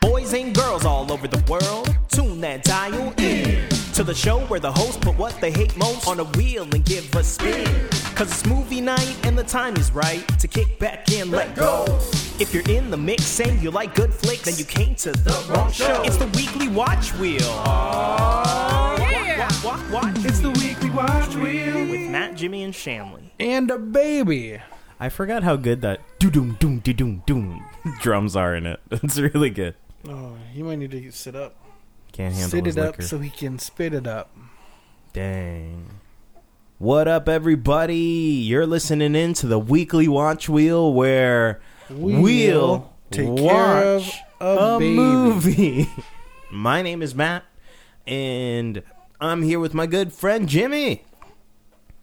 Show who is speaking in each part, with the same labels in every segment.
Speaker 1: boys and girls all over the world. Tune that dial in to the show where the hosts put what they hate most on a wheel and give a spin. Cause it's movie night and the time is right to kick back and let go. If you're in the mix and you like good flicks, then you came to the wrong show. It's the weekly watch wheel.
Speaker 2: Oh,
Speaker 1: Watch, watch, watch. It's the
Speaker 2: Weekly Watch Wheel.
Speaker 1: with Matt, Jimmy, and Shanley.
Speaker 2: And a baby.
Speaker 3: I forgot how good that doo doom doom doo doom doom drums are in it. It's really good.
Speaker 2: Oh, you might need to sit up.
Speaker 3: Can't handle
Speaker 2: Sit
Speaker 3: his
Speaker 2: it up
Speaker 3: liquor.
Speaker 2: so he can spit it up.
Speaker 3: Dang. What up, everybody? You're listening in to the weekly watch wheel where we'll
Speaker 2: take care
Speaker 3: watch
Speaker 2: of a, baby.
Speaker 3: movie. my name is Matt, and I'm here with my good friend Jimmy.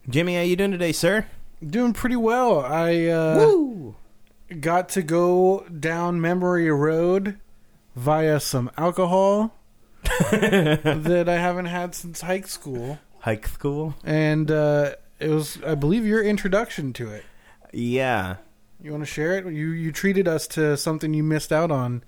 Speaker 3: Jimmy, how you doing today, sir?
Speaker 2: Doing pretty well. I uh,
Speaker 3: Woo!
Speaker 2: got to go down memory road via some alcohol that I haven't had since high school,
Speaker 3: Hike school?
Speaker 2: and uh, it was, I believe, your introduction to it.
Speaker 3: Yeah.
Speaker 2: You want to share it? You you treated us to something you missed out on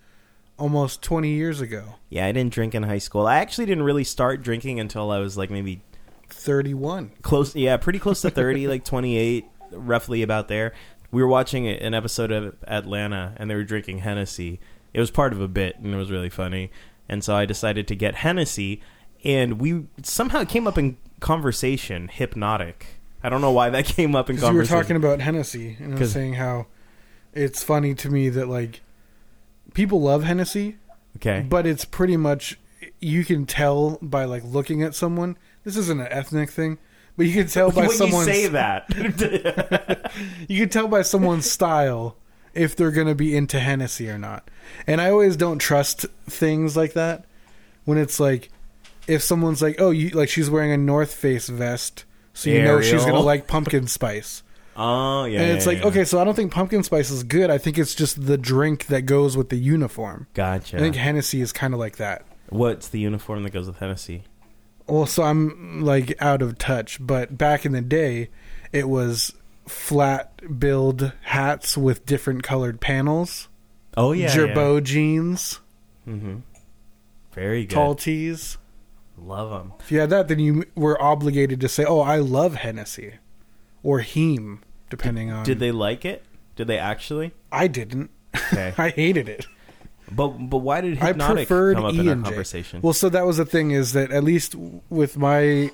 Speaker 2: almost twenty years ago.
Speaker 3: Yeah, I didn't drink in high school. I actually didn't really start drinking until I was like maybe
Speaker 2: Thirty one.
Speaker 3: close, yeah, pretty close to 30, like 28, roughly about there. We were watching a- an episode of Atlanta and they were drinking Hennessy. It was part of a bit and it was really funny. And so I decided to get Hennessy and we somehow it came up in conversation, hypnotic. I don't know why that came up in
Speaker 2: Because you were
Speaker 3: conversation.
Speaker 2: talking about Hennessy and I was
Speaker 3: 'Cause-
Speaker 2: saying how it's funny to me that like people love Hennessy,
Speaker 3: okay.
Speaker 2: but it's pretty much you can tell by like looking at someone. This isn't an ethnic thing, but you can tell by
Speaker 3: when you
Speaker 2: someone's
Speaker 3: say that.
Speaker 2: you can tell by someone's style if they're going to be into Hennessy or not. And I always don't trust things like that when it's like if someone's like, "Oh, you like she's wearing a North Face vest, so you know she's going to
Speaker 3: Ariel.
Speaker 2: like pumpkin spice."
Speaker 3: oh, yeah.
Speaker 2: And it's
Speaker 3: yeah,
Speaker 2: like,
Speaker 3: yeah.
Speaker 2: "Okay, so I don't think pumpkin spice is good. I think it's just the drink that goes with the uniform."
Speaker 3: Gotcha.
Speaker 2: I think Hennessy is kind of like that.
Speaker 3: What's the uniform that goes with Hennessy?
Speaker 2: Well, so I'm like out of touch, but back in the day, it was flat billed hats with different colored panels,
Speaker 3: Oh yeah,
Speaker 2: jerbo jeans,
Speaker 3: Mm-hmm. Very good.
Speaker 2: tall tees.
Speaker 3: Love them.
Speaker 2: If you had that, then you were obligated to say, "Oh, I love Hennessy," or "Heme," depending on.
Speaker 3: Did they like it? Did they actually?
Speaker 2: I didn't.
Speaker 3: Okay.
Speaker 2: I hated it.
Speaker 3: but but why did
Speaker 2: I
Speaker 3: hypnotic
Speaker 2: preferred
Speaker 3: come up
Speaker 2: E
Speaker 3: in our
Speaker 2: and J.
Speaker 3: conversation?
Speaker 2: Well, so that was the thing is that at least w- with my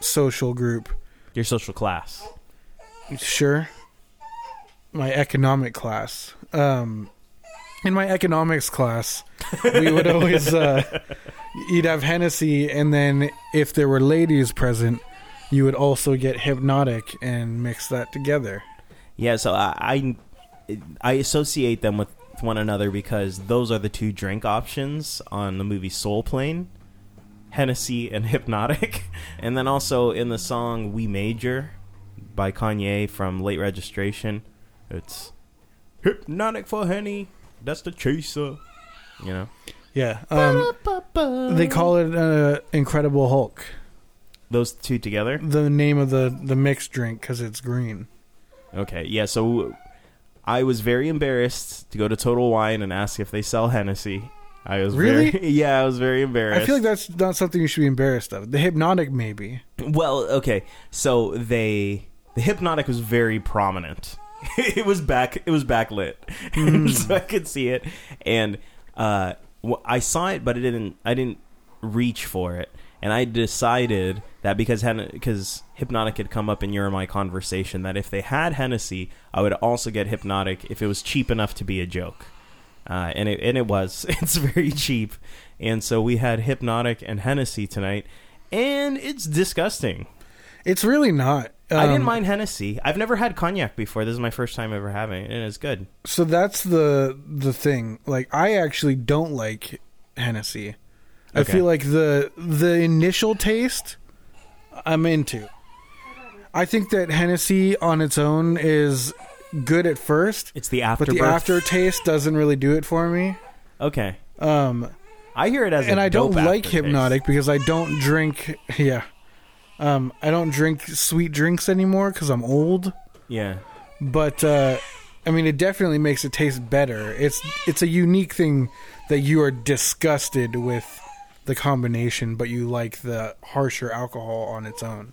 Speaker 2: social group,
Speaker 3: Your social class.
Speaker 2: Sure. My economic class. Um, in my economics class, we would always uh, you'd have Hennessy, and then if there were ladies present, you would also get hypnotic and mix that together.
Speaker 3: Yeah. So I I, I associate them with one another because those are the two drink options on the movie Soul Plane. Hennessy and Hypnotic. And then also in the song We Major by Kanye from Late Registration, it's Hypnotic for Henny, that's the chaser. You know?
Speaker 2: Yeah. Um, they call it uh, Incredible Hulk,
Speaker 3: Those two together?
Speaker 2: the name of the the mixed drink because it's green.
Speaker 3: Okay, yeah, so I was very embarrassed to go to Total Wine and ask if they sell Hennessy. I was
Speaker 2: Really?
Speaker 3: very, yeah, I was very embarrassed.
Speaker 2: I feel like that's not something you should be embarrassed of. The hypnotic, maybe.
Speaker 3: Well, okay. So they the hypnotic was very prominent. it was back it was backlit. so I could see it and uh wh- I saw it but I didn't I didn't reach for it. And I decided that because because hypnotic had come up in your and my conversation that if they had Hennessy, I would also get hypnotic if it was cheap enough to be a joke. Uh, and it and it was. It's very cheap, and so we had hypnotic and Hennessy tonight, and it's disgusting.
Speaker 2: It's really not.
Speaker 3: I didn't
Speaker 2: Um,
Speaker 3: mind Hennessy. I've never had cognac before. This is my first time ever having it, and it's good.
Speaker 2: so that's the the thing like i actually don't like hennessy i
Speaker 3: Okay.
Speaker 2: feel like the the initial taste i'm into i think that hennessy on its own is good at first
Speaker 3: It's the
Speaker 2: but
Speaker 3: afterbirth.
Speaker 2: the aftertaste doesn't really do it for me
Speaker 3: Okay,
Speaker 2: um
Speaker 3: I hear it as
Speaker 2: and
Speaker 3: I
Speaker 2: i don't like hypnotic because i don't drink yeah um i don't drink sweet drinks anymore because i'm old
Speaker 3: Yeah,
Speaker 2: but uh I mean, it definitely makes it taste better. It's it's a unique thing that you are disgusted with the combination, but you like the harsher alcohol on its own.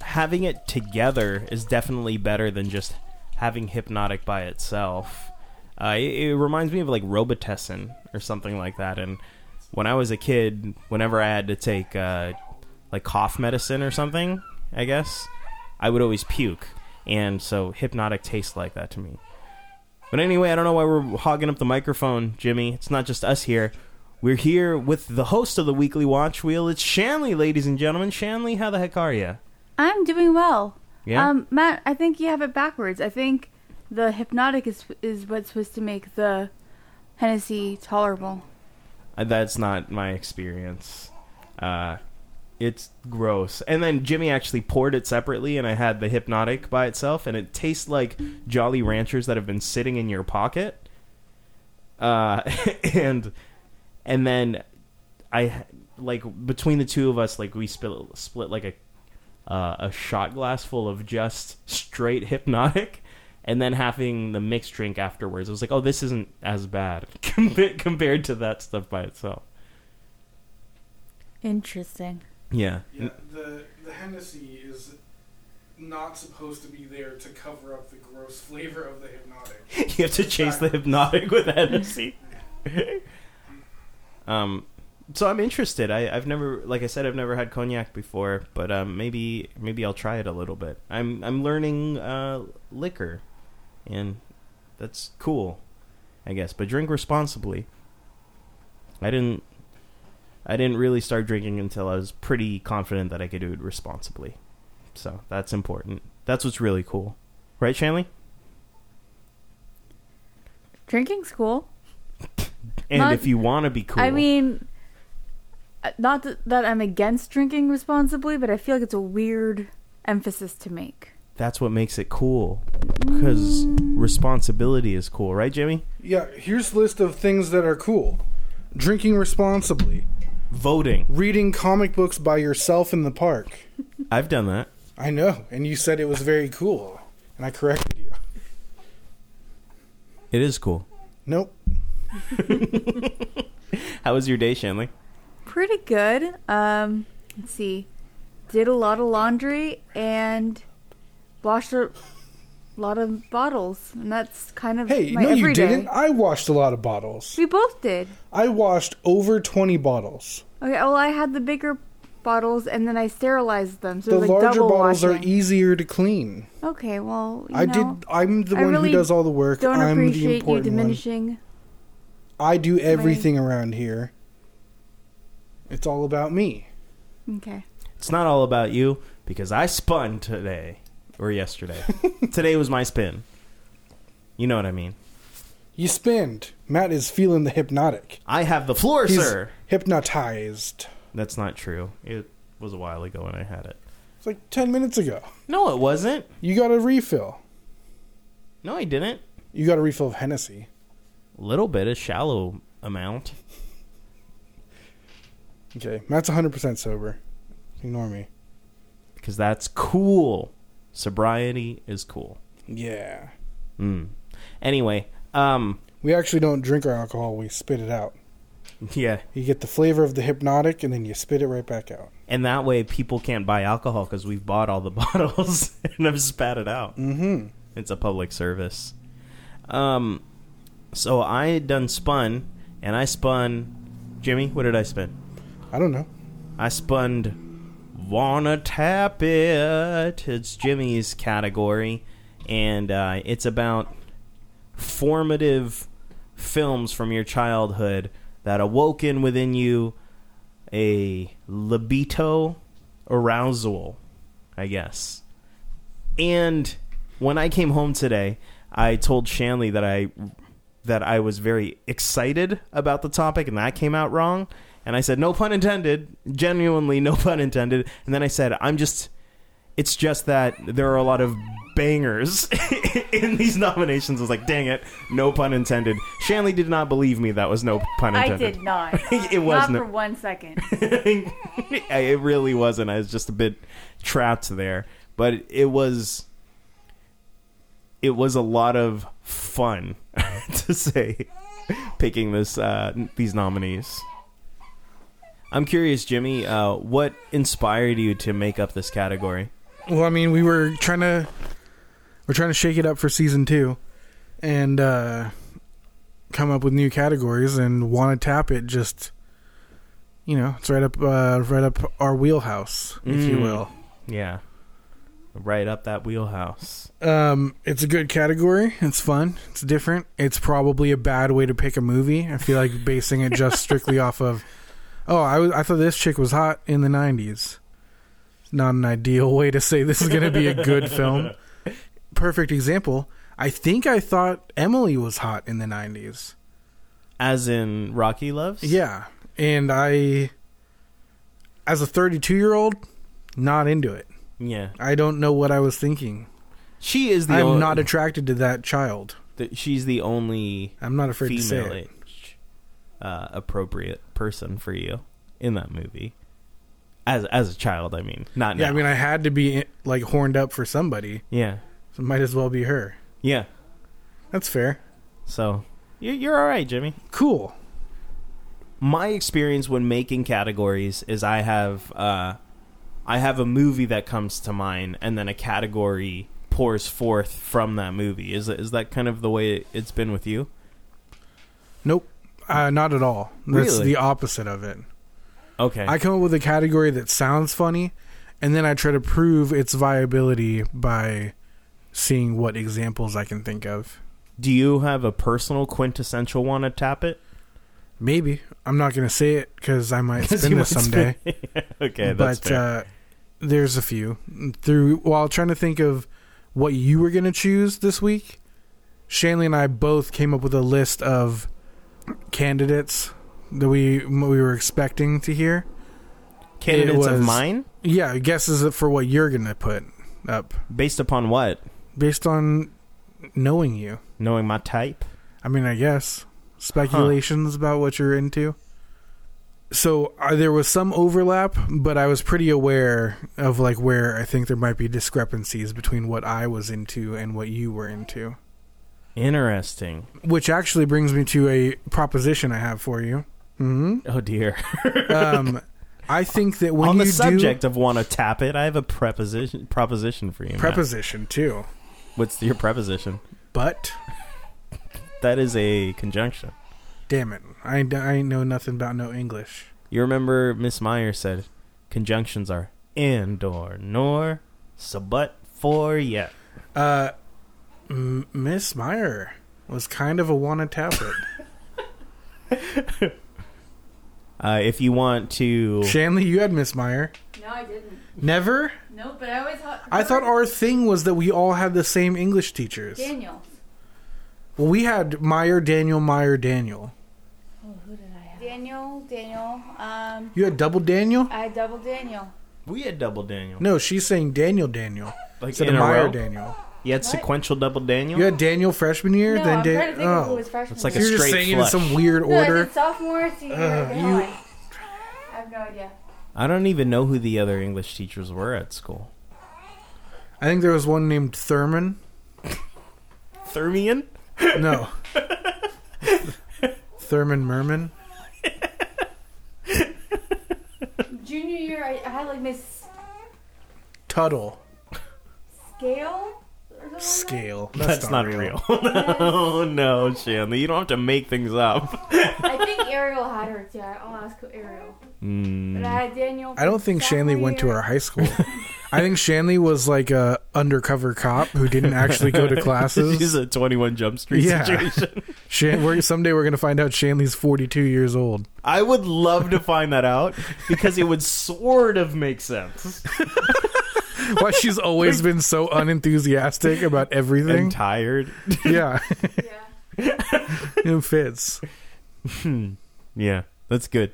Speaker 3: having it together is definitely better than just having hypnotic by itself. Uh, it, it reminds me of like Robitussin or something like that. And when I was a kid, whenever I had to take uh, like cough medicine or something, I guess I would always puke. And so hypnotic tastes like that to me. But anyway, I don't know why we're hogging up the microphone, Jimmy. It's not just us here. We're here with the host of the weekly watch wheel. It's Shanley, ladies and gentlemen. Shanley, how the heck are you?
Speaker 4: I'm doing well.
Speaker 3: Yeah?
Speaker 4: Um, Matt, I think you have it backwards. I think the hypnotic is is what's supposed to make the Hennessy tolerable.
Speaker 3: Uh, That's not my experience. Uh, it's gross. And then Jimmy actually poured it separately, and I had the hypnotic by itself, and it tastes like Jolly Ranchers that have been sitting in your pocket. Uh, and and then I like between the two of us, like we split split like a uh, a shot glass full of just straight hypnotic. And then having the mixed drink afterwards, it was like, oh, this isn't as bad compa- compared to that stuff by itself.
Speaker 4: Interesting.
Speaker 3: Yeah.
Speaker 2: the the Hennessy is not supposed to be there to cover up the gross flavor of the hypnotic.
Speaker 3: you have to chase the hypnotic with Hennessy. um, so I'm interested. I, I've never, like I said, I've never had cognac before, but um, maybe maybe I'll try it a little bit. I'm I'm learning uh, liquor, and that's cool, I guess. But drink responsibly. I didn't. I didn't really start drinking until I was pretty confident that I could do it responsibly. So that's important. That's what's really cool. Right, Shanley?
Speaker 4: Drinking's cool.
Speaker 3: And
Speaker 4: Not-
Speaker 3: if you want to be cool.
Speaker 4: I mean, uh, not th- that I'm against drinking responsibly, but I feel like it's a weird emphasis to make.
Speaker 3: that's what makes it cool because responsibility is cool right jimmy
Speaker 2: Yeah, here's a list of things that are cool: drinking responsibly,
Speaker 3: voting
Speaker 2: reading comic books by yourself in the park.
Speaker 3: i've done that
Speaker 2: I know, and you said it was very cool, and I corrected you.
Speaker 3: it is cool
Speaker 2: Nope.
Speaker 3: how was your day shanley
Speaker 4: Pretty good. Um, let's see. Did a lot of laundry and washed a lot of bottles, and that's kind of
Speaker 2: Hey,
Speaker 4: my
Speaker 2: no, you
Speaker 4: everyday.
Speaker 2: didn't. I washed a lot of bottles.
Speaker 4: We both did.
Speaker 2: I washed over twenty bottles.
Speaker 4: Okay, well, I had the bigger bottles and then I sterilized them. So
Speaker 2: The
Speaker 4: it was like
Speaker 2: larger
Speaker 4: double
Speaker 2: bottles
Speaker 4: washing.
Speaker 2: are easier to clean.
Speaker 4: Okay, well, you
Speaker 2: I
Speaker 4: know,
Speaker 2: did. I'm the
Speaker 4: I
Speaker 2: one
Speaker 4: really
Speaker 2: who does all the work.
Speaker 4: Don't
Speaker 2: I'm the
Speaker 4: appreciate you
Speaker 2: important
Speaker 4: diminishing.
Speaker 2: one. I do everything around here. It's all about me.
Speaker 4: Okay.
Speaker 3: it's not all about you because i spun today or yesterday today was my spin you know what i mean
Speaker 2: You spend. Matt is feeling the hypnotic.
Speaker 3: i have the floor
Speaker 2: He's
Speaker 3: sir
Speaker 2: hypnotized.
Speaker 3: that's not true it was a while ago when i had it
Speaker 2: It's like ten minutes ago.
Speaker 3: no it wasn't
Speaker 2: You got a refill.
Speaker 3: no i didn't
Speaker 2: You got a refill of Hennessy.
Speaker 3: little bit a shallow amount
Speaker 2: Okay, Matt's 100 percent sober. Ignore me.
Speaker 3: because that's cool sobriety is cool
Speaker 2: Yeah.
Speaker 3: Mm. Anyway, um,
Speaker 2: We actually don't drink our alcohol. We spit it out.
Speaker 3: yeah,
Speaker 2: You get the flavor of the hypnotic, and then you spit it right back out.
Speaker 3: and that way people can't buy alcohol because we've bought all the bottles and have spat it out. Mm-hmm. It's a public service. Um, so I had done spun, and I spun. Jimmy, what did I spin?
Speaker 2: I don't know.
Speaker 3: I spun Wanna Tap It. It's Jimmy's category. And uh, it's about formative films from your childhood that awoken within you a libido arousal, I guess. And when I came home today, I told Shanley that I that I was very excited about the topic and that came out wrong. And I said, no pun intended, genuinely no pun intended. And then I said, I'm just it's just that there are a lot of bangers in these nominations. I was like, dang it, no pun intended. Shanley did not believe me that was no pun intended.
Speaker 4: not.
Speaker 3: It was Not no- for
Speaker 4: one second.
Speaker 3: I- it really wasn't. I was just a bit trapped there, but it was it was a lot of fun to say picking this uh, these nominees. I'm curious, Jimmy, uh, what inspired you to make up this category?
Speaker 2: Well, I mean, we were trying to we're trying to shake it up for season two, and uh, come up with new categories. And want to tap it just, you know, it's right up uh, right up our wheelhouse, if you
Speaker 3: Mm.
Speaker 2: will.
Speaker 3: Yeah, right up that wheelhouse.
Speaker 2: Um, it's a good category. It's fun. It's different. It's probably a bad way to pick a movie. I feel like basing it just strictly off of, oh, I, was- I thought this chick was hot in the '90s. It's not an ideal way to say this is going to be a good film. Perfect example. I think I thought Emily was hot in the '90s.
Speaker 3: As in Rocky Loves?
Speaker 2: Yeah, and I, as a 32 year old, not into it.
Speaker 3: Yeah.
Speaker 2: I don't know what I was thinking.
Speaker 3: She is the
Speaker 2: I'm
Speaker 3: only,
Speaker 2: not attracted to that child.
Speaker 3: the, she's the only
Speaker 2: I'm not afraid to say
Speaker 3: female
Speaker 2: it.
Speaker 3: age uh, appropriate person for you in that movie. As as a child, I mean. Not
Speaker 2: Yeah,
Speaker 3: now.
Speaker 2: I mean, I had to be like horned up for somebody,
Speaker 3: yeah.
Speaker 2: so might as well be her.
Speaker 3: Yeah.
Speaker 2: That's fair.
Speaker 3: So you're you're all right, Jimmy.
Speaker 2: Cool.
Speaker 3: my experience when making categories is I have uh, I have a movie that comes to mind, and then a category pours forth from that movie. Is is that kind of the way it's been with you?
Speaker 2: Nope, uh, not at all. That's
Speaker 3: Really?
Speaker 2: the opposite of it.
Speaker 3: Okay,
Speaker 2: I come up with a category that sounds funny, and then I try to prove its viability by seeing what examples I can think of.
Speaker 3: do you have a personal quintessential one to tap it?
Speaker 2: Maybe I'm not going to say it because I might
Speaker 3: 'Cause
Speaker 2: spin
Speaker 3: you
Speaker 2: this
Speaker 3: might
Speaker 2: someday.
Speaker 3: spin- okay, that's
Speaker 2: but
Speaker 3: fair.
Speaker 2: uh, there's a few through while trying to think of what you were going to choose this week shanley and i both came up with a list of candidates that we we were expecting to hear
Speaker 3: Candidates of
Speaker 2: was-
Speaker 3: mine
Speaker 2: yeah guesses for what you're going to put up
Speaker 3: based upon what?
Speaker 2: based on knowing you
Speaker 3: Knowing my type.
Speaker 2: i mean i guess speculations about what you're into so uh, there was some overlap but i was pretty aware of like where i think there might be discrepancies between what i was into and what you were into
Speaker 3: Interesting.
Speaker 2: which actually brings me to a proposition i have for you hmm
Speaker 3: Oh dear.
Speaker 2: um, i think that when
Speaker 3: On
Speaker 2: you
Speaker 3: the subject
Speaker 2: do
Speaker 3: of want to tap it, I have a preposition proposition for you. Matt.
Speaker 2: preposition too
Speaker 3: What's your preposition?
Speaker 2: but
Speaker 3: That is a conjunction.
Speaker 2: damn it i, I know nothing about no english
Speaker 3: You remember Miss Meyer said conjunctions are and or nor, so but for yet.
Speaker 2: Uh, M- Miss Meyer was kind of a wanna tappet.
Speaker 3: Uh, if you want to,
Speaker 2: Shanley, you had Miss Meyer.
Speaker 4: No, I didn't.
Speaker 2: Never.
Speaker 4: No, but I always thought.
Speaker 2: I thought our thing was that we all had the same English teachers.
Speaker 4: Daniel.
Speaker 2: Well, we had Meyer, Daniel, Meyer, Daniel.
Speaker 5: Daniel, Daniel. Um,
Speaker 2: You had double Daniel.
Speaker 5: I double Daniel.
Speaker 3: we had double Daniel.
Speaker 2: No, she's saying Daniel, Daniel
Speaker 3: like
Speaker 2: instead
Speaker 3: in
Speaker 2: of
Speaker 3: a
Speaker 2: Meyer,
Speaker 3: row?
Speaker 2: Daniel.
Speaker 3: You had sequential double Daniel.
Speaker 2: You had Daniel freshman year,
Speaker 5: no,
Speaker 2: then
Speaker 5: I'm trying to
Speaker 2: Daniel.
Speaker 5: think of who
Speaker 2: Oh,
Speaker 5: was freshman.
Speaker 3: It's like
Speaker 2: so
Speaker 3: a
Speaker 2: you're just
Speaker 3: straight
Speaker 2: saying it in
Speaker 3: flush.
Speaker 2: some weird
Speaker 5: no, I
Speaker 2: order.
Speaker 5: did sophomore, senior.
Speaker 2: Ugh,
Speaker 5: and
Speaker 2: you-
Speaker 5: on. I have no idea.
Speaker 3: I don't even know who the other English teachers were at school.
Speaker 2: I think there was one named Thurman.
Speaker 3: Thermian.
Speaker 2: No. Thurman Merman.
Speaker 5: Junior year, I, I had like Miss
Speaker 2: Tuttle.
Speaker 5: Scale or something.
Speaker 2: Scale.
Speaker 3: That's, not, real. oh no, Shanley, you don't have to make things up.
Speaker 5: I think Ariel had her too. I- I'll ask Ariel. But I had Daniel.
Speaker 2: Mm. I don't think Shanley went to our high school. I think Shanley was like a undercover cop who didn't actually go to
Speaker 3: She's
Speaker 2: classes.
Speaker 3: a twenty-one Jump Street
Speaker 2: Yeah.
Speaker 3: situation.
Speaker 2: Shan- we're, someday we're going to find out Shanley's 42 years old.
Speaker 3: I would love to find that out because it would sort of make sense.
Speaker 2: Why she's always been so unenthusiastic about
Speaker 3: And
Speaker 2: everything.
Speaker 3: tired.
Speaker 2: Yeah,
Speaker 5: Yeah.
Speaker 2: it fits.
Speaker 3: Yeah, that's good.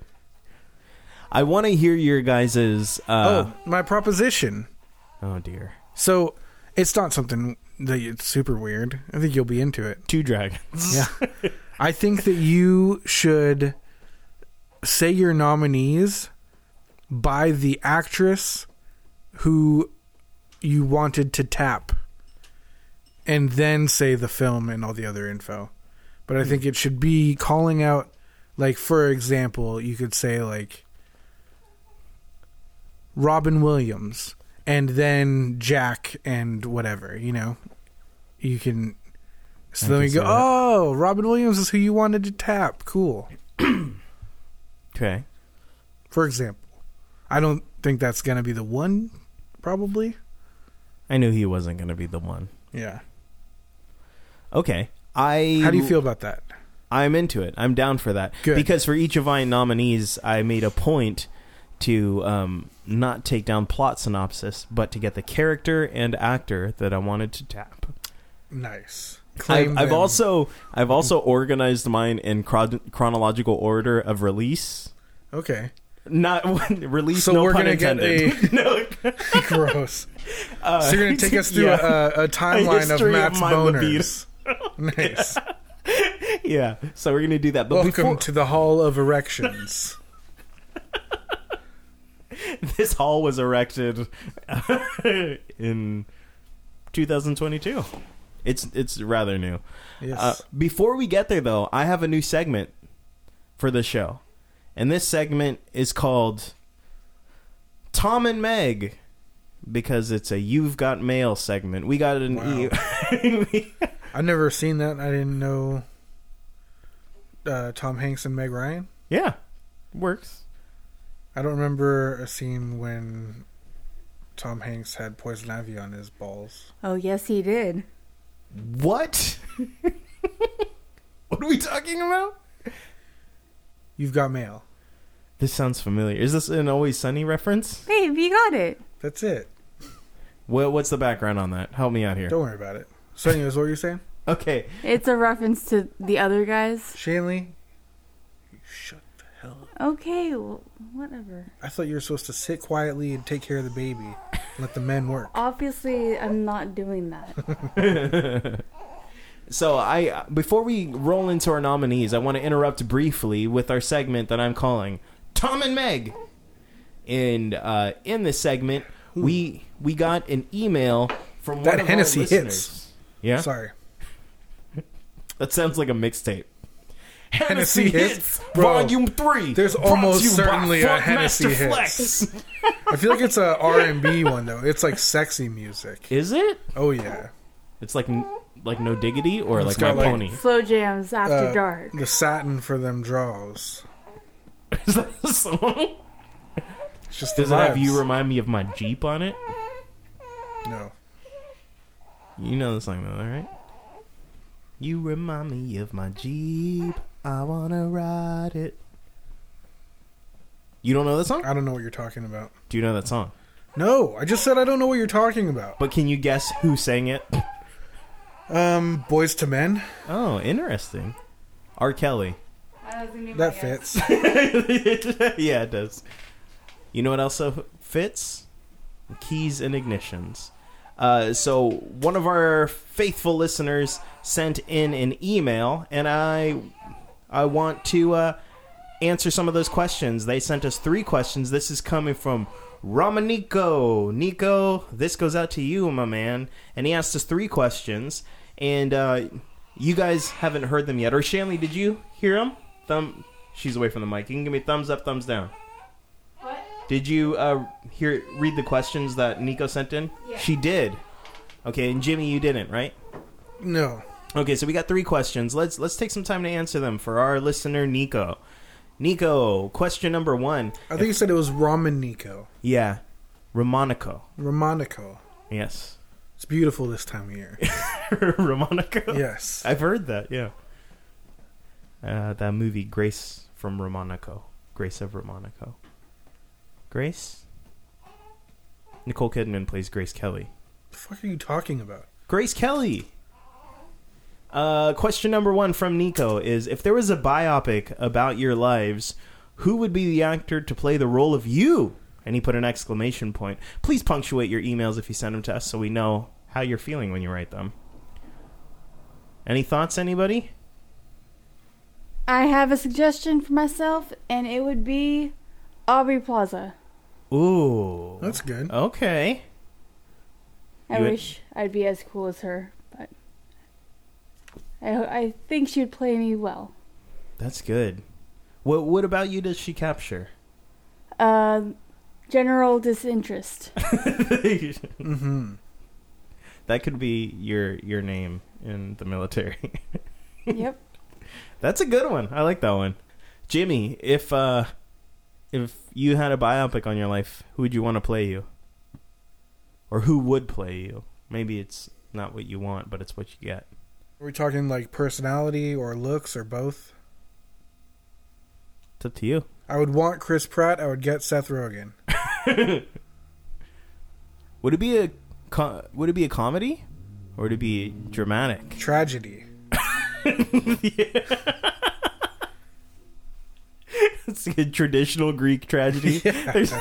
Speaker 3: I want to hear your guys's. Uh,
Speaker 2: oh, my proposition.
Speaker 3: oh. dear,
Speaker 2: So it's not something that it's super weird. I think you'll be into it.
Speaker 3: two dragons.
Speaker 2: Yeah. I think that you should say your nominees by the actress who you wanted to tap and then say the film and all the other info. But I think it should be calling out, like for example, you could say like Robin Williams and then Jack and whatever. You know, you can. So then
Speaker 3: can
Speaker 2: we
Speaker 3: see
Speaker 2: go.
Speaker 3: that.
Speaker 2: Oh, Robin Williams is who you wanted to tap. Cool.
Speaker 3: Okay.
Speaker 2: For example, I don't think that's gonna be the one. Probably.
Speaker 3: I knew he wasn't going to be the one.
Speaker 2: Yeah.
Speaker 3: Okay. I
Speaker 2: How do you feel about that?
Speaker 3: I'm into it. I'm down for that.
Speaker 2: Good.
Speaker 3: Because for each of my nominees, I made a point to um, not take down plot synopsis, but to get the character and actor that I wanted to tap.
Speaker 2: Nice.
Speaker 3: I've,
Speaker 2: Claim
Speaker 3: I've
Speaker 2: them.
Speaker 3: also I've also organized mine in chron- chronological order of release.
Speaker 2: okay.
Speaker 3: Not release.
Speaker 2: So
Speaker 3: no
Speaker 2: we're
Speaker 3: pun
Speaker 2: gonna get
Speaker 3: intended. no,
Speaker 2: Gross. so you're gonna take us through
Speaker 3: Uh, yeah.
Speaker 2: a, a timeline of
Speaker 3: history of
Speaker 2: Matt's
Speaker 3: my
Speaker 2: boners. nice.
Speaker 3: yeah. So we're gonna do that. But
Speaker 2: Welcome
Speaker 3: before
Speaker 2: to the Hall of Erections.
Speaker 3: this hall was erected in 2022, it's it's rather new.
Speaker 2: Yes.
Speaker 3: Uh, before we get there, though, I have a new segment for the show, and this segment is called Tom and Meg because it's a "You've Got Mail" segment. We got an
Speaker 2: Wow.
Speaker 3: e-
Speaker 2: I've never seen that. I didn't know uh, Tom Hanks and Meg Ryan.
Speaker 3: yeah, works.
Speaker 2: I don't remember a scene when Tom Hanks had poison ivy on his balls.
Speaker 4: Oh, yes, he did.
Speaker 3: What? what are we talking about?
Speaker 2: You've got mail.
Speaker 3: This sounds familiar. Is this an Always Sunny reference?
Speaker 4: Babe, you got it.
Speaker 2: That's it.
Speaker 3: What, what's the background on that? Help me out here.
Speaker 2: Don't worry about it. So, anyways, what were you saying,
Speaker 3: Okay,
Speaker 4: It's a reference to the other guys.
Speaker 2: Shanley? You shut the hell up.
Speaker 4: Okay, well, whatever.
Speaker 2: I thought you were supposed to sit quietly and take care of the baby, let the men work.
Speaker 4: Obviously, I'm not doing that.
Speaker 3: So I before we roll into our nominees, I want to interrupt briefly with our segment that I'm calling Tom and Meg. And uh, in this segment, we we got an email from
Speaker 2: Hmm. That
Speaker 3: one of
Speaker 2: Hennessy
Speaker 3: our
Speaker 2: hits.
Speaker 3: listeners. Yeah,
Speaker 2: Sorry.
Speaker 3: that sounds like a mixtape.
Speaker 2: Hennessy hits. Bro,
Speaker 3: Volume Three.
Speaker 2: there's
Speaker 3: brought to
Speaker 2: almost
Speaker 3: you by
Speaker 2: certainly a
Speaker 3: Funkmaster
Speaker 2: Hennessy
Speaker 3: Flex.
Speaker 2: I feel like it's a R&B one though. It's like sexy music.
Speaker 3: Is it?
Speaker 2: Oh yeah.
Speaker 3: It's like n- like no diggity or like my
Speaker 2: got, like-
Speaker 3: pony.
Speaker 4: Slow jams after
Speaker 2: Uh,
Speaker 4: dark.
Speaker 2: The satin for them draws.
Speaker 3: Is that the song?
Speaker 2: It's just
Speaker 3: Does
Speaker 2: the
Speaker 3: it have
Speaker 2: vibes.
Speaker 3: you remind me of my Jeep on it?
Speaker 2: No.
Speaker 3: You know the song though, right? You remind me of my Jeep. I wanna ride it. You don't know that song?
Speaker 2: I don't know what you're talking about.
Speaker 3: Do you know that song?
Speaker 2: No, I just said I don't know what you're talking about.
Speaker 3: But can you guess who sang it?
Speaker 2: Um, Boys to Men.
Speaker 3: Oh, interesting. R. Kelly.
Speaker 5: That was gonna be my
Speaker 2: That
Speaker 5: guess.
Speaker 2: fits.
Speaker 3: yeah, it does. You know what else uh, fits? Keys and ignitions. Uh, so one of our faithful listeners sent in an email, and I, I want to uh, answer some of those questions. They sent us three questions. This is coming from Romanico. Nico, this goes out to you, my man. And he asked us three questions, and uh, you guys haven't heard them yet. Or Shanley, did you hear them? Thumb. She's away from the mic. You can give me thumbs up, thumbs down.
Speaker 5: What?
Speaker 3: Did you uh, hear read the questions that Nico sent in?
Speaker 5: Yeah.
Speaker 3: She did. Okay, and Jimmy, you didn't, right?
Speaker 2: No.
Speaker 3: Okay, so we got three questions. Let's let's take some time to answer them for our listener Nico. Nico, question number one.
Speaker 2: I think you said it was Romanico.
Speaker 3: Yeah, Romanico.
Speaker 2: Romanico.
Speaker 3: Yes,
Speaker 2: It's beautiful this time of year.
Speaker 3: Romanico.
Speaker 2: Yes.
Speaker 3: I've heard that. Yeah, uh, that movie Grace from Romanico, Grace of Romanico. Grace. Nicole Kidman plays Grace Kelly.
Speaker 2: the fuck are you talking about?
Speaker 3: Grace Kelly. Uh, question number one from Nico is: If there was a biopic about your lives, who would be the actor to play the role of you? And he put an exclamation point. Please punctuate your emails if you send them to us, so we know how you're feeling when you write them. Any thoughts, anybody?
Speaker 4: I have a suggestion for myself, and it would be Aubrey Plaza.
Speaker 3: Ooh,
Speaker 2: That's good.
Speaker 3: okay.
Speaker 4: I
Speaker 3: You would-
Speaker 4: wish I'd be as cool as her, but
Speaker 5: I, I think she would play me well.
Speaker 3: That's good. What What about you? Does she capture?
Speaker 5: Um general disinterest.
Speaker 3: that
Speaker 2: Mm-hmm.
Speaker 3: could be your your name in the military.
Speaker 5: yep.
Speaker 3: That's a good one. I like that one. Jimmy, if uh if you had a biopic on your life, who would you want to play you? Or who would play you? Maybe it's not what you want, but it's what you get.
Speaker 2: Are we talking like personality or looks or both?
Speaker 3: It's up to you.
Speaker 2: I would want Chris Pratt. I would get Seth Rogen.
Speaker 3: Would it be a co- would it be a comedy or would it be dramatic?
Speaker 2: Tragedy.
Speaker 3: It's a traditional Greek tragedy. There's,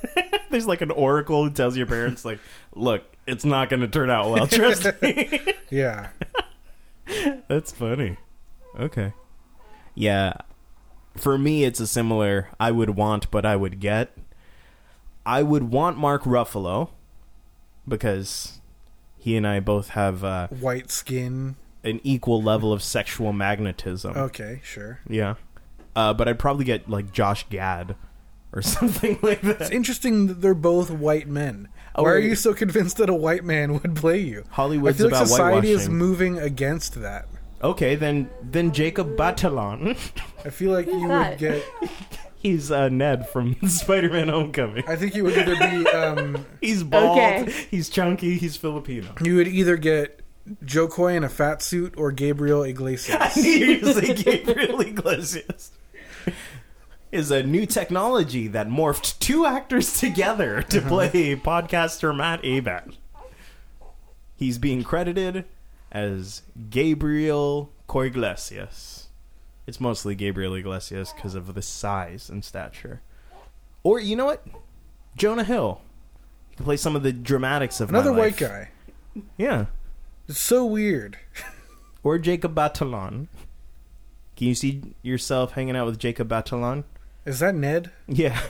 Speaker 3: there's like an oracle who tells your parents like, "Look, it's not going to turn out well. Trust me."
Speaker 2: Yeah.
Speaker 3: That's funny. Okay. Yeah. For me, it's a similar I would want, but I would get. I would want Mark Ruffalo because he and I both have uh,
Speaker 2: White skin.
Speaker 3: an equal level of sexual magnetism.
Speaker 2: Okay, sure.
Speaker 3: Yeah. Uh, but I'd probably get, like, Josh Gad or something like that.
Speaker 2: It's interesting that they're both white men.
Speaker 3: Oh,
Speaker 2: Why are
Speaker 3: wait.
Speaker 2: you so convinced that a white man would play you?
Speaker 3: Hollywood's
Speaker 2: I feel like
Speaker 3: about
Speaker 2: society is
Speaker 3: whitewashing.
Speaker 2: moving against that.
Speaker 3: Okay, then then Jacob Batalon.
Speaker 2: I feel like you would
Speaker 5: that?
Speaker 2: get.
Speaker 3: He's uh, Ned from Spider-Man Homecoming.
Speaker 2: I think you would either be. Um,
Speaker 3: He's bald.
Speaker 5: Okay.
Speaker 3: He's chunky. He's Filipino.
Speaker 2: you would either get Joe Coy in a fat suit or Gabriel Iglesias.
Speaker 3: Seriously, Gabriel Iglesias is a new technology that morphed two actors together
Speaker 2: Uh-huh.
Speaker 3: to play podcaster Matt Abat. He's being credited as Gabriel Coiglesias. It's mostly Gabriel Iglesias because of the size and stature. Or you know what? Jonah Hill. He can play some of the dramatics of my
Speaker 2: Another white
Speaker 3: life.
Speaker 2: guy.
Speaker 3: Yeah.
Speaker 2: It's so weird.
Speaker 3: or Jacob Batalon. Can you see yourself hanging out with Jacob Batalon?
Speaker 2: Is that Ned?
Speaker 3: Yeah.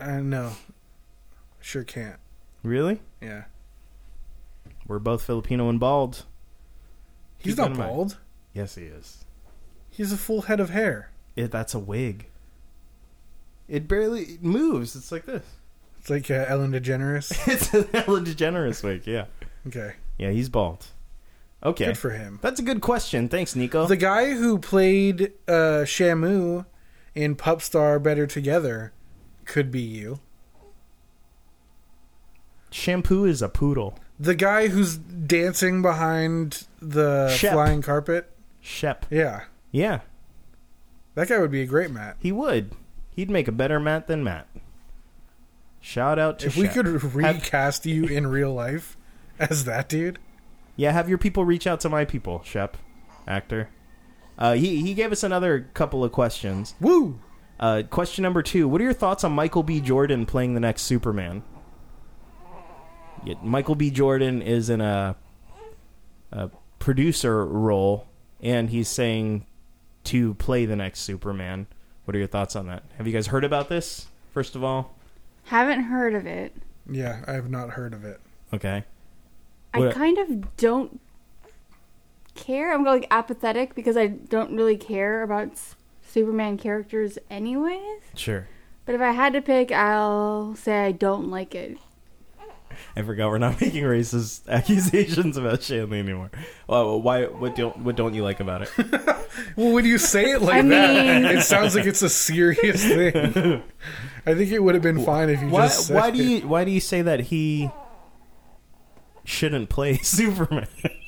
Speaker 2: I know. Sure can't.
Speaker 3: Really?
Speaker 2: Yeah.
Speaker 3: We're both Filipino and bald.
Speaker 2: He's
Speaker 3: Keep that
Speaker 2: not
Speaker 3: in mind.
Speaker 2: bald.
Speaker 3: Yes, he is.
Speaker 2: He's a full head of hair.
Speaker 3: It, that's a wig. It barely it moves. It's like this.
Speaker 2: It's like uh, Ellen DeGeneres.
Speaker 3: It's an Ellen DeGeneres wig. Yeah.
Speaker 2: Okay.
Speaker 3: Yeah, he's bald. Okay.
Speaker 2: Good for him.
Speaker 3: That's a good question. Thanks, Nico.
Speaker 2: The guy who played uh, Shamu in Pup Star Better Together could be you.
Speaker 3: Shampoo is a poodle.
Speaker 2: The guy who's dancing behind the
Speaker 3: Shep.
Speaker 2: flying carpet.
Speaker 3: Shep.
Speaker 2: Yeah.
Speaker 3: Yeah,
Speaker 2: That guy would be a great Matt.
Speaker 3: he would. He'd make a better Matt than Matt. Shout out to
Speaker 2: If we
Speaker 3: Shep.
Speaker 2: could
Speaker 3: Have-
Speaker 2: recast you in real life as that dude.
Speaker 3: Yeah, have your people reach out to my people, Shep, actor. Uh, he he gave us another couple of questions.
Speaker 2: Woo!
Speaker 3: Uh, question number two: What are your thoughts on Michael B. Jordan playing the next Superman? Yeah, Michael B. Jordan is in a, a producer role, and he's saying to play the next Superman. What are your thoughts on that? Have you guys heard about this? First of all,
Speaker 5: Haven't heard of it.
Speaker 2: Yeah, I have not heard of it.
Speaker 3: okay.
Speaker 5: I
Speaker 3: What-
Speaker 5: kind of don't care. I'm like apathetic because I don't really care about s- Superman characters, anyways.
Speaker 3: Sure.
Speaker 5: But if I had to pick, I'll say I don't like it.
Speaker 3: I forgot we're not making racist accusations about Shanley anymore. Well, why? What don't? What don't you like about it?
Speaker 2: Well, when you say it like
Speaker 5: I
Speaker 2: that,
Speaker 5: mean-
Speaker 2: it sounds like it's a serious thing. I think it would have been fine if you
Speaker 3: why?
Speaker 2: just said
Speaker 3: Why do
Speaker 2: it.
Speaker 3: you? Why do you say that he shouldn't play Superman?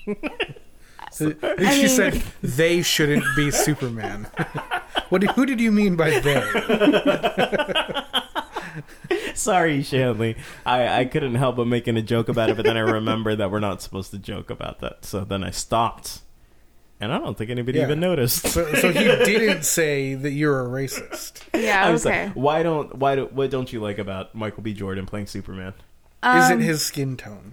Speaker 2: I think she
Speaker 5: mean-
Speaker 2: said they shouldn't be Superman. what? do- Who did you mean by they?
Speaker 3: Sorry, Shanley. I I couldn't help but making a joke about it, but then I remembered that we're not supposed to joke about that, so then I stopped. And I don't think anybody
Speaker 2: Yeah.
Speaker 3: even noticed.
Speaker 2: So, so he didn't say that you're a racist.
Speaker 5: Yeah,
Speaker 3: I was
Speaker 5: okay.
Speaker 3: like, why don't? Why do? What don't you like about Michael B. Jordan playing Superman?
Speaker 2: Is
Speaker 5: Um,
Speaker 2: it his skin tone?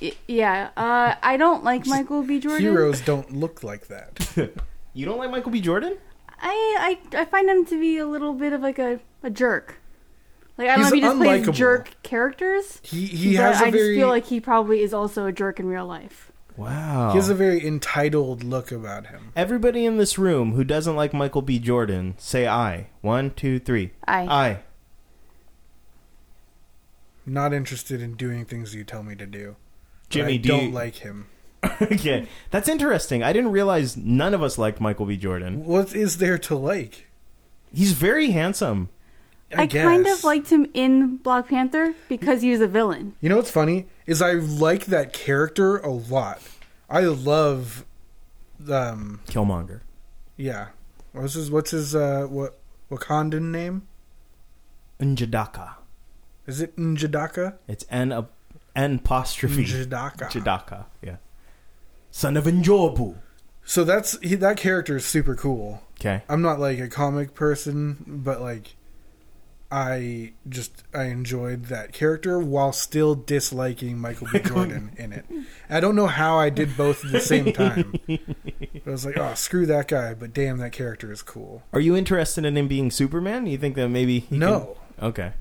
Speaker 5: Y- yeah, uh, I don't like Michael B. Jordan.
Speaker 2: Heroes don't look like that.
Speaker 3: You don't like Michael B. Jordan?
Speaker 5: I, I I find him to be a little bit of like a, a jerk. Like I
Speaker 2: He's
Speaker 5: don't know if he just
Speaker 2: unlikable.
Speaker 5: plays jerk characters.
Speaker 2: He he
Speaker 5: but
Speaker 2: has a
Speaker 5: I
Speaker 2: very
Speaker 5: just feel like he probably is also a jerk in real life.
Speaker 3: Wow.
Speaker 2: He has a very entitled look about him.
Speaker 3: Everybody in this room who doesn't like Michael B. Jordan, say aye. One, two, three.
Speaker 5: Aye.
Speaker 3: Aye.
Speaker 2: Not interested in doing things you tell me to do. But
Speaker 3: Jimmy,
Speaker 2: I
Speaker 3: do
Speaker 2: don't
Speaker 3: you-
Speaker 2: like him.
Speaker 3: okay, that's interesting. I didn't realize none of us liked Michael B. Jordan.
Speaker 2: What is there to like?
Speaker 3: He's very handsome.
Speaker 2: I,
Speaker 5: I kind of
Speaker 2: guess.
Speaker 5: liked him in Black Panther because he was a villain.
Speaker 2: You know what's funny is I like that character a lot. I love, um,
Speaker 3: Killmonger.
Speaker 2: yeah. What was his? What's his? Uh, what Wakandan name?
Speaker 3: Njadaka.
Speaker 2: Is it Njadaka?
Speaker 3: It's an a, an apostrophe.
Speaker 2: Njadaka.
Speaker 3: Njadaka. Yeah. Son of Njobu.
Speaker 2: So that's he, that character is super cool.
Speaker 3: Okay.
Speaker 2: I'm not like a comic person, but like I just I enjoyed that character while still disliking Michael B. Jordan in it. I don't know how I did both at the same time. I was like, oh, screw that guy, but damn, that character is cool.
Speaker 3: Are you interested in him being Superman? You think that maybe he
Speaker 2: No.
Speaker 3: Can... Okay.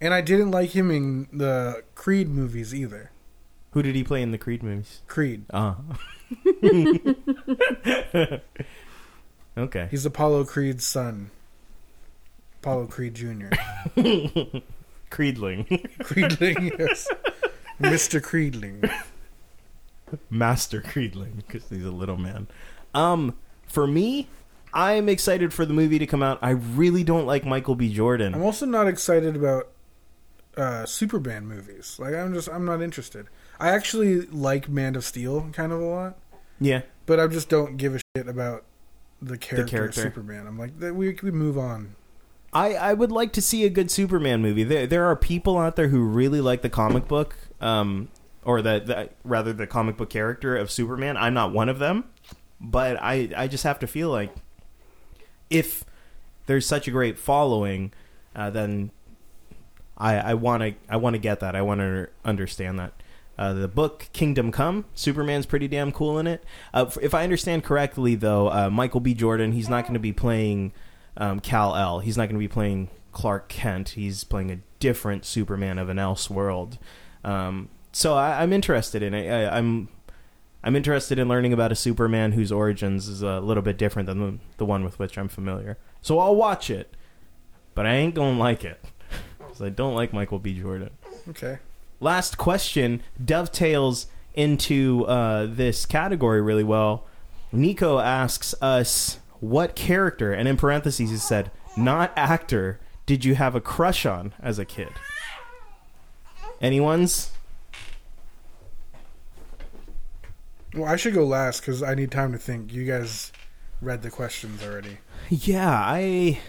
Speaker 2: And I didn't like him in the Creed movies either.
Speaker 3: Who did he play in the Creed movies?
Speaker 2: Creed.
Speaker 3: Ah. okay.
Speaker 2: He's Apollo Creed's son. Apollo Creed Jr.
Speaker 3: Creedling.
Speaker 2: Creedling, yes. Mr. Creedling.
Speaker 3: Master Creedling because he's a little man. Um for me, I'm excited for the movie to come out. I really don't like Michael B.
Speaker 2: I'm
Speaker 3: Jordan.
Speaker 2: also not excited about uh, Superman movies. Like I'm just I'm not interested. I actually like Man of Steel kind of a lot,
Speaker 3: Yeah.
Speaker 2: but I just don't give a shit about the character,
Speaker 3: character.
Speaker 2: Superman. I'm like that we we move on.
Speaker 3: I, I would like to see a good Superman movie. There there are people out there who really like the comic book, um, or the, the rather the comic book character of Superman. I'm not one of them, but I I just have to feel like if there's such a great following, uh, then I I want to I want to get that. I want to understand that. Uh, the book Kingdom Come, Superman's pretty damn cool in it. Uh, f- if I understand correctly, though, uh, Michael B. Jordan, he's not going to be playing um, Cal L. He's not going to be playing Clark Kent. He's playing a different Superman of an else world. Um, so I, I'm interested in it. I, I'm I'm interested in learning about a Superman whose origins is a little bit different than the, the one with which I'm familiar. So I'll watch it, but I ain't gonna like it because I don't like Michael B. Jordan.
Speaker 2: Okay.
Speaker 3: Last question dovetails into uh, this category really well. Nico asks us what character, and in parentheses he said, not actor, did you have a crush on as a kid? Anyone's?
Speaker 2: Well, I should go last because I need time to think. You guys read the questions already.
Speaker 3: Yeah, I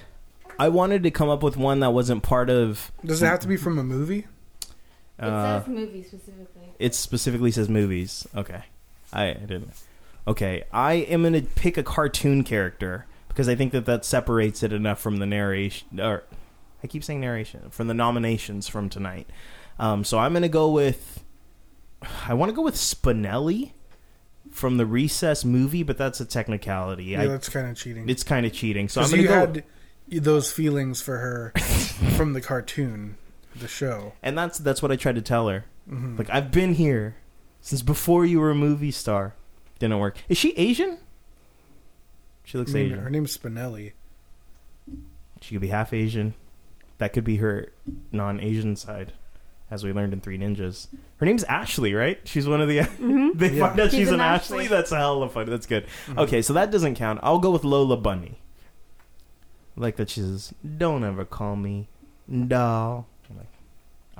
Speaker 3: I wanted to come up with one that wasn't part of
Speaker 2: Does it have to be from a movie?
Speaker 3: Uh,
Speaker 5: it says movie specifically.
Speaker 3: it specifically says movies. Okay. I, I didn't. Okay. I am going to pick a cartoon character because I think that that separates it enough from the narration. Or I keep saying narration. From the nominations from tonight. Um, so I'm going to go with. I want to go with Spinelli from the Recess movie, but that's a technicality.
Speaker 2: Yeah,
Speaker 3: I,
Speaker 2: that's kind of cheating.
Speaker 3: it's kind of cheating. So I'm going
Speaker 2: Because you
Speaker 3: to go.
Speaker 2: had those feelings for her from the cartoon, the show.
Speaker 3: and that's that's what I tried to tell her. Like I've been here since before you were a movie star. Didn't work. Is she Asian? She looks
Speaker 2: I mean,
Speaker 3: Asian.
Speaker 2: her name's Spinelli.
Speaker 3: She could be half Asian. That could be her non-Asian side, as we learned in Three Ninjas. Her name's Ashley, right? She's one of the. they
Speaker 2: Yeah.
Speaker 3: find out Mm-hmm. she's,
Speaker 5: She's
Speaker 3: an,
Speaker 5: an
Speaker 3: Ashley.
Speaker 5: Ashley.
Speaker 3: That's a hell of fun. That's good. Okay, so that doesn't count. I'll go with Lola Bunny. I Like that, she says, "Don't ever call me doll." I'm like,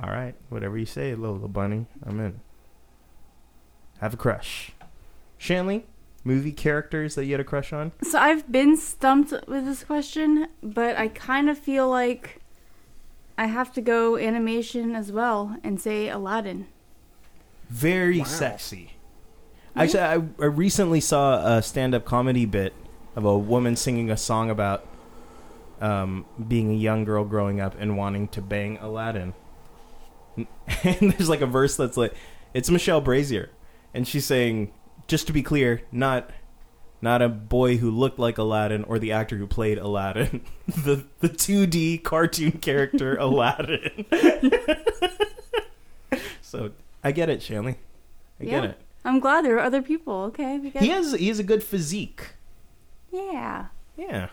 Speaker 3: all right, whatever you say, Lola Bunny. I'm in. Have a crush, Shanley. Movie characters that you had a crush on.
Speaker 5: So I've been stumped with this question, but I kind of feel like I have to go animation as well and say Aladdin.
Speaker 3: very sexy. Actually, I, I recently saw a stand-up comedy bit of a woman singing a song about um, being a young girl growing up and wanting to bang Aladdin. And there's like a verse that's like, it's Michelle Brazier, and she's saying, just to be clear, not not a boy who looked like Aladdin or the actor who played Aladdin, the the 2D cartoon character Aladdin. so I get it, Shanley. I get
Speaker 5: Yeah.
Speaker 3: it.
Speaker 5: I'm glad there are other people. Okay, we got,
Speaker 3: He has he has a good physique.
Speaker 5: yeah.
Speaker 3: Yeah.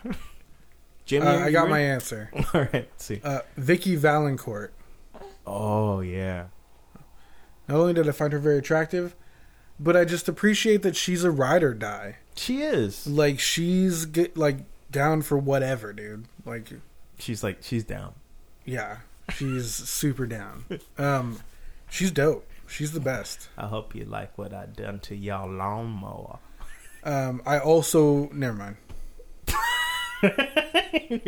Speaker 3: Jimmy,
Speaker 2: Uh, I
Speaker 3: you
Speaker 2: got
Speaker 3: ready?
Speaker 2: my answer.
Speaker 3: All right, let's see.
Speaker 2: Uh, Vicky Valancourt.
Speaker 3: Oh yeah.
Speaker 2: Not only did I find her very attractive, but I just appreciate that she's a ride or die.
Speaker 3: She is.
Speaker 2: Like she's get, like down for whatever, dude. Like
Speaker 3: She's like she's down.
Speaker 2: yeah, she's super down. Um, she's dope. She's the best.
Speaker 3: I hope you like what I done to y'all lawnmower.
Speaker 2: Um, I also never mind.
Speaker 3: Are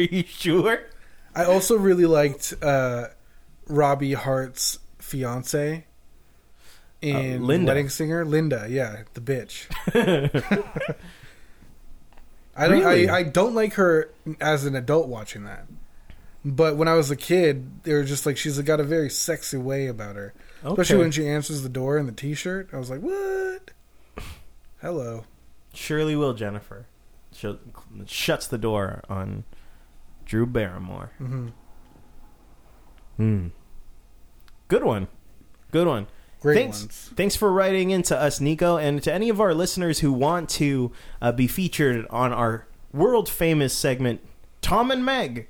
Speaker 3: you sure?
Speaker 2: I also really liked uh, Robbie Hart's fiance in
Speaker 3: Uh, Linda.
Speaker 2: Wedding Singer, Linda. Yeah, the bitch. I don't.
Speaker 3: Really?
Speaker 2: I, I don't like her as an adult watching that. But when I was a kid, they were just like she's got a very sexy way about her, especially
Speaker 3: Okay.
Speaker 2: when she answers the door in the t-shirt. I was like, what? Hello.
Speaker 3: Surely will Jennifer. She shuts the door on Drew Barrymore.
Speaker 2: hmm
Speaker 3: Hmm. Good one. Good one.
Speaker 2: Great
Speaker 3: thanks,
Speaker 2: ones.
Speaker 3: Thanks for writing into us, Nico, and to any of our listeners who want to uh, be featured on our world famous segment, Tom and Meg.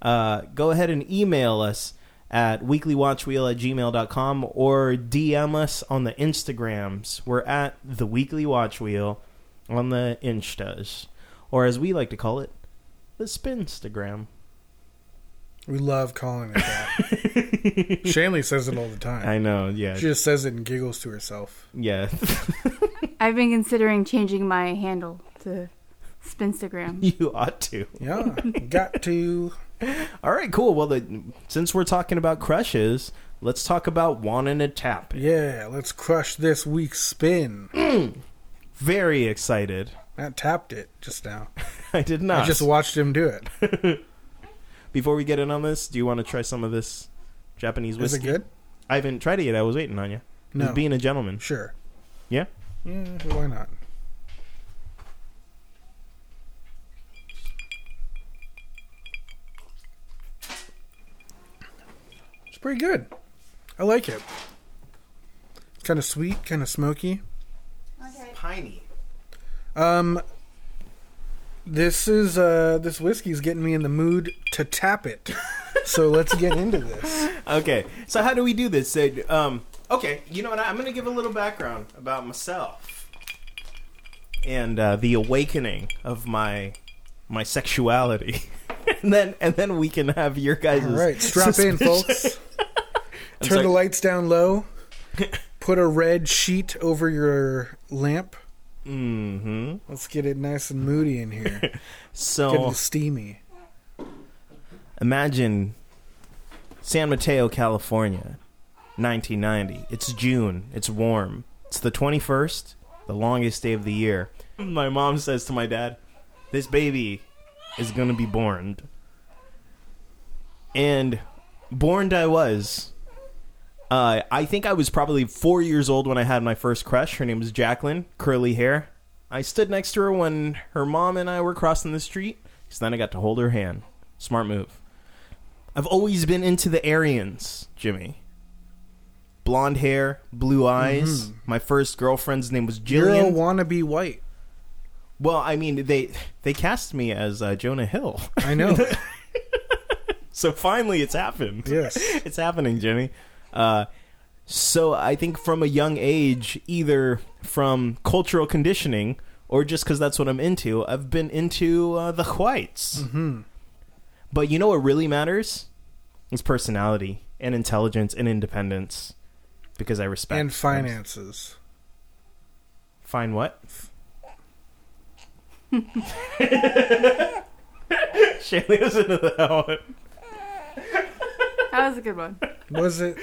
Speaker 3: Uh, go ahead and email us at weeklywatchwheel at gmail.com or DM us on the Instagrams. We're at the Weekly Watch Wheel on the Instas, or as we like to call it, the Spinstagram.
Speaker 2: We love calling it that. Shanley says it all the time.
Speaker 3: I know, yeah.
Speaker 2: She just says it and giggles to herself.
Speaker 3: yeah.
Speaker 5: I've been considering changing my handle to Spinstagram.
Speaker 3: you ought to.
Speaker 2: Yeah, got to.
Speaker 3: All right, cool. Well, the, since we're talking about crushes, let's talk about wanting to tap. it.
Speaker 2: Yeah, let's crush this week's spin.
Speaker 3: Very excited.
Speaker 2: Matt tapped it just now.
Speaker 3: I did not.
Speaker 2: I just watched him do it.
Speaker 3: Before we get in on this, do you want to try some of this Japanese
Speaker 2: Is
Speaker 3: whiskey?
Speaker 2: it good?
Speaker 3: I haven't tried it yet. I was waiting on you.
Speaker 2: No.
Speaker 3: Just being a gentleman.
Speaker 2: Sure.
Speaker 3: Yeah.
Speaker 2: Yeah, why not? It's pretty good. I like it. Kind of sweet, kind of smoky.
Speaker 3: Piney.
Speaker 2: Um, this is uh, this whiskey's getting me in the mood to tap it. so let's get into this.
Speaker 3: Okay. So how do we do this? So, um, okay. You know what? I'm going to give a little background about myself and uh, the awakening of my my sexuality. and then and then we can have your guys'
Speaker 2: All right, strap in, folks. Turn
Speaker 3: sorry.
Speaker 2: the lights down low. Put a red sheet over your lamp.
Speaker 3: Mm-hmm.
Speaker 2: Let's get it nice and moody in here. Get a
Speaker 3: So
Speaker 2: little steamy.
Speaker 3: imagine San Mateo, California, 1990. It's June. It's warm. It's the 21st, the longest day of the year. My mom says to my dad, This baby is going to be born. And born I was. Uh, I think I was probably four years old when I had my first crush. Her name was Jacqueline, curly hair. I stood next to her when her mom and I were crossing the street, because then I got to hold her hand. Smart move. I've always been into the Aryans, Jimmy. Blonde hair, blue eyes. My first girlfriend's name was
Speaker 2: Mm-hmm. You're a
Speaker 3: Jillian.
Speaker 2: wannabe white.
Speaker 3: well, I mean, they they cast me as uh, Jonah Hill.
Speaker 2: I know.
Speaker 3: so finally, it's happened.
Speaker 2: yes.
Speaker 3: it's happening, Jimmy. Uh, so I think from a young age, either from cultural conditioning or just because that's what I'm into, I've been into uh, the whites. Mm-hmm. But you know what really matters is personality and intelligence and independence, because I respect
Speaker 2: And finances.
Speaker 3: Fine what? Shaylee was into that one.
Speaker 5: That was a good one.
Speaker 2: Was it?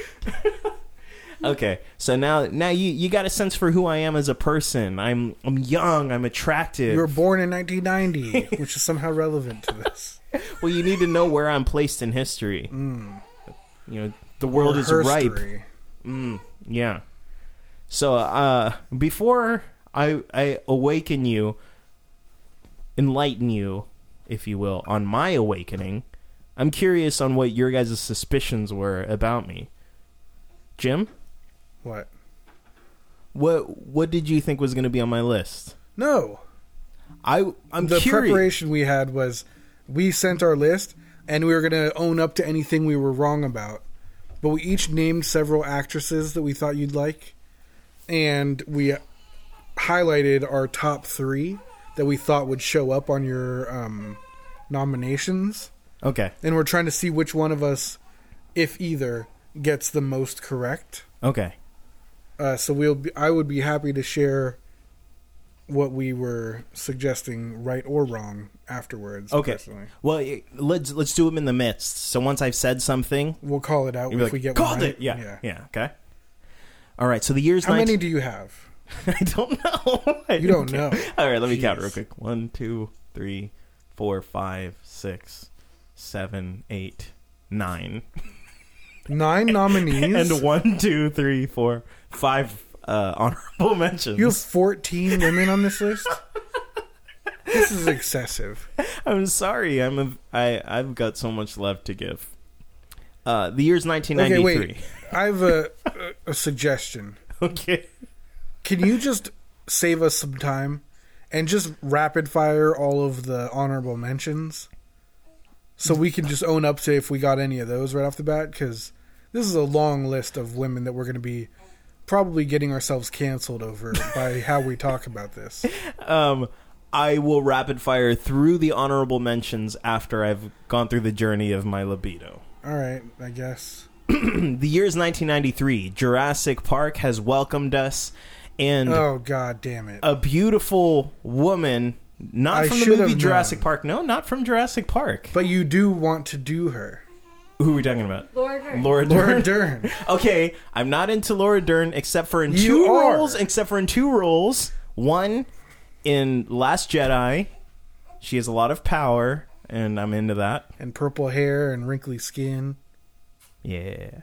Speaker 3: Okay, so now now you you got a sense for who I am as a person. I'm I'm young. I'm attractive.
Speaker 2: You were born in 1990, which is somehow relevant to this.
Speaker 3: well, you need to know where I'm placed in history. You know, the world
Speaker 2: Or
Speaker 3: is
Speaker 2: her
Speaker 3: ripe.
Speaker 2: story.
Speaker 3: Mm, yeah. So uh, before I I awaken you, enlighten you, if you will, on my awakening, I'm curious on what your guys' suspicions were about me. Jim,
Speaker 2: What?
Speaker 3: What What did you think was going to be on my list?
Speaker 2: No,
Speaker 3: I I'm
Speaker 2: the
Speaker 3: curious.
Speaker 2: preparation we had was we sent our list and we were going to own up to anything we were wrong about. But we each named several actresses that we thought you'd like, and we highlighted our top three that we thought would show up on your um, nominations.
Speaker 3: Okay.
Speaker 2: And we're trying to see which one of us, if either, gets the most correct.
Speaker 3: Okay.
Speaker 2: Uh, so we'll be, I would be happy to share what we were suggesting, right or wrong, afterwards.
Speaker 3: Okay.
Speaker 2: personally.
Speaker 3: Well, y- let's let's do them in the midst. So once I've said something,
Speaker 2: we'll call it out
Speaker 3: you'll be
Speaker 2: if
Speaker 3: like,
Speaker 2: we get
Speaker 3: called
Speaker 2: one right.
Speaker 3: it. Yeah, yeah. Okay. All right. So the year's
Speaker 2: How
Speaker 3: 19-
Speaker 2: many do you have?
Speaker 3: I don't know. I
Speaker 2: You don't
Speaker 3: didn't count.
Speaker 2: know.
Speaker 3: All right, let me count real quick. One, two, three, four, five, six, seven, eight, nine,
Speaker 2: Nine nominees.
Speaker 3: and one, two, three, four, five uh, honorable mentions.
Speaker 2: you have fourteen women on this list. this is excessive.
Speaker 3: I'm sorry. I'm a, I I've got so much left to give. Uh, the year's
Speaker 2: Okay,
Speaker 3: 1993.
Speaker 2: wait. I have a, a suggestion.
Speaker 3: Okay.
Speaker 2: Can you just save us some time and just rapid fire all of the honorable mentions? So we can just own up to if we got any of those right off the bat, because this is a long list of women that we're going to be probably getting ourselves canceled over by how we talk about this.
Speaker 3: Um, I will rapid fire through the honorable mentions after I've gone through the journey of my libido.
Speaker 2: All right, I guess.
Speaker 3: The year is 1993. Jurassic Park has welcomed us, and
Speaker 2: Oh god, damn it!
Speaker 3: a beautiful woman, not
Speaker 2: I
Speaker 3: from the
Speaker 2: should
Speaker 3: movie
Speaker 2: have
Speaker 3: Jurassic
Speaker 2: known.
Speaker 3: Park. No, not from Jurassic Park.
Speaker 2: But you do want to do her,
Speaker 3: Who are we talking about?
Speaker 5: Laura Dern.
Speaker 3: Laura Dern.
Speaker 2: Laura Dern.
Speaker 3: Okay, I'm not into Laura Dern except for in
Speaker 2: You
Speaker 3: two
Speaker 2: are.
Speaker 3: roles. Except for in two roles. One in Last Jedi. She has a lot of power, and I'm into that.
Speaker 2: and purple hair and wrinkly skin.
Speaker 3: Yeah.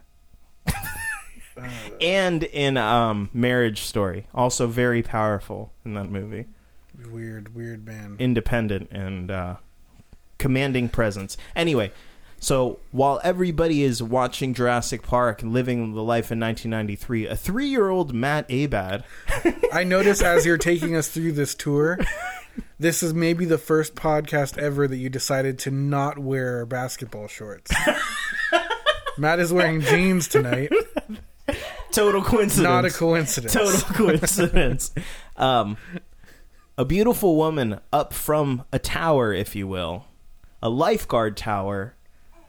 Speaker 3: and in um, Marriage Story, also very powerful in that movie.
Speaker 2: Weird, weird man.
Speaker 3: independent and uh, commanding presence. Anyway, so while everybody is watching Jurassic Park and living the life in 1993, a three-year-old Matt Abad.
Speaker 2: I notice as you're taking us through this tour, this is maybe the first podcast ever that you decided to not wear basketball shorts. Matt is wearing jeans tonight.
Speaker 3: Total coincidence.
Speaker 2: Not a coincidence.
Speaker 3: Total coincidence. um, a beautiful woman up from a tower, if you will, a lifeguard tower.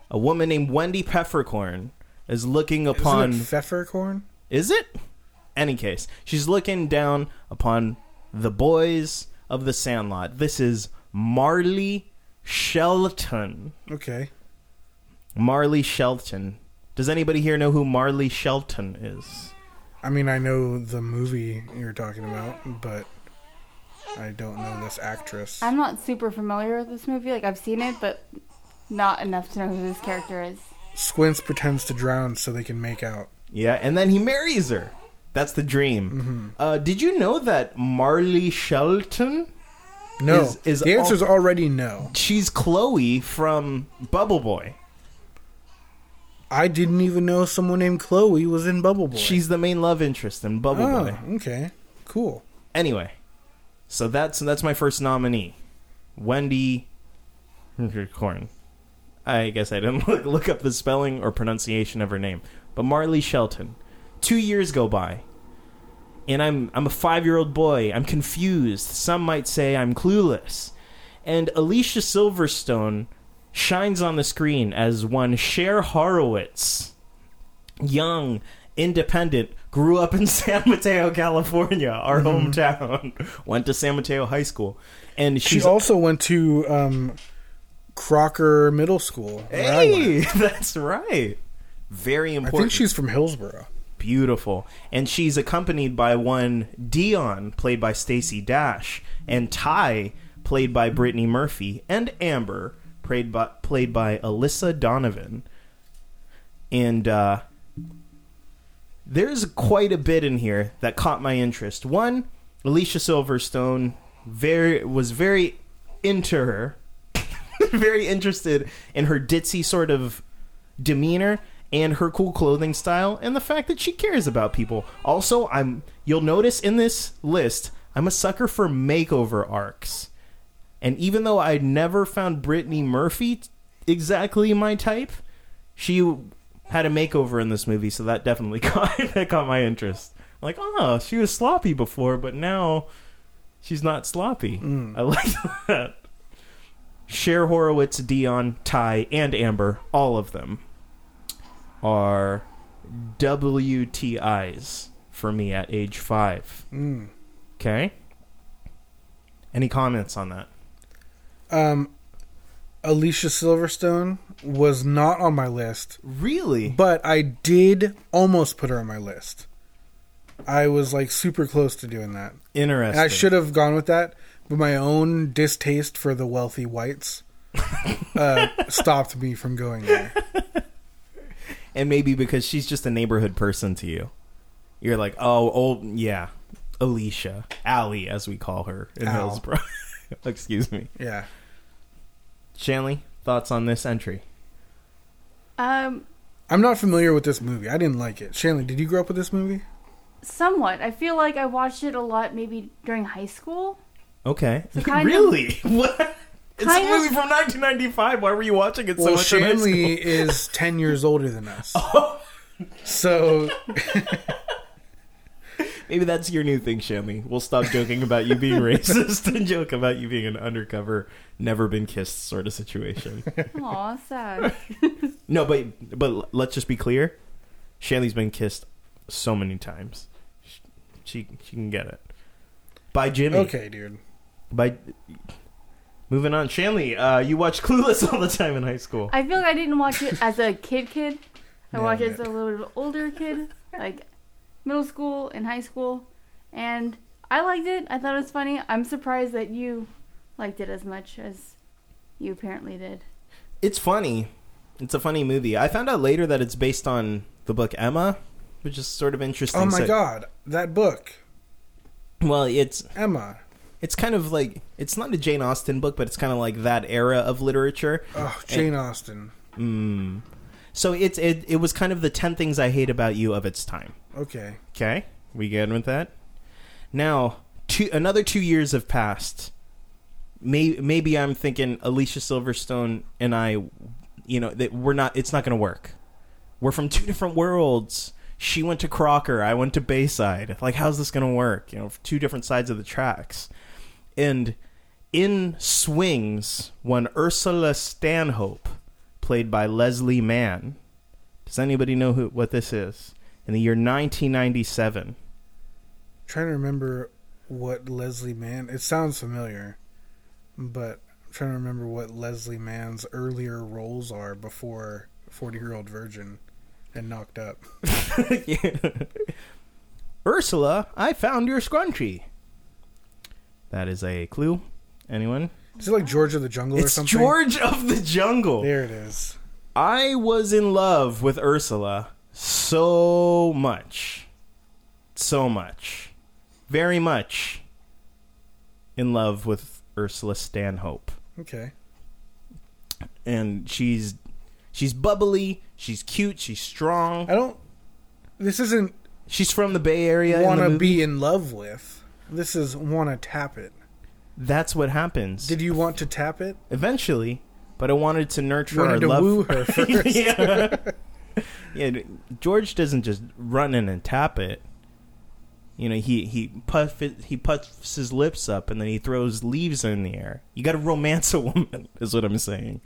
Speaker 3: A woman named Wendy Peppercorn is looking upon.
Speaker 2: Isn't it pfeffercorn?
Speaker 3: Is it? Any case, she's looking down upon the boys of the Sandlot. This is Marley Shelton.
Speaker 2: Okay.
Speaker 3: Marley Shelton. Does anybody here know who Marley Shelton is?
Speaker 2: I mean, I know the movie you're talking about, but I don't know this actress.
Speaker 5: I'm not super familiar with this movie. Like I've seen it, but not enough to know who this character is.
Speaker 2: Squints pretends to drown so they can make out.
Speaker 3: Yeah, and then he marries her. That's the dream. Uh, did you know that Marley Shelton?
Speaker 2: No.
Speaker 3: Is- is
Speaker 2: the answer's
Speaker 3: all-
Speaker 2: already no.
Speaker 3: She's Chloe from Bubble Boy.
Speaker 2: I didn't even know someone named Chloe was in Bubble Boy.
Speaker 3: She's the main love interest in Bubble
Speaker 2: oh,
Speaker 3: Boy.
Speaker 2: okay. Cool.
Speaker 3: anyway, so that's that's my first nominee, Wendy Corn. I guess I didn't look, look up the spelling or pronunciation of her name, but Marley Shelton. Two years go by, and I'm I'm a five year old boy. I'm confused. Some might say I'm clueless. And Alicia Silverstone shines on the screen as one Cher Horowitz young, independent, grew up in San Mateo, California, our hometown. Went to San Mateo High School, and
Speaker 2: She
Speaker 3: she's
Speaker 2: also went to um, Crocker Middle School. where I went.
Speaker 3: hey, that's right. Very
Speaker 2: I
Speaker 3: important.
Speaker 2: think she's from Hillsboro.
Speaker 3: beautiful, and she's accompanied by one Dion, played by Stacy Dash, and Ty, played by Brittany Murphy, and Amber, played by played by Alyssa Donovan. and uh, there's quite a bit in here that caught my interest. One, Alicia Silverstone very was very into her, very interested in her ditzy sort of demeanor, and her cool clothing style and the fact that she cares about people. Also, I'm you'll notice in this list, I'm a sucker for makeover arcs. And even though I never found Brittany Murphy t- exactly my type, she had a makeover in this movie, so that definitely caught that caught my interest. Like, oh, she was sloppy before, but now she's not sloppy. I like that. Cher Horowitz, Dion, Ty, and Amber, all of them are WTIs for me at age five. Okay. Any comments on that?
Speaker 2: Um, Alicia Silverstone was not on my list,
Speaker 3: Really?
Speaker 2: but I did almost put her on my list. I was like super close to doing that.
Speaker 3: Interesting.
Speaker 2: And I should have gone with that, but my own distaste for the wealthy whites uh, stopped me from going there.
Speaker 3: and maybe because she's just a neighborhood person to you. You're like, oh, old, yeah, Alicia, Allie, as we call her in
Speaker 2: Al.
Speaker 3: Hillsborough. Excuse me,
Speaker 2: Yeah.
Speaker 3: Shanley. Thoughts on this entry?
Speaker 5: Um,
Speaker 2: I'm not familiar with this movie. I didn't like it. Shanley, did you grow up with this movie?
Speaker 5: somewhat. I feel like I watched it a lot maybe during high school.
Speaker 3: Okay,
Speaker 5: kind of-
Speaker 3: really? what? It's a
Speaker 5: Kind of-
Speaker 3: movie from 1995. Why were you watching it so
Speaker 2: Well,
Speaker 3: much? in high Oh.
Speaker 2: Shanley is 10 years older than us. So,
Speaker 3: school? Maybe that's your new thing, Shanley. We'll stop joking about you being racist and joke about you being an undercover, never been kissed sort of situation.
Speaker 5: Aw, sad.
Speaker 3: No, but but let's just be clear. Shanley's been kissed so many times. She she, she can get it. By Jimmy.
Speaker 2: okay, dude.
Speaker 3: By moving on, Shanley, uh, you watch Clueless all the time in high school.
Speaker 5: I feel like I didn't watch it as a kid kid. I
Speaker 2: Nailed
Speaker 5: watched it as
Speaker 2: it.
Speaker 5: a little bit older kid, like middle school and high school. And I liked it. I thought it was funny. I'm surprised that you liked it as much as you apparently did.
Speaker 3: It's funny. It's a funny movie. I found out later that it's based on the book Emma, which is sort of interesting.
Speaker 2: Oh my
Speaker 3: So-
Speaker 2: god, that book,
Speaker 3: Well, it's
Speaker 2: Emma.
Speaker 3: it's kind of like it's not a Jane Austen book, but it's kind of like that era of literature.
Speaker 2: Oh, Jane Austen.
Speaker 3: Mm. So it's it it was kind of the ten things I hate about you of its time.
Speaker 2: Okay.
Speaker 3: Okay, we good with that? Now, two another two years have passed. May, maybe I'm thinking Alicia Silverstone and I, you know, that we're not. It's not going to work. We're from two different worlds. She went to Crocker. I went to Bayside. Like, how's this going to work? You know, two different sides of the tracks. And in swings, when Ursula Stanhope, played by Leslie Mann, does anybody know who what this is? In the year 1997.
Speaker 2: trying to remember what Leslie Mann. It sounds familiar, but I'm trying to remember what Leslie Mann's earlier roles are before Forty Year Old Virgin and Knocked Up.
Speaker 3: Ursula, I found your scrunchie. That is a clue. Anyone?
Speaker 2: Is it like George of the Jungle or
Speaker 3: It's
Speaker 2: something?
Speaker 3: George of the Jungle.
Speaker 2: There it is.
Speaker 3: I was in love with Ursula so much. So much. Very much in love with Ursula Stanhope.
Speaker 2: Okay.
Speaker 3: And she's she's bubbly, she's cute, she's strong.
Speaker 2: I don't. This isn't
Speaker 3: She's from the Bay Area. in the
Speaker 2: want to
Speaker 3: movie.
Speaker 2: be in love with. This is want to tap it.
Speaker 3: That's what happens.
Speaker 2: Did you want to tap it?
Speaker 3: Eventually, but I wanted to nurture
Speaker 2: You wanted
Speaker 3: our
Speaker 2: to
Speaker 3: love.
Speaker 2: woo her first.
Speaker 3: yeah. yeah, d- George doesn't just run in and tap it. You know, he he puff it- he puffs his lips up and then he throws leaves in the air. You got to romance a woman, is what I'm saying.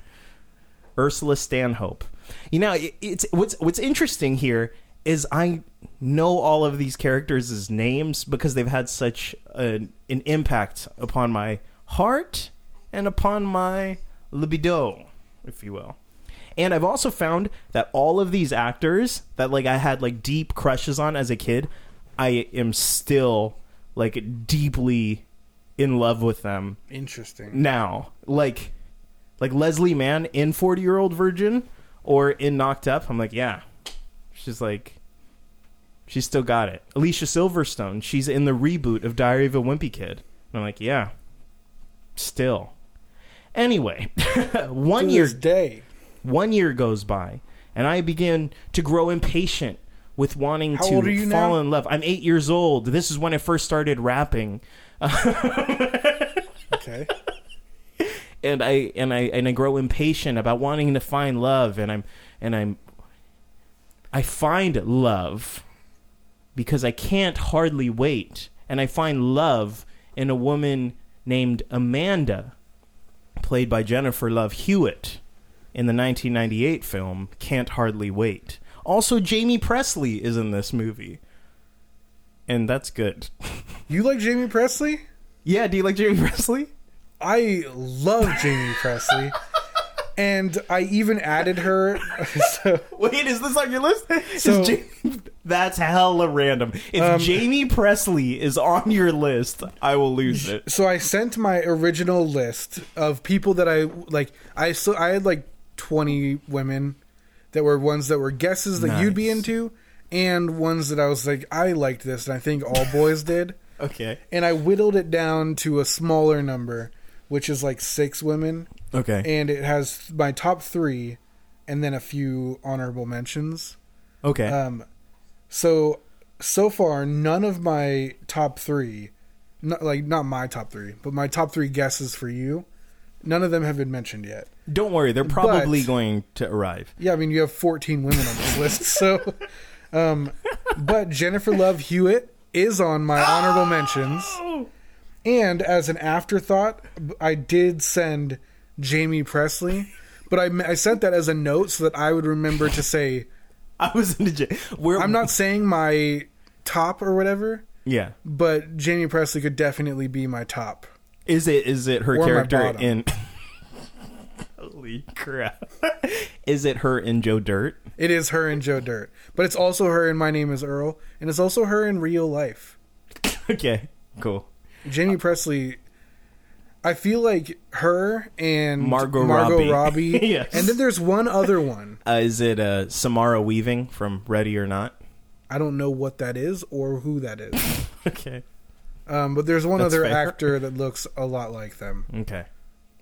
Speaker 3: Ursula Stanhope. You know, it, it's what's what's interesting here is I know all of these characters as names because they've had such an, an impact upon my heart and upon my libido, if you will. And I've also found that all of these actors that like I had like deep crushes on as a kid, I am still like deeply in love with them
Speaker 2: Interesting.
Speaker 3: now like like leslie mann in 40 year old virgin or in knocked up i'm like yeah she's like she's still got it alicia silverstone she's in the reboot of diary of a wimpy kid and i'm like yeah still anyway one
Speaker 2: To
Speaker 3: year
Speaker 2: this day.
Speaker 3: one year goes by and I began to grow impatient with wanting
Speaker 2: How
Speaker 3: to
Speaker 2: old are you
Speaker 3: fall
Speaker 2: now?
Speaker 3: in love. I'm eight years old. This is when I first started rapping,
Speaker 2: Okay.
Speaker 3: and I and I and I grow impatient about wanting to find love, and I'm and I'm I find love because I can't hardly wait, and I find love in a woman named Amanda, played by Jennifer Love Hewitt, in the 1998 film Can't Hardly Wait. Also, Jamie Presley is in this movie, and that's good.
Speaker 2: You like Jamie Presley?
Speaker 3: yeah, do you like Jamie Presley?
Speaker 2: I love Jamie Presley. And I even added her. So,
Speaker 3: Wait, is this on your list? Is
Speaker 2: So-
Speaker 3: Jamie- that's hella random. If
Speaker 2: Um,
Speaker 3: Jamie Presley is on your list, I will lose it.
Speaker 2: so I sent my original list of people that I like. I so I had like twenty women that were ones that were guesses that you'd be
Speaker 3: Nice.
Speaker 2: into, and ones that I was like I liked this, and I think all boys did.
Speaker 3: Okay.
Speaker 2: And I whittled it down to a smaller number, which is like six women.
Speaker 3: Okay.
Speaker 2: and it has my top three, and then a few honorable mentions.
Speaker 3: Okay.
Speaker 2: Um, so so far, none of my top three, not like not my top three, but my top three guesses for you, none of them have been mentioned yet.
Speaker 3: Don't worry, they're probably
Speaker 2: but-
Speaker 3: going to arrive.
Speaker 2: Yeah, I mean you have fourteen women on this list, so. Um, but Jennifer Love Hewitt is on my honorable mentions, and as an afterthought, I did send Jamie Presley, but I I sent that as a note so that I would remember to say
Speaker 3: I was in the j- We're,
Speaker 2: I'm not saying my top or whatever,
Speaker 3: Yeah.
Speaker 2: but Jamie Presley could definitely be my top.
Speaker 3: Is it is it her
Speaker 2: Or my
Speaker 3: character
Speaker 2: bottom.
Speaker 3: in? Holy crap! is it her in Joe Dirt?
Speaker 2: It is her and Joe Dirt, but it's also her and My Name Is Earl, and it's also her in real life.
Speaker 3: Okay. Cool.
Speaker 2: Jamie
Speaker 3: Uh,
Speaker 2: Presley. I feel like her and
Speaker 3: Margot Robbie.
Speaker 2: Robbie,
Speaker 3: Yes.
Speaker 2: and then there's one other one.
Speaker 3: Uh, is it uh, Samara Weaving from Ready or Not?
Speaker 2: I don't know what that is or who that is,
Speaker 3: Okay.
Speaker 2: um, but there's one
Speaker 3: That's
Speaker 2: other
Speaker 3: fair.
Speaker 2: actor that looks a lot like them.
Speaker 3: Okay.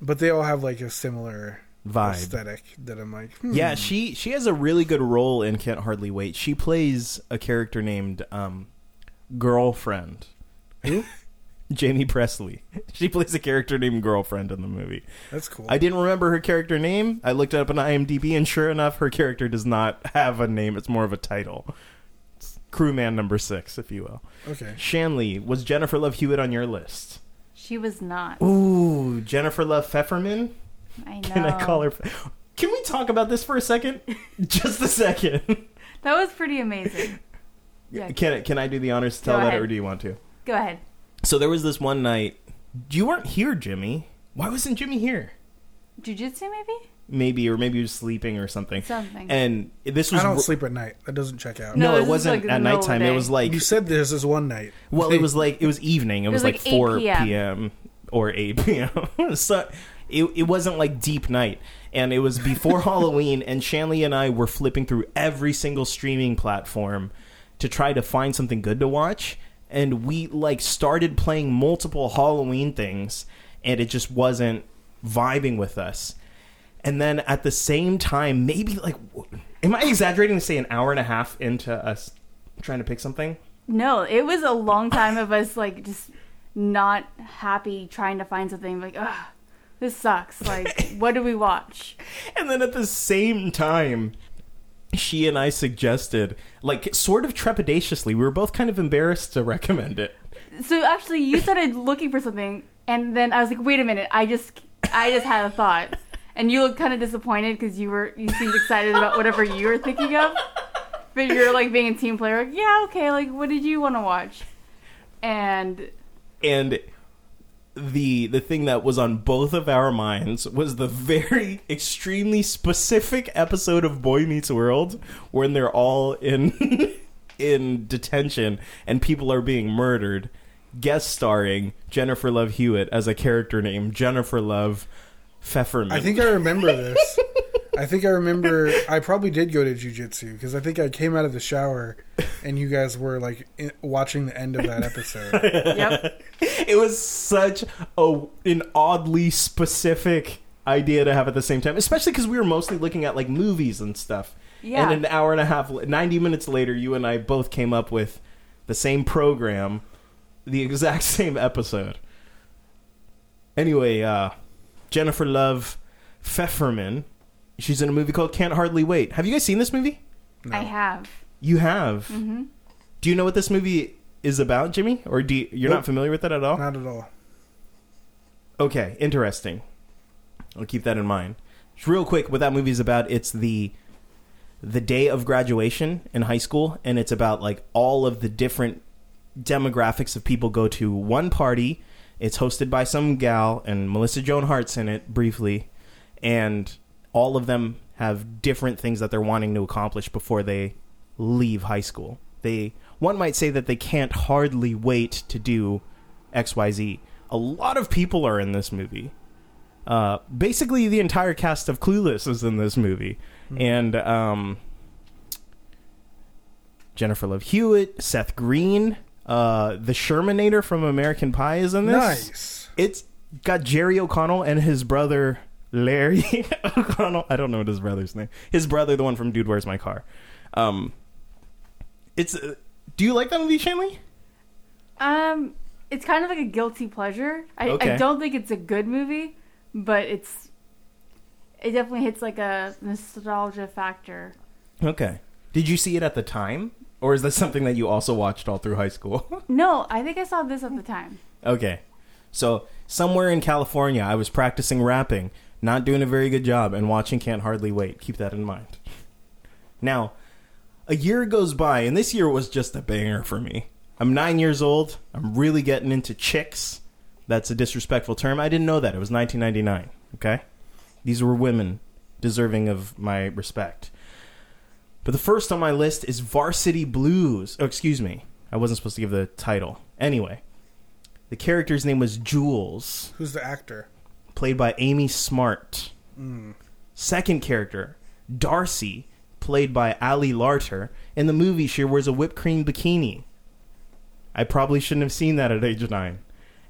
Speaker 2: But they all have like a similar
Speaker 3: Vibe.
Speaker 2: aesthetic that I'm like, hmm.
Speaker 3: Yeah, she she has a really good role in Can't Hardly Wait. She plays a character named um, Girlfriend.
Speaker 2: Who?
Speaker 3: Jamie Presley. She plays a character named Girlfriend in the movie.
Speaker 2: that's cool.
Speaker 3: I didn't remember her character name. I looked it up on IMDb, and sure enough, her character does not have a name. It's more of a title. It's Crewman number six, if you will.
Speaker 2: okay,
Speaker 3: Shanley, was Jennifer Love Hewitt on your list?
Speaker 5: She was not.
Speaker 3: Ooh, Jennifer Love Pfefferman?
Speaker 5: I know.
Speaker 3: Can I call her? Can we talk about this for a second? Just a second.
Speaker 5: That was pretty amazing. Yeah.
Speaker 3: Can I, can I do the honors to
Speaker 5: Go
Speaker 3: tell that,
Speaker 5: ahead.
Speaker 3: or do you want to?
Speaker 5: Go ahead.
Speaker 3: So there was this one night. You weren't here, Jimmy. Why wasn't Jimmy here?
Speaker 5: Jujitsu, maybe?
Speaker 3: Maybe, or maybe he was sleeping or something.
Speaker 5: Something.
Speaker 3: And this was
Speaker 2: I don't sleep at night. That doesn't check out.
Speaker 3: No,
Speaker 5: No, this
Speaker 3: it
Speaker 5: is
Speaker 3: wasn't
Speaker 5: like in the
Speaker 3: at
Speaker 5: middle of
Speaker 3: nighttime.
Speaker 5: the
Speaker 3: It
Speaker 5: day.
Speaker 3: was like
Speaker 2: You said this is one night.
Speaker 3: well, it was like it was evening. It was,
Speaker 5: was
Speaker 3: like,
Speaker 5: like 8
Speaker 3: four
Speaker 5: PM.
Speaker 3: p.m. or eight p.m. so it it wasn't like deep night, and it was before Halloween. And Shanley and I were flipping through every single streaming platform to try to find something good to watch, and we like started playing multiple Halloween things, and it just wasn't vibing with us. And then at the same time, maybe like, w- am I exaggerating to say an hour and a half into us trying to pick something?
Speaker 5: No, it was a long time of us like just not happy trying to find something like, ugh, this sucks. Like, what do we watch?
Speaker 3: And then at the same time, she and I suggested, like, sort of trepidatiously, we were both kind of embarrassed to recommend it.
Speaker 5: So actually, you started looking for something, and then I was like, wait a minute, I just, I just had a thought, and you looked kind of disappointed because you were, you seemed excited about whatever you were thinking of, but you're like being a team player, like, yeah, okay, like, what did you want to watch? And
Speaker 3: And the the thing that was on both of our minds was the very extremely specific episode of Boy Meets World when they're all in in detention and people are being murdered, guest starring Jennifer Love Hewitt as a character named Jennifer Love Pfefferman.
Speaker 2: I think I remember this. I think I remember. I probably did go to jujitsu because I think I came out of the shower and you guys were like in, watching the end of that episode.
Speaker 5: yep,
Speaker 3: it was such a an oddly specific idea to have at the same time, especially because we were mostly looking at like movies and stuff.
Speaker 5: Yeah.
Speaker 3: And an hour and a half, ninety minutes later, you and I both came up with the same program, the exact same episode. Anyway, uh, Jennifer Love Pfefferman, she's in a movie called Can't Hardly Wait. Have you guys seen this movie?
Speaker 5: I have.
Speaker 3: You have. Mm-hmm. Do you know what this movie is about, Jimmy? Or do you, you're not
Speaker 2: Nope.
Speaker 3: familiar with that at all?
Speaker 2: Not at all.
Speaker 3: Okay, interesting. I'll keep that in mind. Just real quick, what that movie is about, it's the the day of graduation in high school, and it's about like all of the different demographics of people go to one party. It's hosted by some gal, and Melissa Joan Hart's in it briefly, and all of them have different things that they're wanting to accomplish before they leave high school. They one might say that they can't hardly wait to do XYZ. A lot of people are in this movie. Uh, basically, the entire cast of Clueless is in this movie, and um, Jennifer Love Hewitt, Seth Green, uh, the Shermanator from American Pie is in this.
Speaker 2: Nice.
Speaker 3: It's got Jerry O'Connell and his brother Larry O'Connell. I don't know what his brother's name. His brother, the one from Dude, Where's My Car? Um, it's. Uh, do you like that movie, Shanley?
Speaker 5: Um, it's kind of like a guilty pleasure. I,
Speaker 3: Okay.
Speaker 5: I don't think it's a good movie, but it's it definitely hits like a nostalgia factor.
Speaker 3: Okay. Did you see it at the time, or is this something that you also watched all through high school?
Speaker 5: No, I think I saw this at the time.
Speaker 3: Okay. So somewhere in California, I was practicing rapping, not doing a very good job, and watching Can't Hardly Wait. Keep that in mind. Now, a year goes by, and this year was just a banger for me. I'm nine years old. I'm really getting into chicks. That's a disrespectful term. I didn't know that. It was 1999. Okay? These were women deserving of my respect. But the first on my list is Varsity Blues. Oh, excuse me. I wasn't supposed to give the title. Anyway, the character's name was Jules,
Speaker 2: Who's the actor?
Speaker 3: played by Amy Smart. Second character, Darcy, played by Ali Larter. In the movie, she wears a whipped cream bikini. I probably shouldn't have seen that at age nine.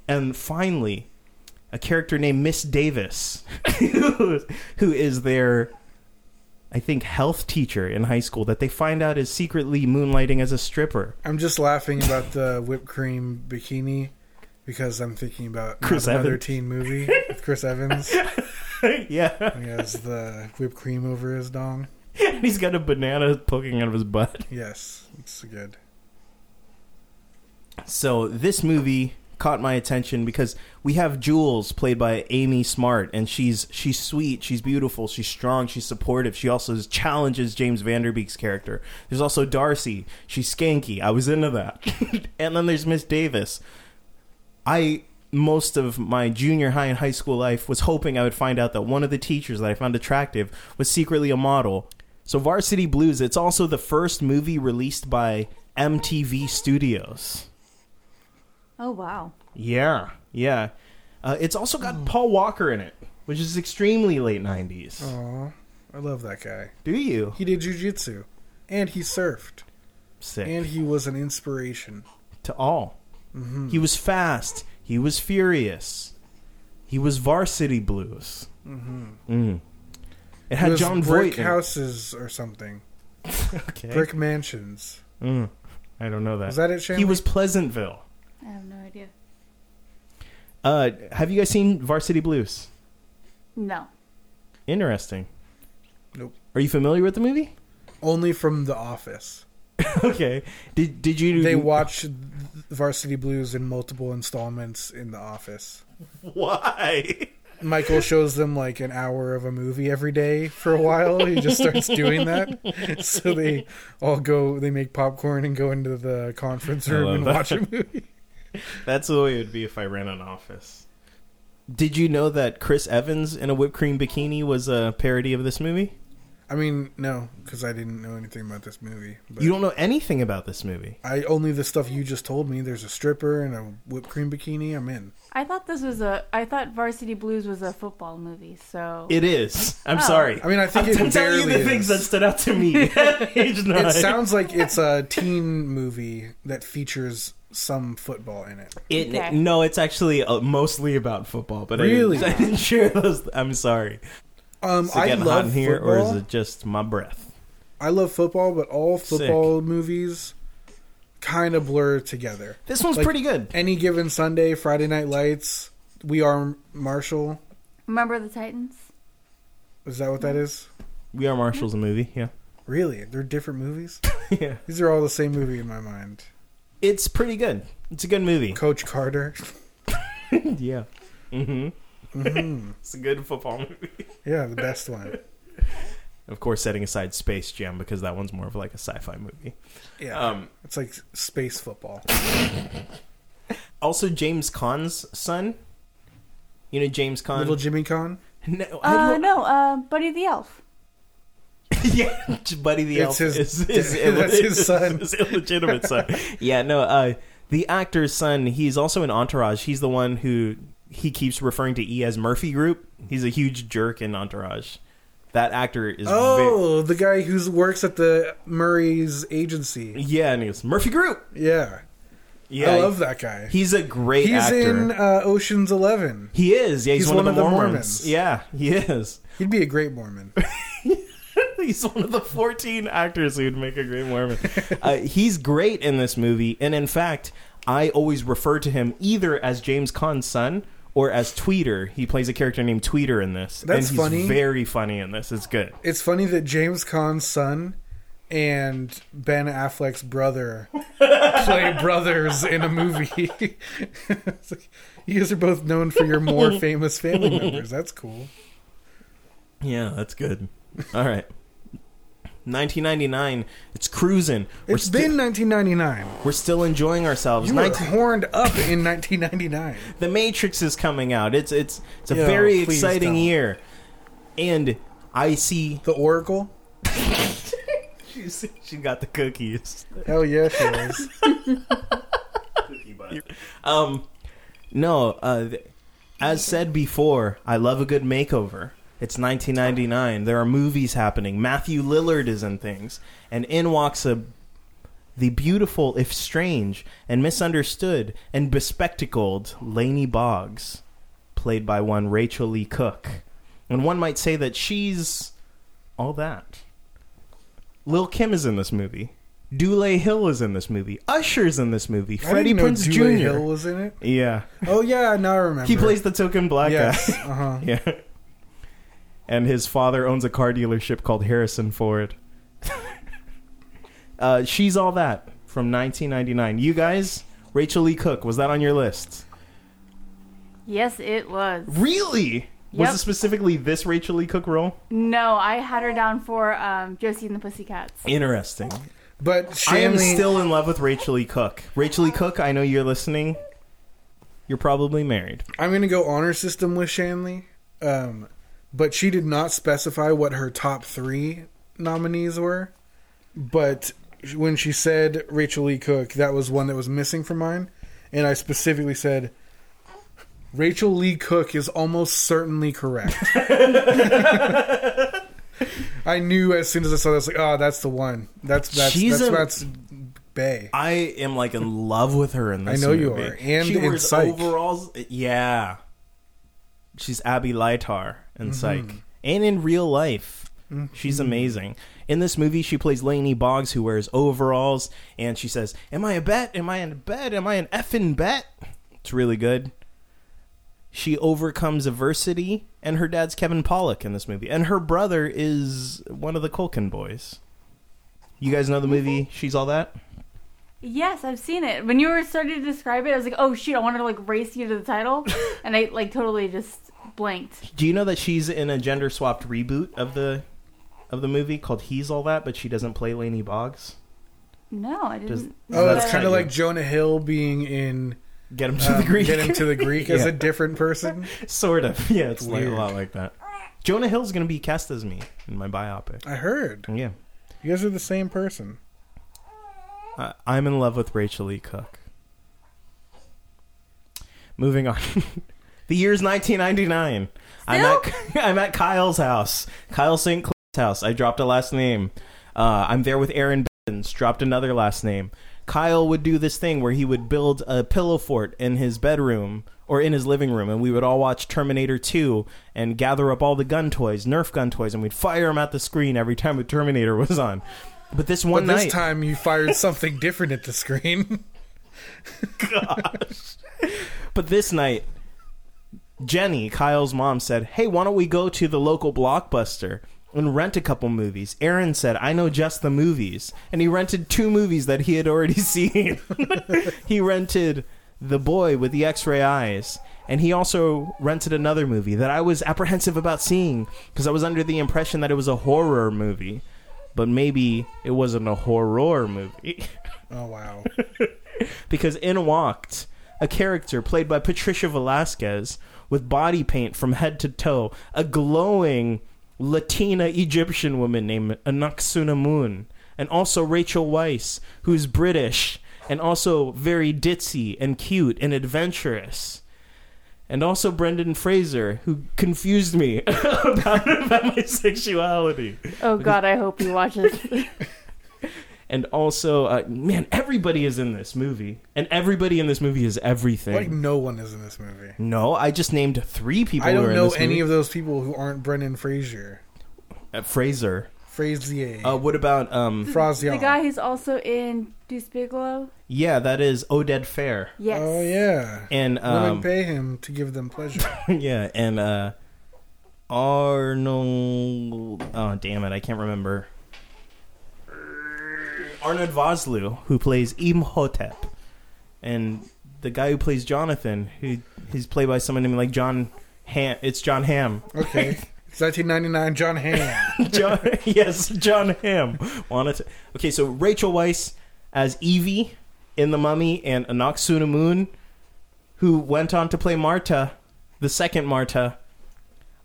Speaker 3: And finally, a character named Miss Davis, who is their, I think, health teacher in high school that they find out is secretly moonlighting as a stripper.
Speaker 2: I'm just laughing about the whipped cream bikini because I'm thinking about
Speaker 3: Chris
Speaker 2: another
Speaker 3: Evans.
Speaker 2: teen movie with Chris Evans.
Speaker 3: yeah.
Speaker 2: He has the whipped cream over his dong.
Speaker 3: He's got a banana poking out of his butt.
Speaker 2: Yes, it's good.
Speaker 3: So this movie caught my attention because we have Jules played by Amy Smart and she's she's sweet, she's beautiful, she's strong, she's supportive. She also is- challenges James Vanderbeek's character. There's also Darcy, she's skanky. I was into that. and then there's Miss Davis. I most of my junior high and high school life was hoping I would find out that one of the teachers that I found attractive was secretly a model. So Varsity Blues, it's also the first movie released by MTV Studios.
Speaker 5: Oh wow.
Speaker 3: Yeah, yeah. Uh, it's also got
Speaker 2: Hmm.
Speaker 3: Paul Walker in it, which is extremely late '90s.
Speaker 2: Aw, I love that guy.
Speaker 3: Do you?
Speaker 2: He did jujitsu, and he surfed,
Speaker 3: Sick
Speaker 2: and he Mm-hmm. was an inspiration.
Speaker 3: to all. He was fast. He was furious. He was varsity blues. Mm. It
Speaker 2: It
Speaker 3: had
Speaker 2: Mm-hmm. was
Speaker 3: John
Speaker 2: brick
Speaker 3: Voight. in it.
Speaker 2: houses or something.
Speaker 3: Okay.
Speaker 2: Brick mansions.
Speaker 3: Mm. I don't know that.
Speaker 2: Was that it, Shanley?
Speaker 3: He was Pleasantville.
Speaker 5: I have no idea.
Speaker 3: Uh, have you guys seen Varsity Blues?
Speaker 5: No.
Speaker 3: Interesting.
Speaker 2: Nope.
Speaker 3: Are you familiar with the movie?
Speaker 2: only from The Office.
Speaker 3: okay. Did Did you?
Speaker 2: They watched Varsity Blues in multiple installments in The Office.
Speaker 3: Why?
Speaker 2: Michael shows them like an hour of a movie every day for a while. He just starts doing that. So they all go, they make popcorn and go into the conference
Speaker 3: I
Speaker 2: room
Speaker 3: love
Speaker 2: and
Speaker 3: that.
Speaker 2: watch a movie.
Speaker 3: That's the way it would be if I ran an office. Did you know that Chris Evans in a whipped cream bikini was a parody of this movie?
Speaker 2: I mean, no, because I didn't know anything about this movie. But
Speaker 3: You don't know anything about this movie.
Speaker 2: I only the stuff you just told me. There's a stripper and a whipped cream bikini. I'm in.
Speaker 5: I thought this was a. I thought Varsity Blues was a football movie. So
Speaker 3: It is. I'm
Speaker 5: Oh.
Speaker 3: sorry.
Speaker 2: I mean, I think
Speaker 3: I'm,
Speaker 2: it
Speaker 3: I'm telling you
Speaker 2: barely
Speaker 3: the things
Speaker 2: is.
Speaker 3: that stood out to me. at age nine.
Speaker 2: It sounds like it's a teen movie that features some football in it.
Speaker 3: It,
Speaker 5: Okay.
Speaker 3: No, it's actually uh, mostly about football. But I,
Speaker 2: Really?
Speaker 3: didn't, I didn't share those. I'm sorry.
Speaker 2: Um,
Speaker 3: Is it
Speaker 2: I
Speaker 3: getting hot
Speaker 2: love
Speaker 3: in here,
Speaker 2: football.
Speaker 3: or is it just my breath?
Speaker 2: I love football, but all football movies kind of blur together.
Speaker 3: This one's
Speaker 2: Like,
Speaker 3: pretty good.
Speaker 2: Any given Sunday, Friday Night Lights, We Are Marshall.
Speaker 5: Remember the Titans?
Speaker 2: Is that what that is?
Speaker 3: We Are Marshall's a movie. Yeah.
Speaker 2: Really? They're different movies?
Speaker 3: yeah.
Speaker 2: These are all the same movie in my mind.
Speaker 3: It's pretty good. It's a good movie.
Speaker 2: Coach Carter.
Speaker 3: Yeah. Mm-hmm. it's a good football movie.
Speaker 2: Yeah, the best one.
Speaker 3: Of course, setting aside Space Jam because that one's more of like a sci-fi movie.
Speaker 2: Yeah.
Speaker 3: Um,
Speaker 2: it's like space football.
Speaker 3: Also, James Caan's son. You know James Caan.
Speaker 2: Little Jimmy Con.
Speaker 3: no, I
Speaker 5: Uh,
Speaker 3: don't-
Speaker 5: no, uh, Buddy the Elf.
Speaker 3: yeah, Buddy the
Speaker 2: It's
Speaker 3: Elf
Speaker 2: his-
Speaker 3: is,
Speaker 2: that's
Speaker 3: is, ille-
Speaker 2: his son.
Speaker 3: is illegitimate son. yeah, no, uh, the actor's son. He's also in Entourage. He's the one who he keeps referring to E as Murphy Group. He's a huge jerk in Entourage. That actor is. ve-
Speaker 2: Oh, the guy who works at the Murray's agency.
Speaker 3: yeah, and he goes Murphy Group.
Speaker 2: Yeah.
Speaker 3: Yeah,
Speaker 2: I love that guy.
Speaker 3: He's a great
Speaker 2: He's
Speaker 3: actor.
Speaker 2: in uh, Ocean's Eleven.
Speaker 3: he is. Yeah, he's, one, of the, Mormons.
Speaker 2: Mormons.
Speaker 3: Yeah, he is.
Speaker 2: He'd be a great Mormon.
Speaker 3: He's one of the 14 actors who'd make a great Mormon. uh, he's great in this movie, and in fact, I always refer to him either as James Caan's son or as Tweeter. He plays a character named Tweeter in this. and
Speaker 2: That's
Speaker 3: he's
Speaker 2: funny.
Speaker 3: very funny in this. It's good.
Speaker 2: It's funny that James Caan's son and Ben Affleck's brother play brothers in a movie. It's like, you guys are both known for your more famous family members. That's cool.
Speaker 3: Yeah, that's good. All right. 1999. It's cruising. We're,
Speaker 2: It's
Speaker 3: sti-
Speaker 2: been 1999.
Speaker 3: we're still enjoying ourselves.
Speaker 2: You were
Speaker 3: 19
Speaker 2: horned up in 1999.
Speaker 3: The Matrix is coming out. It's it's it's a
Speaker 2: Yo,
Speaker 3: very
Speaker 2: please
Speaker 3: exciting
Speaker 2: don't.
Speaker 3: year, and I see
Speaker 2: The Oracle?
Speaker 3: she's, she got the cookies.
Speaker 2: Hell yeah, she was.
Speaker 3: Um, no, uh, th- as said before, I love a good makeover. It's 1999. There are movies happening. Matthew Lillard is in things, and in walks a the beautiful, if strange and misunderstood and bespectacled Lainey Boggs, played by one Rachel Lee Cook, and one might say that she's all that. Lil Kim is in this movie. Dule Hill is in this movie. Usher's in this movie.
Speaker 2: I
Speaker 3: Freddie
Speaker 2: didn't know
Speaker 3: Prince Jr.
Speaker 2: Dule Hill was in it.
Speaker 3: Yeah.
Speaker 2: Oh yeah, now I remember.
Speaker 3: He plays the token black
Speaker 2: Yes.
Speaker 3: guy.
Speaker 2: Uh-huh.
Speaker 3: yeah. And his father owns a car dealership called Harrison Ford. uh, She's All That from 1999. You guys, Rachel Lee Cook, was that on your list?
Speaker 5: Yes, it was.
Speaker 3: Really?
Speaker 5: Yep.
Speaker 3: Was it specifically this Rachel Lee Cook role?
Speaker 5: No, I had her down for um, Josie and the Pussycats.
Speaker 3: Interesting.
Speaker 2: But
Speaker 3: I am
Speaker 2: Shanley,
Speaker 3: still in love with Rachel Lee Cook. Rachel Lee Cook, I know you're listening. You're probably married.
Speaker 2: I'm gonna go honor system with Shanley, um, but she did not specify what her top three nominees were. But when she said Rachel Lee Cook, that was one that was missing from mine, and I specifically said Rachel Lee Cook is almost certainly correct. I knew as soon as I saw this, like, oh, that's the one. That's that's
Speaker 3: She's
Speaker 2: that's,
Speaker 3: a-
Speaker 2: that's Bay.
Speaker 3: I am like in love with her in this.
Speaker 2: I know you
Speaker 3: movie.
Speaker 2: are, and
Speaker 3: she
Speaker 2: in
Speaker 3: wears
Speaker 2: Psych.
Speaker 3: overalls. Yeah, she's Abby Lightar
Speaker 2: Mm-hmm.
Speaker 3: in Psych, and in real life, she's amazing. In this movie, she plays Lainey Boggs, who wears overalls, and she says, "Am I a bet? Am I in a bet? Am I an effing bet?" It's really good. She overcomes adversity, and her dad's Kevin Pollock in this movie, and her brother is one of the Culkin boys. You guys know the movie? She's all that.
Speaker 5: Yes, I've seen it. When you were starting to describe it, I was like, "Oh shoot!" I wanted to like race you to the title, and I like totally just blanked.
Speaker 3: Do you know that she's in a gender swapped reboot of the of the movie called He's All That, but she doesn't play Lainey Boggs?
Speaker 5: No, I didn't.
Speaker 3: Just-
Speaker 2: Oh,
Speaker 5: but-
Speaker 2: that's kind
Speaker 3: you.
Speaker 2: of like Jonah Hill being in
Speaker 3: Get him to
Speaker 2: um,
Speaker 3: the Greek.
Speaker 2: Get Him to the Greek as
Speaker 3: Yeah.
Speaker 2: a different person.
Speaker 3: sort of. Yeah, it's like, a
Speaker 2: Weird.
Speaker 3: lot like that. Jonah Hill's gonna be cast as me in my biopic.
Speaker 2: I heard.
Speaker 3: Yeah,
Speaker 2: You guys are the same person.
Speaker 3: I, Uh, I'm in love with Rachel E. Cook. Moving on. the year's 1999. I'm at I'm at Kyle's house. Kyle St. Clair's house. I dropped a last name. Uh, I'm there with Aaron Bevins. Dropped another last name. Kyle would do this thing where he would build a pillow fort in his bedroom or in his living room, and we would all watch Terminator 2 and gather up all the gun toys, Nerf gun toys, and we'd fire them at the screen every time a Terminator was on. But this one
Speaker 2: But
Speaker 3: night,
Speaker 2: this time you fired something different at the screen.
Speaker 3: But this night, Jenny, Kyle's mom, said, Hey, why don't we go to the local blockbuster and rent a couple movies? Aaron said, I know just the movies. And he rented two movies that he had already seen. he rented The Boy with the X ray Eyes. And he also rented another movie that I was apprehensive about seeing because I was under the impression that it was a horror movie. But maybe it wasn't a horror movie.
Speaker 2: Oh wow.
Speaker 3: because in walked a character played by Patricia Velasquez with body paint from head to toe, a glowing Latina Egyptian woman named Anaksuna Moon, and also Rachel Weisz, who's British and also very ditzy and cute and adventurous. And also Brendan Fraser, who confused me about, about my sexuality.
Speaker 5: Oh God, I hope he watches.
Speaker 3: And also, uh, man, everybody is in this movie. And everybody in this movie is everything.
Speaker 2: Like no one is in this movie.
Speaker 3: No, I just named three people.
Speaker 2: I
Speaker 3: who are
Speaker 2: don't
Speaker 3: in
Speaker 2: know
Speaker 3: this
Speaker 2: any
Speaker 3: movie.
Speaker 2: of those people who aren't Brendan Fraser.
Speaker 3: Uh, Fraser.
Speaker 2: Frazier.
Speaker 3: Uh, what about um?
Speaker 2: Frazier.
Speaker 5: the guy who's also in Deuce Bigelow.
Speaker 3: Yeah, that is Oded Fair.
Speaker 5: Yes.
Speaker 2: Oh yeah.
Speaker 3: And
Speaker 2: Women
Speaker 3: um,
Speaker 2: pay him to give them pleasure.
Speaker 3: yeah, and uh, Arnold. Oh damn it, I can't remember. Arnold Vosloo, who plays Imhotep, and the guy who plays Jonathan, who he's played by someone named like John Ham. It's John Ham.
Speaker 2: Okay. It's 1999 John Hamm.
Speaker 3: John, yes, John Hamm. Wanted to- okay, so Rachel Weisz as Evie in The Mummy and Anaxuna Moon, who went on to play Marta, the second Marta.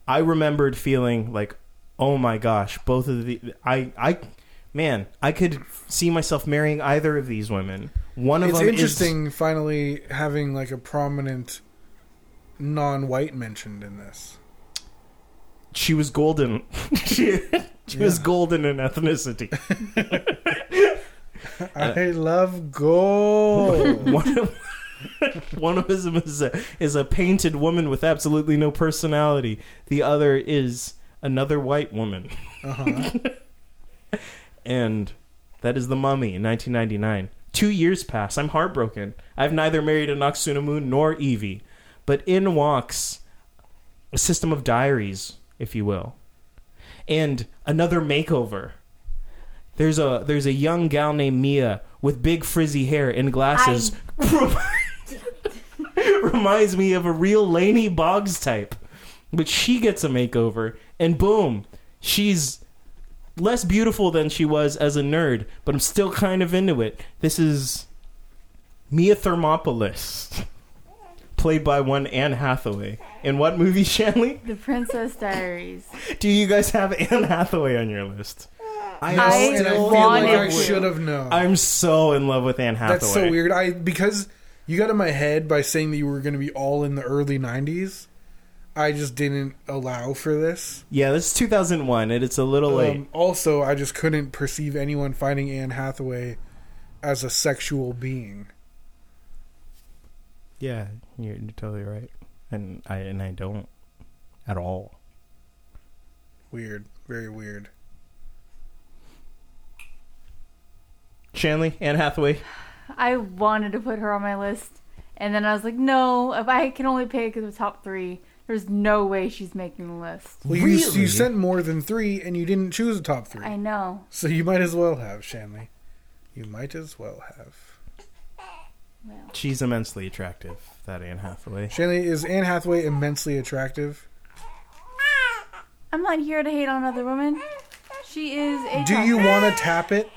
Speaker 3: I remembered feeling like, oh my gosh, both of the I I man, I could see myself marrying either of these women. One of
Speaker 2: It's
Speaker 3: them
Speaker 2: interesting finally having like a prominent non-white mentioned in this.
Speaker 3: is she was golden. she she was
Speaker 2: Yeah.
Speaker 3: golden in ethnicity. Uh,
Speaker 2: I love gold.
Speaker 3: one of one of them is a, is a painted woman with absolutely no personality. The other is another white woman,
Speaker 2: uh-huh.
Speaker 3: and that is the Mummy in 1999. Two years pass. I'm heartbroken. I've neither married Anaxuna Moon nor Evie, but in walks a system of diaries, if you will, and another makeover. There's a there's a young gal named Mia with big frizzy hair and glasses. Reminds me of a real Laney Boggs type, but she gets a makeover and boom, she's less beautiful than she was as a nerd, but I'm still kind of into it. This is Mia Thermopolis, played by one Anne Hathaway. In what movie, Shanley?
Speaker 5: The Princess Diaries.
Speaker 3: Do you guys have Anne Hathaway on your list? I am
Speaker 5: I
Speaker 2: and I feel like
Speaker 5: wanted
Speaker 2: I
Speaker 5: to.
Speaker 2: should have known.
Speaker 3: I'm so in love with Anne Hathaway.
Speaker 2: That's so weird. I because you got in my head by saying that you were going to be all in the early '90s. I just didn't allow for this.
Speaker 3: Yeah, this is 2001, and it's a little late.
Speaker 2: Um, also, I just couldn't perceive anyone finding Anne Hathaway as a sexual being.
Speaker 3: Yeah, you're, you're totally right, and I and I don't at all.
Speaker 2: Weird, very weird.
Speaker 3: Shanley, Anne Hathaway.
Speaker 5: I wanted to put her on my list, and then I was like, no, if I can only pick the top three, there's no way she's making the list.
Speaker 2: Well, you,
Speaker 3: Really?
Speaker 2: you sent more than three, and you didn't choose a top three,
Speaker 5: I know.
Speaker 2: so you might as well have Shanley. You might as well have
Speaker 3: She's immensely attractive. That Anne Hathaway.
Speaker 2: Shanley. Is Anne Hathaway immensely attractive?
Speaker 5: I'm not here to hate on other women. She is a.
Speaker 2: Do
Speaker 5: top-
Speaker 2: you want to tap it?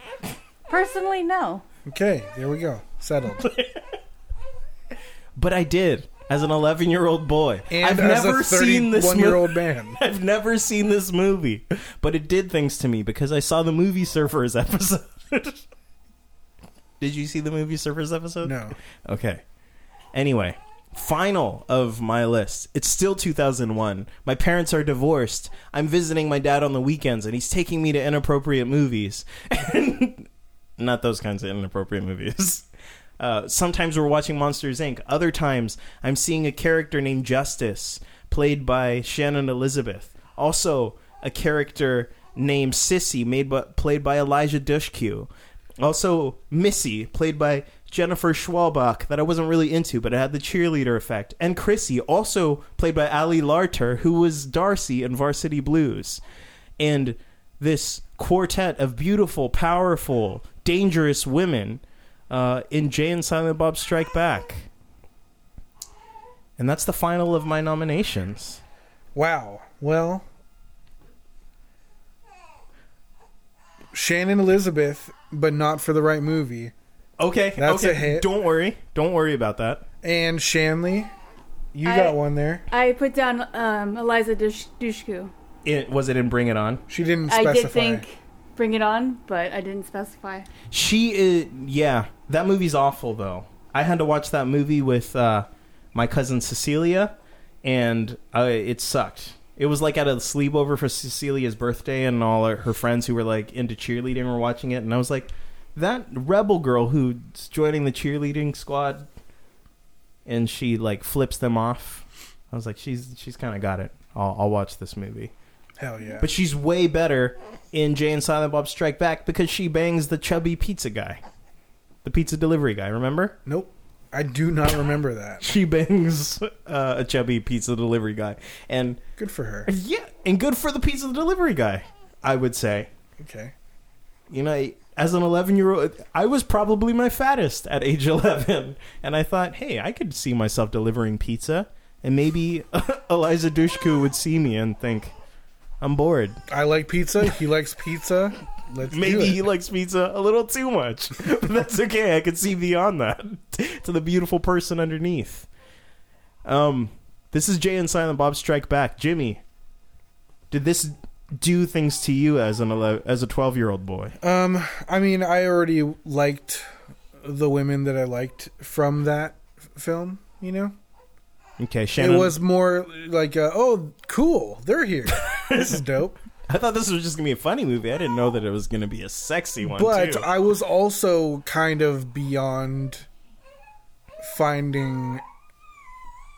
Speaker 5: Personally, no.
Speaker 2: Okay, there we go. Settled.
Speaker 3: But I did as an 11 year old boy.
Speaker 2: And
Speaker 3: I've
Speaker 2: as
Speaker 3: never
Speaker 2: a
Speaker 3: seen this
Speaker 2: year
Speaker 3: movie.
Speaker 2: old man.
Speaker 3: I've never seen this movie, but it did things to me because I saw the movie Surfers episode. did you see the movie Surfers episode?
Speaker 2: No.
Speaker 3: Okay. Anyway, final of my list. It's still 2001. My parents are divorced. I'm visiting my dad on the weekends, and he's taking me to inappropriate movies. Not those kinds of inappropriate movies. Uh, sometimes we're watching Monsters Inc. Other times I'm seeing a character named Justice, played by Shannon Elizabeth. Also a character named Sissy, made by, played by Elijah Dushku. Also Missy, played by Jennifer Schwalbach, that I wasn't really into, but it had the cheerleader effect. And Chrissy, also played by Ali Larter, who was Darcy in Varsity Blues. And this quartet of beautiful, powerful, dangerous women uh, in Jay and Silent Bob Strike Back. And that's the final of my nominations.
Speaker 2: Wow. Well, Shannon Elizabeth, but not for the right movie.
Speaker 3: Okay,
Speaker 2: That's
Speaker 3: okay.
Speaker 2: a hit.
Speaker 3: Don't worry, don't worry about that.
Speaker 2: And Shanley, you
Speaker 5: I-
Speaker 2: got one there.
Speaker 5: I put down um, Eliza Dush- Dushku.
Speaker 3: It was it in Bring It On.
Speaker 2: She didn't
Speaker 5: I
Speaker 2: specify.
Speaker 5: did think Bring It On, but I didn't specify.
Speaker 3: She is. Yeah, that movie's awful though. I had to watch that movie with uh, my cousin Cecilia, and uh, it sucked. It was like at a sleepover for Cecilia's birthday, and all her, her friends who were like into cheerleading were watching it, and I was like, that rebel girl who's joining the cheerleading squad, and she like flips them off. I was like, she's she's kind of got it. I'll, I'll watch this movie.
Speaker 2: Hell yeah.
Speaker 3: But she's way better in Jay and Silent Bob Strike Back because she bangs the chubby pizza guy. The pizza delivery guy, remember?
Speaker 2: nope. I do not remember that.
Speaker 3: She bangs uh, a chubby pizza delivery guy. And
Speaker 2: Good for her.
Speaker 3: yeah, and good for the pizza delivery guy, I would say.
Speaker 2: Okay.
Speaker 3: You know, as an 11 year old, I was probably my fattest at age 11. And I thought, hey, I could see myself delivering pizza. And maybe Eliza Dushku would see me and think, I'm bored.
Speaker 2: I like pizza. He likes pizza. Let's do
Speaker 3: Maybe
Speaker 2: it.
Speaker 3: he likes pizza a little too much, but that's okay. I can see beyond that to the beautiful person underneath. Um, this is Jay and Silent Bob Strike Back. Jimmy, did this do things to you as an 11, as a twelve year old boy?
Speaker 2: Um, I mean, I already liked the women that I liked from that f- film. You know,
Speaker 3: Okay, Shannon.
Speaker 2: it was more like, uh, oh, cool, they're here. this is dope.
Speaker 3: I thought this was just gonna be a funny movie. I didn't know that it was gonna be a sexy one.
Speaker 2: But
Speaker 3: too.
Speaker 2: I was also kind of beyond finding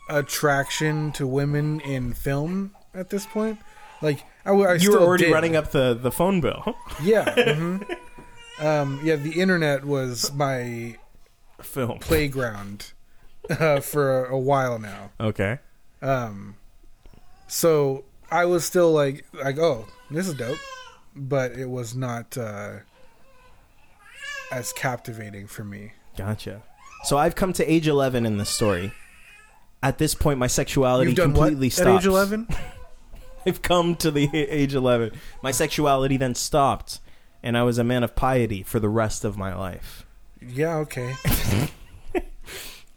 Speaker 2: attraction to women in film at this point. Like I, w- I
Speaker 3: you were
Speaker 2: still
Speaker 3: already
Speaker 2: did.
Speaker 3: running up the the phone bill.
Speaker 2: Yeah. hmm um, yeah. The internet was my
Speaker 3: Film.
Speaker 2: playground uh, for a, a while now.
Speaker 3: Okay.
Speaker 2: Um, so I was still like, like, oh, this is dope, but it was not uh, as captivating for me.
Speaker 3: Gotcha. So I've come to age 11 in this story. At this point, my sexuality
Speaker 2: You've done
Speaker 3: completely
Speaker 2: what
Speaker 3: stopped.
Speaker 2: at age eleven?
Speaker 3: I've come to the age 11. My sexuality then stopped, and I was a man of piety for the rest of my life.
Speaker 2: yeah, okay.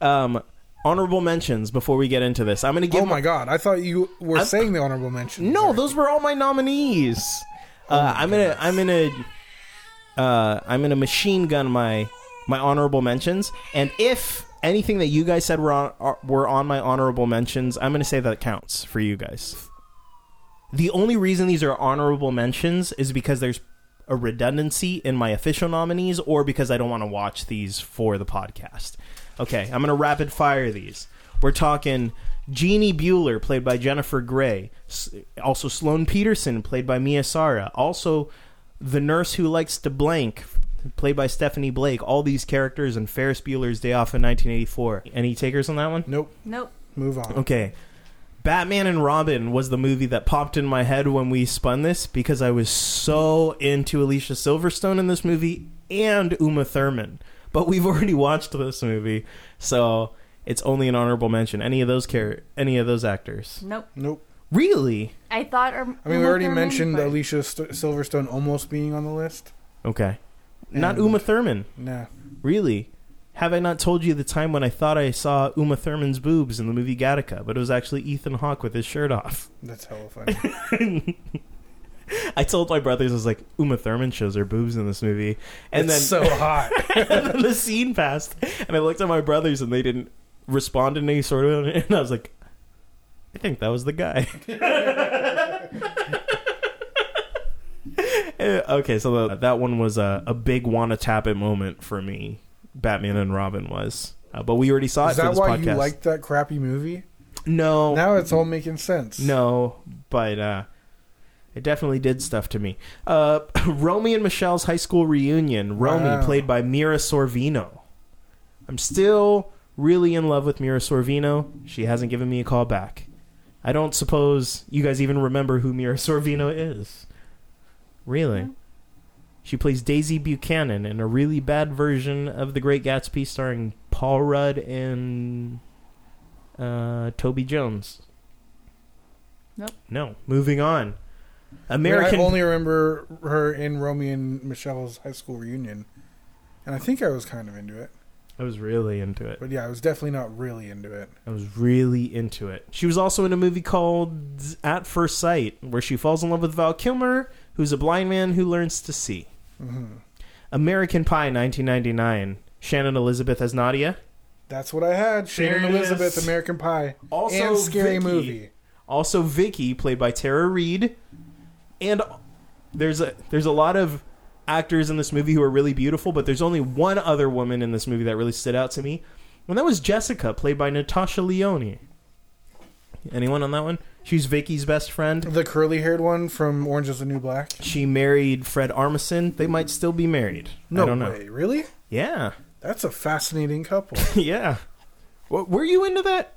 Speaker 3: Um, honorable mentions before we get into this. I'm going to give
Speaker 2: oh my god, I thought you were
Speaker 3: I'm-
Speaker 2: saying the honorable mention.
Speaker 3: No, those were all my nominees. Uh, I'm gonna, I'm gonna, uh, I'm gonna machine gun my my honorable mentions, and if anything that you guys said were on, are- were on my honorable mentions, I'm gonna say that counts for you guys. The only reason these are honorable mentions is because there's a redundancy in my official nominees, or because I don't want to watch these for the podcast. Okay, I'm gonna rapid fire these. We're talking Jeannie Bueller, played by Jennifer Grey, s- also Sloane Peterson, played by Mia Sara, also the nurse who likes to blank, played by Stephanie Blake. All these characters in Ferris Bueller's Day Off in 1984. Any takers on that one?
Speaker 2: Nope.
Speaker 5: Nope.
Speaker 2: Move on.
Speaker 3: Okay. Batman and Robin was the movie that popped in my head when we spun this because I was so into Alicia Silverstone in this movie and Uma Thurman. But we've already watched this movie, so it's only an honorable mention. Any of those care any of those actors.
Speaker 5: Nope.
Speaker 2: Nope.
Speaker 3: Really?
Speaker 5: I thought. Or,
Speaker 2: I mean, we already mentioned Alicia St- Silverstone almost being on the list.
Speaker 3: Okay. Not
Speaker 2: And-
Speaker 3: Uma Thurman.
Speaker 2: Nah.
Speaker 3: Really? Have I not told you the time when I thought I saw Uma Thurman's boobs in the movie Gattaca, but it was actually Ethan Hawke with his shirt off?
Speaker 2: That's hella funny.
Speaker 3: I told my brothers, I was like, Uma Thurman shows her boobs in this movie, and then,
Speaker 2: It's so hot.
Speaker 3: and then the scene passed, and I looked at my brothers, and they didn't respond in any sort of, and I was like, I think that was the guy. uh, Eh, okay, so the, that one was a, a big wanna tap it moment for me Batman and Robin was. Uh, but we already saw it
Speaker 2: Is
Speaker 3: for
Speaker 2: that
Speaker 3: this
Speaker 2: why
Speaker 3: podcast.
Speaker 2: you liked that crappy movie?
Speaker 3: no,
Speaker 2: Now it's all making sense.
Speaker 3: no, but uh, it definitely did stuff to me. Uh, Romy and Michelle's high school reunion. Romy,
Speaker 2: Wow.
Speaker 3: played by Mira Sorvino. I'm still really in love with Mira Sorvino. She hasn't given me a call back. I don't suppose you guys even remember who Mira Sorvino is. Really? She plays Daisy Buchanan in a really bad version of The Great Gatsby starring Paul Rudd and uh, Toby Jones.
Speaker 5: Nope.
Speaker 3: No. Moving on.
Speaker 2: I mean,
Speaker 3: American.
Speaker 2: I only remember her in Romeo and Michelle's high school reunion, and I think I was kind of into it.
Speaker 3: I was really into it.
Speaker 2: But yeah, I was definitely not really into it.
Speaker 3: I was really into it. She was also in a movie called At First Sight, where she falls in love with Val Kilmer, who's a blind man who learns to see.
Speaker 2: Mm-hmm.
Speaker 3: American Pie, 1999. Shannon Elizabeth as Nadia.
Speaker 2: That's what I had. Sharon
Speaker 3: There it
Speaker 2: Elizabeth,
Speaker 3: is.
Speaker 2: American Pie,
Speaker 3: Also
Speaker 2: and Scary
Speaker 3: Vicky.
Speaker 2: Movie.
Speaker 3: Also, Vicky, played by Tara Reid, and there's a there's a lot of actors in this movie who are really beautiful, but there's only one other woman in this movie that really stood out to me, and that was Jessica, played by Natasha Leone. Anyone on that one? She's Vicky's best friend.
Speaker 2: The curly-haired one from Orange Is the New Black.
Speaker 3: She married Fred Armisen. They might still be married.
Speaker 2: No
Speaker 3: I don't know.
Speaker 2: way, really?
Speaker 3: Yeah,
Speaker 2: That's a fascinating couple.
Speaker 3: yeah. W- were you into that,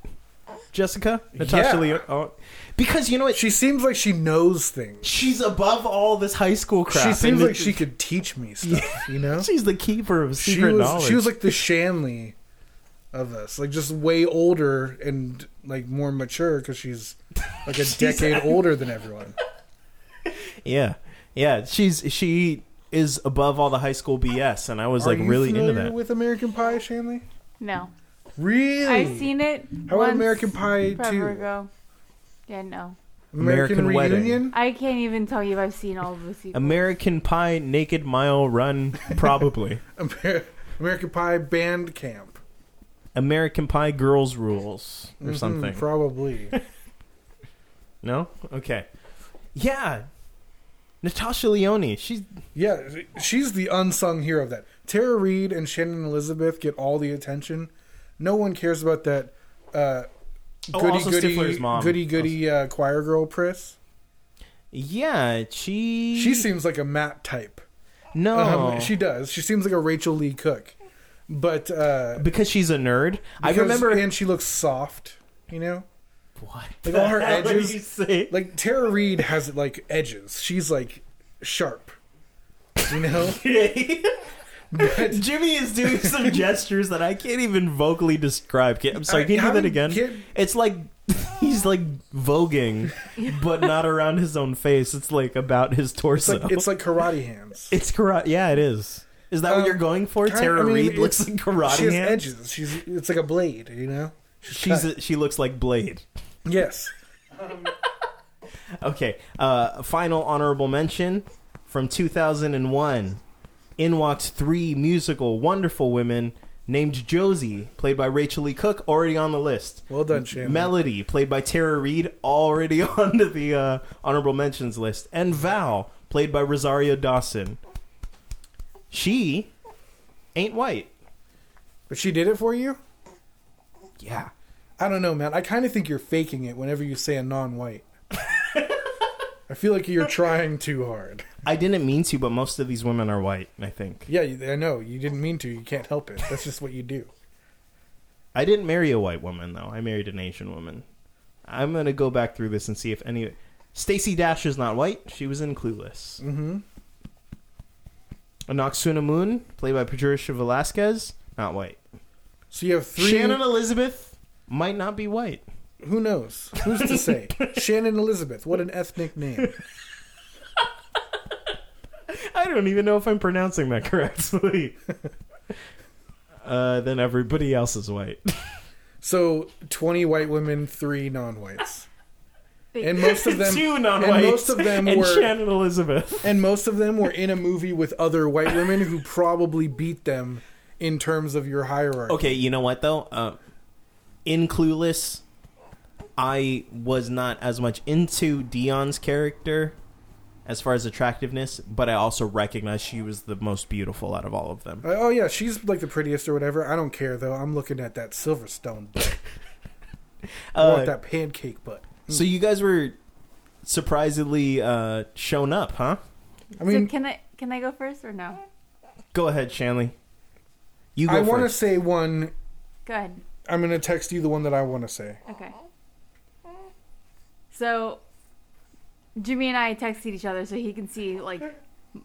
Speaker 3: Jessica? Natasha
Speaker 2: Yeah.
Speaker 3: Leone. Oh. Because you know what?
Speaker 2: she seems like she knows things.
Speaker 3: She's above all this high school crap.
Speaker 2: She seems
Speaker 3: and
Speaker 2: like
Speaker 3: it-
Speaker 2: she could teach me stuff. You know,
Speaker 3: She's the keeper of
Speaker 2: she
Speaker 3: secret
Speaker 2: was
Speaker 3: knowledge.
Speaker 2: she was like the Shanley of us, like just way older and like more mature because she's like a decade older than everyone.
Speaker 3: yeah, yeah. She's she is above all the high school BS, and I was
Speaker 2: Are
Speaker 3: like
Speaker 2: you
Speaker 3: really into
Speaker 2: familiar
Speaker 3: that.
Speaker 2: with American Pie, Shanley?
Speaker 5: No,
Speaker 2: Really?
Speaker 5: I've seen it.
Speaker 2: How
Speaker 5: once
Speaker 2: about American Pie
Speaker 5: forever
Speaker 2: Two?
Speaker 5: ago. Yeah, no,
Speaker 2: American,
Speaker 3: American Wedding.
Speaker 2: Reunion.
Speaker 5: I can't even tell you if I've seen all of the sequels.
Speaker 3: American Pie Naked Mile Run, probably.
Speaker 2: Amer- American Pie Band Camp.
Speaker 3: American Pie Girls Rules or
Speaker 2: Mhm,
Speaker 3: something.
Speaker 2: probably.
Speaker 3: no, okay, yeah. Natasha Leone, she's
Speaker 2: Yeah, she's the unsung hero of that. Tara Reid and Shannon Elizabeth get all the attention. No one cares about that uh,
Speaker 3: Oh, also Stifler's mom.
Speaker 2: goody goody uh, choir girl Pris.
Speaker 3: yeah, she
Speaker 2: She seems like a Matt type.
Speaker 3: no,
Speaker 2: Um, she does. She seems like a Rachel Lee Cook, but uh,
Speaker 3: because she's a nerd. I
Speaker 2: because-
Speaker 3: remember
Speaker 2: and she looks soft. You know,
Speaker 3: what
Speaker 2: like all her
Speaker 3: the hell did
Speaker 2: edges-
Speaker 3: you say?
Speaker 2: like Tara Reid has like edges. She's like sharp. You know,
Speaker 3: Jimmy is doing some gestures that I can't even vocally describe. Can- I'm sorry, can you
Speaker 2: I-
Speaker 3: do that
Speaker 2: I'm
Speaker 3: again?
Speaker 2: kid-
Speaker 3: It's like he's like voguing, but not around his own face. It's like about his
Speaker 2: it's
Speaker 3: torso.
Speaker 2: like it's like karate hands.
Speaker 3: It's karate. Yeah, it is. Is that what
Speaker 2: Um,
Speaker 3: you're going for?
Speaker 2: Kind-
Speaker 3: Tara
Speaker 2: I mean,
Speaker 3: Reid
Speaker 2: it's-
Speaker 3: looks like karate.
Speaker 2: She has
Speaker 3: hands?
Speaker 2: edges. She's it's like a blade. You know.
Speaker 3: She's
Speaker 2: cut.
Speaker 3: a, she looks like Blade.
Speaker 2: Yes.
Speaker 3: Okay. Uh, final honorable mention from 2001. In walks three musical wonderful women named Josie, played by Rachel Lee Cook, already on the list.
Speaker 2: Well done, Shannon.
Speaker 3: Melody, played by Tara Reid, already onto the uh, honorable mentions list, and Val, played by Rosario Dawson. She ain't white.
Speaker 2: but she did it for you?
Speaker 3: Yeah.
Speaker 2: I don't know, man. I kind of think you're faking it whenever you say a non white. I feel like you're trying too hard.
Speaker 3: I didn't mean to, but most of these women are white. I think
Speaker 2: Yeah, you- I know. You didn't mean to. You can't help it. That's just what you do.
Speaker 3: I didn't marry a white woman though. I married an Asian woman. I'm gonna go back through this and see if any. Stacy Dash is not white. She was in Clueless. Mm-hmm. Anoxuna Moon, played by Patricia Velasquez, not white.
Speaker 2: So you have three.
Speaker 3: Shannon Elizabeth might not be white.
Speaker 2: Who knows? Who's to say? Shannon Elizabeth. What an ethnic name.
Speaker 3: I don't even know if I'm pronouncing that correctly. uh, then everybody else is white.
Speaker 2: So 20 white women, three non whites. And most of them.
Speaker 3: Two non
Speaker 2: And
Speaker 3: whites.
Speaker 2: most of them
Speaker 3: and
Speaker 2: were.
Speaker 3: Shannon Elizabeth.
Speaker 2: And most of them were in a movie with other white women who probably beat them in terms of your hierarchy.
Speaker 3: Okay, you know what though? Uh, in Clueless, I was not as much into Dion's character as far as attractiveness, but I also recognize she was the most beautiful out of all of them.
Speaker 2: Uh, Oh yeah, she's like the prettiest or whatever. I don't care though. I'm looking at that Silverstone butt. I
Speaker 3: Uh,
Speaker 2: want that pancake butt.
Speaker 3: So you guys were surprisingly uh, shown up, huh?
Speaker 2: I mean,
Speaker 5: so can I can I go first or no?
Speaker 3: Go ahead, Shanley. You go
Speaker 2: I want to
Speaker 3: first.
Speaker 2: say one.
Speaker 5: Go ahead.
Speaker 2: I'm gonna text you the one that I want to say.
Speaker 5: Okay. So Jimmy and I texted each other so he can see like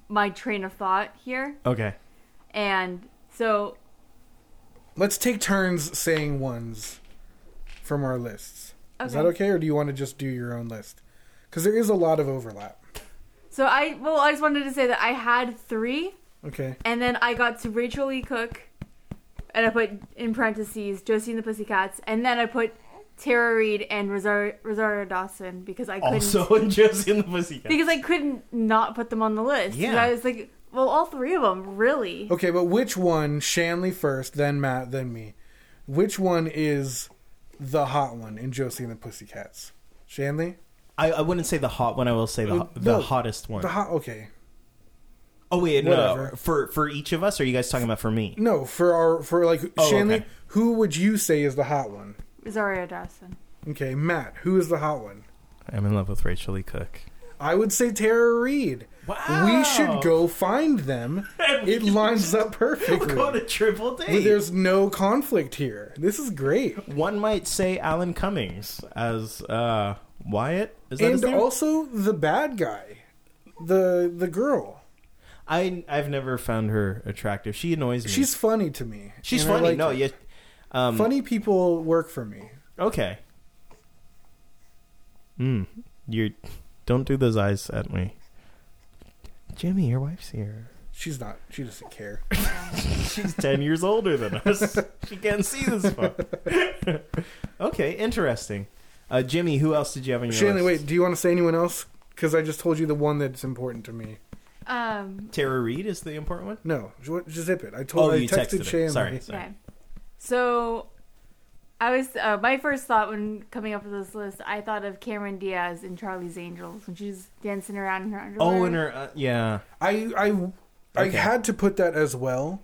Speaker 5: my train of thought here.
Speaker 3: Okay.
Speaker 5: And so
Speaker 2: Let's take turns saying ones from our lists. Is that
Speaker 5: Okay.
Speaker 2: okay, or do you want to just do your own list? Because there is a lot of overlap.
Speaker 5: so I well I just wanted to say that I had 3
Speaker 2: Okay.
Speaker 5: and then I got to Rachel E. Cook and I put in parentheses Josie and the Pussycats and then I put Tara Reid and Rosario, Rosario Dawson because I couldn't
Speaker 3: Also, in Josie and the Pussycat.
Speaker 5: because I couldn't not put them on the list.
Speaker 3: Yeah. Oh.
Speaker 5: And I was like, well, all three of them, really.
Speaker 2: Okay, but which one? Shanley first, then Matt, then me. Which one is the hot one in Josie and the Pussycats? Shanley.
Speaker 3: I, I wouldn't say the hot one. I will say the ho- the
Speaker 2: Oh, no,
Speaker 3: hottest one.
Speaker 2: The hot. Okay.
Speaker 3: oh wait, no.
Speaker 2: Whatever.
Speaker 3: For for each of us, or are you guys talking about for me?
Speaker 2: No, for our for like
Speaker 3: Oh,
Speaker 2: Shanley,
Speaker 3: okay.
Speaker 2: who would you say is the hot one?
Speaker 5: Rosario Dawson.
Speaker 2: Okay, Matt, who is the hot one?
Speaker 3: I'm in love with Rachel E. Cook.
Speaker 2: I would say Tara Reed.
Speaker 3: Wow.
Speaker 2: We should go find them. it lines up perfectly.
Speaker 3: Go to triple date.
Speaker 2: There's no conflict here. This is great.
Speaker 3: One might say Alan Cummings as uh, Wyatt. Is that his
Speaker 2: And
Speaker 3: name?
Speaker 2: also the bad guy. The the girl.
Speaker 3: Hmm. I I've never found her attractive. She annoys me.
Speaker 2: She's funny to me.
Speaker 3: she's
Speaker 2: and I
Speaker 3: funny.
Speaker 2: like
Speaker 3: no,
Speaker 2: her.
Speaker 3: yeah. Um,
Speaker 2: Funny people work for me.
Speaker 3: Okay. Mm. You don't do those eyes at me. Jimmy, your wife's here.
Speaker 2: She's not. She doesn't care.
Speaker 3: She's 10 years older than us. She can't see this far. okay, interesting. Uh, Jimmy, who else did you have on your
Speaker 2: Shanley,
Speaker 3: list?
Speaker 2: wait. Do you want to say anyone else? Because I just told you the one that's important to me.
Speaker 5: Um,
Speaker 3: Tara Reed is the important one?
Speaker 2: No, ju- just zip it. I told
Speaker 3: Oh,
Speaker 2: I
Speaker 3: you texted,
Speaker 2: texted, Shanley.
Speaker 3: it. Sorry. sorry.
Speaker 5: okay. So, I was, uh, my first thought when coming up with this list, I thought of Cameron Diaz in Charlie's Angels when she's dancing around in her underwear.
Speaker 3: Oh, and her, uh, yeah.
Speaker 2: I I I
Speaker 3: Okay.
Speaker 2: had to put that as well,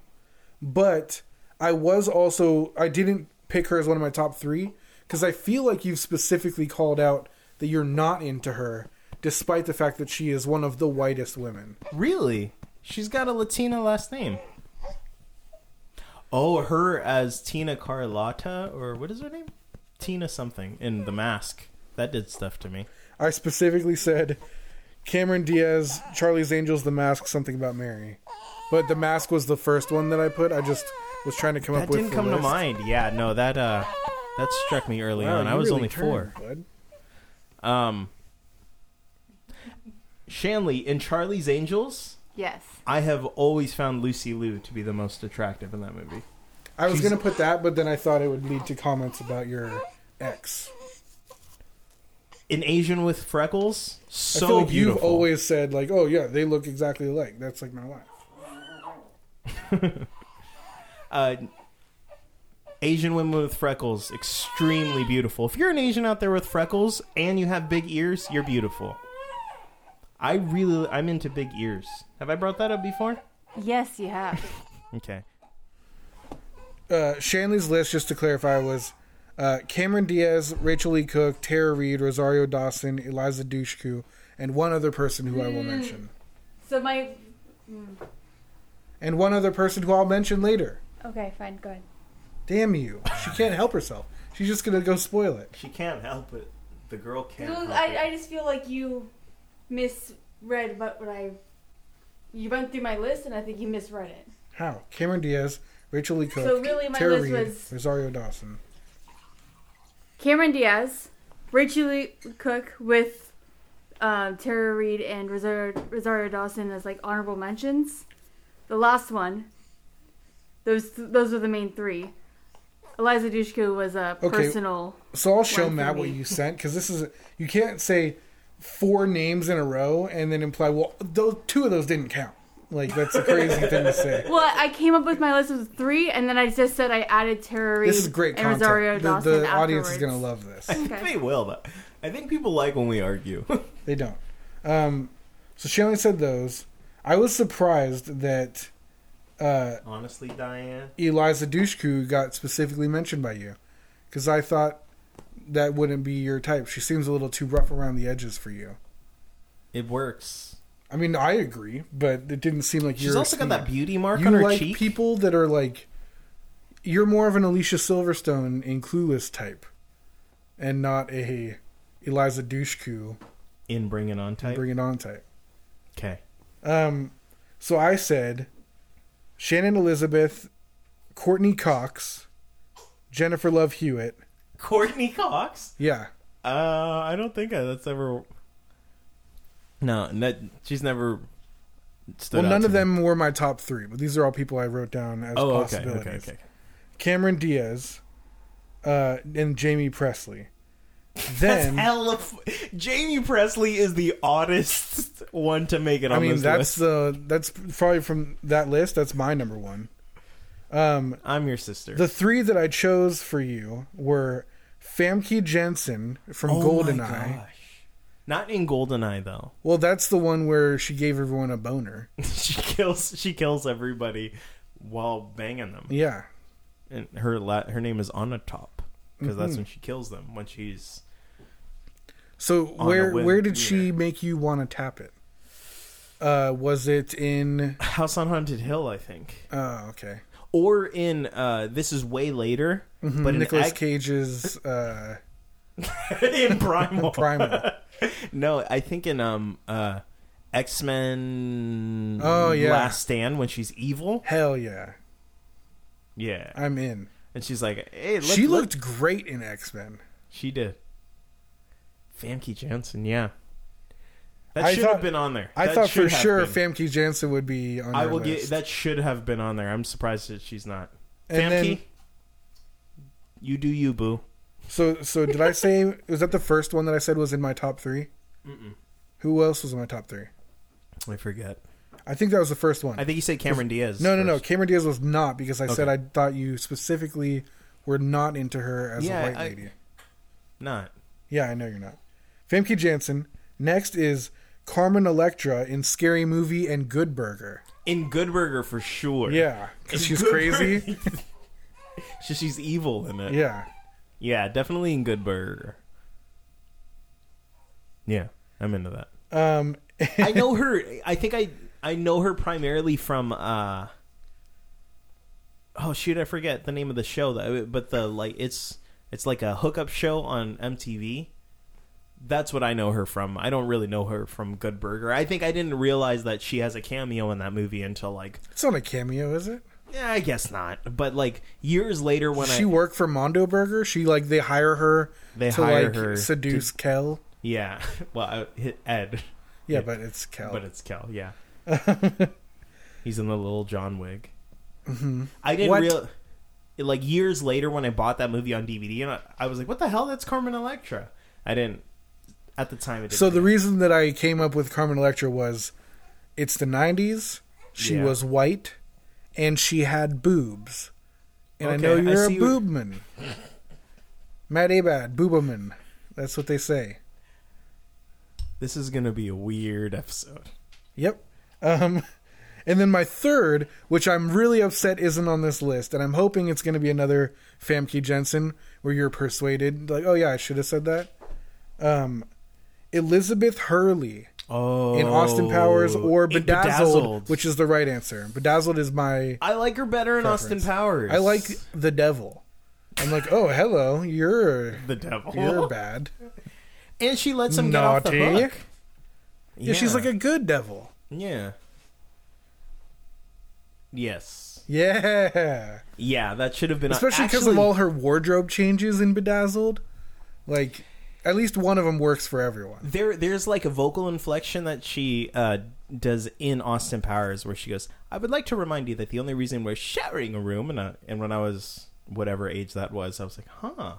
Speaker 2: but I was also I didn't pick her as one of my top three because I feel like you've specifically called out that you're not into her, despite the fact that she is one of the whitest women.
Speaker 3: Really? She's got a Latina last name. Oh, her as Tina Carlotta, or what is her name? Tina something in The Mask. That did stuff to me.
Speaker 2: I specifically said Cameron Diaz, Charlie's Angels, The Mask, something about Mary, but The Mask was the first one that I put. I just was trying to come
Speaker 3: That
Speaker 2: up with.
Speaker 3: didn't
Speaker 2: the
Speaker 3: come to
Speaker 2: list.
Speaker 3: mind. Yeah, no, that uh, that struck me early
Speaker 2: Wow,
Speaker 3: on. I
Speaker 2: you
Speaker 3: was
Speaker 2: really
Speaker 3: only
Speaker 2: turned,
Speaker 3: four.
Speaker 2: bud.
Speaker 3: Um, Shanley in Charlie's Angels.
Speaker 5: Yes.
Speaker 3: I have always found Lucy Liu to be the most attractive in that movie.
Speaker 2: I was gonna put that, but then I thought it would lead to comments about your ex.
Speaker 3: An Asian with freckles,
Speaker 2: I
Speaker 3: so
Speaker 2: feel like
Speaker 3: beautiful.
Speaker 2: you've always said like, "Oh yeah, they look exactly alike." That's like my wife.
Speaker 3: uh, Asian women with freckles, extremely beautiful. If you're an Asian out there with freckles and you have big ears, you're beautiful. I really, I'm into big ears. Have I brought that up before?
Speaker 5: Yes, you have.
Speaker 3: Okay.
Speaker 2: Uh, Shanley's list, just to clarify, was uh, Cameron Diaz, Rachel Lee Cook, Tara Reid, Rosario Dawson, Eliza Dushku, and one other person who I
Speaker 5: Mm.
Speaker 2: will mention,
Speaker 5: So my,
Speaker 2: and one other person who I'll mention later.
Speaker 5: okay, fine, go ahead.
Speaker 2: Damn you! She can't help herself. She's just gonna go spoil it.
Speaker 3: She can't help it. The girl can't.
Speaker 5: I, I just feel like you misread what, what I, you went through my list and I think you misread it.
Speaker 2: How? Cameron Diaz, Rachel Lee Cook,
Speaker 5: So really my
Speaker 2: Tara
Speaker 5: list
Speaker 2: Reid,
Speaker 5: was-
Speaker 2: Rosario Dawson.
Speaker 5: Cameron Diaz, Rachel Lee Cook with um, Tara Reid and Rosario, Rosario Dawson as like honorable mentions. The last one, those those were the main three. Eliza Dushku was a
Speaker 2: Okay.
Speaker 5: personal.
Speaker 2: So I'll show
Speaker 5: One for
Speaker 2: Matt what
Speaker 5: me.
Speaker 2: you sent because this is you can't say four names in a row and then imply well those two of those didn't count. Like that's a crazy thing to say.
Speaker 5: Well, I came up with my list of three, and then I just said I added Tara Reid
Speaker 2: This is great
Speaker 5: and
Speaker 2: content.
Speaker 5: Rosario
Speaker 2: the
Speaker 5: Dawson.
Speaker 2: the audience is gonna
Speaker 5: afterwards.
Speaker 2: love this.
Speaker 5: Okay.
Speaker 3: They will, though. I think people like when we argue.
Speaker 2: They don't. Um, So she only said those. I was surprised that uh,
Speaker 3: Honestly, Diane.
Speaker 2: Eliza Dushku got specifically mentioned by you because I thought that wouldn't be your type. She seems a little too rough around the edges for you.
Speaker 3: It works.
Speaker 2: I mean, I agree, but it didn't seem like
Speaker 3: She's
Speaker 2: your
Speaker 3: also got
Speaker 2: speed.
Speaker 3: that beauty mark
Speaker 2: you
Speaker 3: on her
Speaker 2: like
Speaker 3: cheek.
Speaker 2: people that are like you're more of an Alicia Silverstone in Clueless type, and not a Eliza Dushku
Speaker 3: in Bring It On type.
Speaker 2: Bring It On type.
Speaker 3: okay.
Speaker 2: Um, so I said Shannon Elizabeth, Courtney Cox, Jennifer Love Hewitt.
Speaker 3: Courtney Cox.
Speaker 2: Yeah,
Speaker 3: Uh, I don't think I, that's ever. No, that, she's never. Stood
Speaker 2: well,
Speaker 3: out
Speaker 2: none
Speaker 3: to
Speaker 2: of
Speaker 3: me.
Speaker 2: them were my top three, but these are all people I wrote down as
Speaker 3: Oh, okay,
Speaker 2: possibilities.
Speaker 3: okay, okay.
Speaker 2: Cameron Diaz, uh, and Jamie Presley. Then
Speaker 3: Hell of Jamie Presley is the oddest one to make it on
Speaker 2: I mean
Speaker 3: this
Speaker 2: that's
Speaker 3: list.
Speaker 2: the that's probably from that list. That's my number one. Um,
Speaker 3: I'm your sister.
Speaker 2: the three that I chose for you were Famke Jensen from
Speaker 3: Oh my
Speaker 2: Goldeneye.
Speaker 3: gosh. Not in Goldeneye though.
Speaker 2: Well, that's the one where she gave everyone a boner.
Speaker 3: she kills she kills everybody while banging them.
Speaker 2: Yeah,
Speaker 3: And her la- her name is Anna Top because
Speaker 2: Mm-hmm.
Speaker 3: that's when she kills them when she's
Speaker 2: So
Speaker 3: on a
Speaker 2: where
Speaker 3: whim,
Speaker 2: where did she
Speaker 3: yeah.
Speaker 2: make you want to tap it? Uh, was it in?
Speaker 3: House on Haunted Hill, I think,
Speaker 2: Oh, okay.
Speaker 3: or in uh, this is way later, but in
Speaker 2: Nicholas
Speaker 3: Ag-
Speaker 2: Cage's uh,
Speaker 3: in Primal.
Speaker 2: Primal.
Speaker 3: no, I think in um uh, X Men.
Speaker 2: Oh, yeah.
Speaker 3: Last Stand when she's evil.
Speaker 2: Hell yeah,
Speaker 3: Yeah,
Speaker 2: I'm in.
Speaker 3: and she's like, hey, look,
Speaker 2: she
Speaker 3: look."
Speaker 2: looked great in X Men.
Speaker 3: She did. Famke Janssen, yeah. That
Speaker 2: I
Speaker 3: should
Speaker 2: thought-
Speaker 3: have been on there.
Speaker 2: I
Speaker 3: That
Speaker 2: thought
Speaker 3: should
Speaker 2: for
Speaker 3: have
Speaker 2: sure
Speaker 3: been.
Speaker 2: Famke Janssen would be on.
Speaker 3: I
Speaker 2: your
Speaker 3: will get
Speaker 2: list.
Speaker 3: that should have been on there. I'm surprised that she's not.
Speaker 2: And
Speaker 3: Famke,
Speaker 2: then-
Speaker 3: you do you, boo.
Speaker 2: So so did I say? was that the first one that I said was in my top 3 Who else was in my top three?
Speaker 3: I forget.
Speaker 2: I think that was the first one.
Speaker 3: I think you said Cameron Diaz.
Speaker 2: no, no, no.
Speaker 3: first.
Speaker 2: Cameron Diaz was not because I said
Speaker 3: Okay.
Speaker 2: I thought you specifically were not into her as
Speaker 3: Yeah,
Speaker 2: a white
Speaker 3: I-
Speaker 2: lady.
Speaker 3: not.
Speaker 2: Yeah, I know you're not. Famke Janssen. Next is Carmen Electra in Scary Movie and Good Burger.
Speaker 3: In Good Burger for sure.
Speaker 2: Yeah, because
Speaker 3: In
Speaker 2: she's
Speaker 3: Good
Speaker 2: crazy.
Speaker 3: Burger. She- she's evil in it.
Speaker 2: Yeah.
Speaker 3: Yeah, definitely in Good Burger. Yeah, I'm into that.
Speaker 2: Um,
Speaker 3: I know her. I think I I know her primarily from. uh Oh shoot, I forget the name of the show. That but the like it's it's like a hookup show on MTV. That's what I know her from. I don't really know her from Good Burger. I think I didn't realize that she has a cameo in that movie until like
Speaker 2: it's not a cameo, is it?
Speaker 3: yeah, I guess not. But like years later when
Speaker 2: she
Speaker 3: I
Speaker 2: worked for Mondo Burger. She like they hire her.
Speaker 3: They
Speaker 2: to
Speaker 3: hire
Speaker 2: like
Speaker 3: her
Speaker 2: seduce Kel.
Speaker 3: yeah, well I, Ed,
Speaker 2: Yeah, but it's Kel.
Speaker 3: but it's Kel. Yeah, he's in the little John wig. I didn't
Speaker 2: Mm-hmm. What?
Speaker 3: real like years later when I bought that movie on DVD, and I, I was like, "What the hell? That's Carmen Electra." I didn't at the time. It didn't
Speaker 2: so the reason that I came up with Carmen Electra was, it's the '90s. She
Speaker 3: Yeah.
Speaker 2: was white, and she had boobs. And I
Speaker 3: Okay,
Speaker 2: know
Speaker 3: I
Speaker 2: you're a
Speaker 3: see what-
Speaker 2: boobman. Matt Abad, boobaman. That's what they say.
Speaker 3: this is gonna be a weird episode.
Speaker 2: Yep. Um, and then my third, which I'm really upset isn't on this list, and I'm hoping it's going to be another Famke Jensen where you're persuaded, like, oh yeah, I should have said that. Um, Elizabeth Hurley
Speaker 3: Oh,
Speaker 2: in Austin Powers or
Speaker 3: in
Speaker 2: Bedazzled, which is the right answer. Bedazzled is my.
Speaker 3: I like her better in Austin
Speaker 2: preference.
Speaker 3: Powers.
Speaker 2: I like the devil. I'm like, oh hello, you're
Speaker 3: the devil,
Speaker 2: you're bad.
Speaker 3: and she lets him get off the
Speaker 2: Naughty.
Speaker 3: hook.
Speaker 2: Yeah, she's like a good devil.
Speaker 3: yeah. Yes.
Speaker 2: Yeah.
Speaker 3: Yeah, that should have been
Speaker 2: especially because of
Speaker 3: actually-
Speaker 2: all her wardrobe changes in Bedazzled. Like, at least one of them works for everyone.
Speaker 3: There, there's like a vocal inflection that she uh, does in Austin Powers where she goes, "I would like to remind you that the only reason we're sharing a room and I, and when I was whatever age that was, I was like, huh,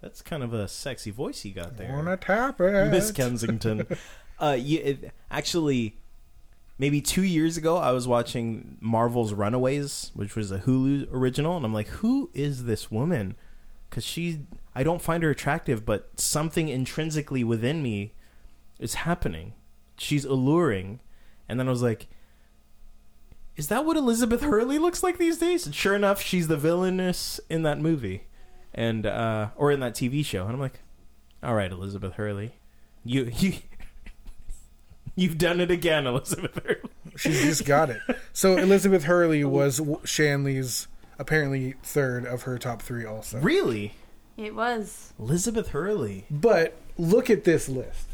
Speaker 3: that's kind of a sexy voice you got there,
Speaker 2: Wanna tap it?
Speaker 3: Miss Kensington." uh, you, it, actually, maybe two years ago, I was watching Marvel's Runaways, which was a Hulu original, and I'm like, who is this woman? Because she, I don't find her attractive, but something intrinsically within me is happening. she's alluring. And then I was like, is that what Elizabeth Hurley looks like these days? And sure enough, she's the villainess in that movie, and uh, or in that TV show. And I'm like, all right, Elizabeth Hurley, you you you've done it again, Elizabeth Hurley.
Speaker 2: She's just got it. So Elizabeth Hurley was w- Shanley's apparently third of her top three, also.
Speaker 3: Really,
Speaker 5: It was.
Speaker 3: Elizabeth Hurley?
Speaker 2: But look at this list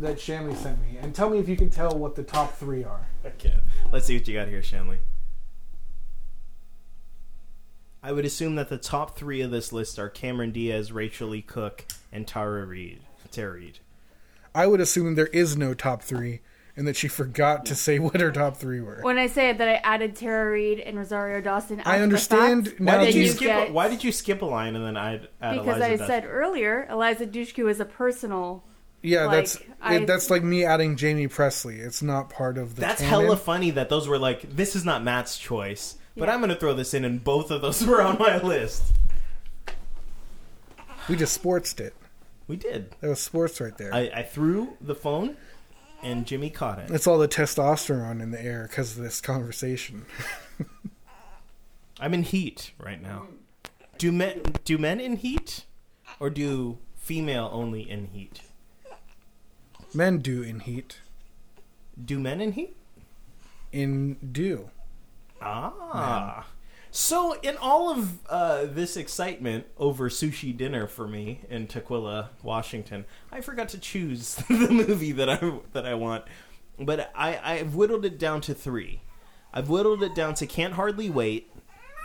Speaker 2: that Shanley sent me, and tell me if you can tell what the top three are.
Speaker 3: Okay, let's see what you got here, Shanley. I would assume that the top three of this list are Cameron Diaz, Rachel Lee Cook, and Tara Reid. Tara Reid.
Speaker 2: I would assume there is no top three, and that she forgot to say what her top three were.
Speaker 5: When I say that I added Tara Reid and Rosario
Speaker 2: I
Speaker 5: Dawson, after the
Speaker 2: understand
Speaker 5: fact,
Speaker 2: now
Speaker 3: Why
Speaker 2: Now
Speaker 3: did
Speaker 2: you
Speaker 3: you
Speaker 2: you
Speaker 3: skip?
Speaker 5: get-
Speaker 3: Why did you skip a line and then I'd add
Speaker 5: because
Speaker 3: Eliza
Speaker 5: I
Speaker 3: Dushku?
Speaker 5: said earlier, Eliza Dushku is a personal.
Speaker 2: yeah,
Speaker 5: like,
Speaker 2: that's
Speaker 5: I-
Speaker 2: it, that's like me adding Jamie Presley. It's not part of the.
Speaker 3: That's
Speaker 2: canon.
Speaker 3: hella funny that those were like, this is not Matt's choice, but I'm going to throw this in, and both of those were on my list.
Speaker 2: we just sportsed it.
Speaker 3: We did.
Speaker 2: That was sports right there.
Speaker 3: I, I threw the phone, and Jimmy caught it.
Speaker 2: It's all the testosterone in the air because of this conversation.
Speaker 3: I'm in heat right now. Do men do men in heat, or do female only in heat?
Speaker 2: Men do in heat.
Speaker 3: Do men in heat?
Speaker 2: In do.
Speaker 3: Ah. So, in all of uh, this excitement over sushi dinner for me in Tequila, Washington, I forgot to choose the movie that I that I want, but I I've whittled it down to three. I've whittled it down to Can't Hardly Wait,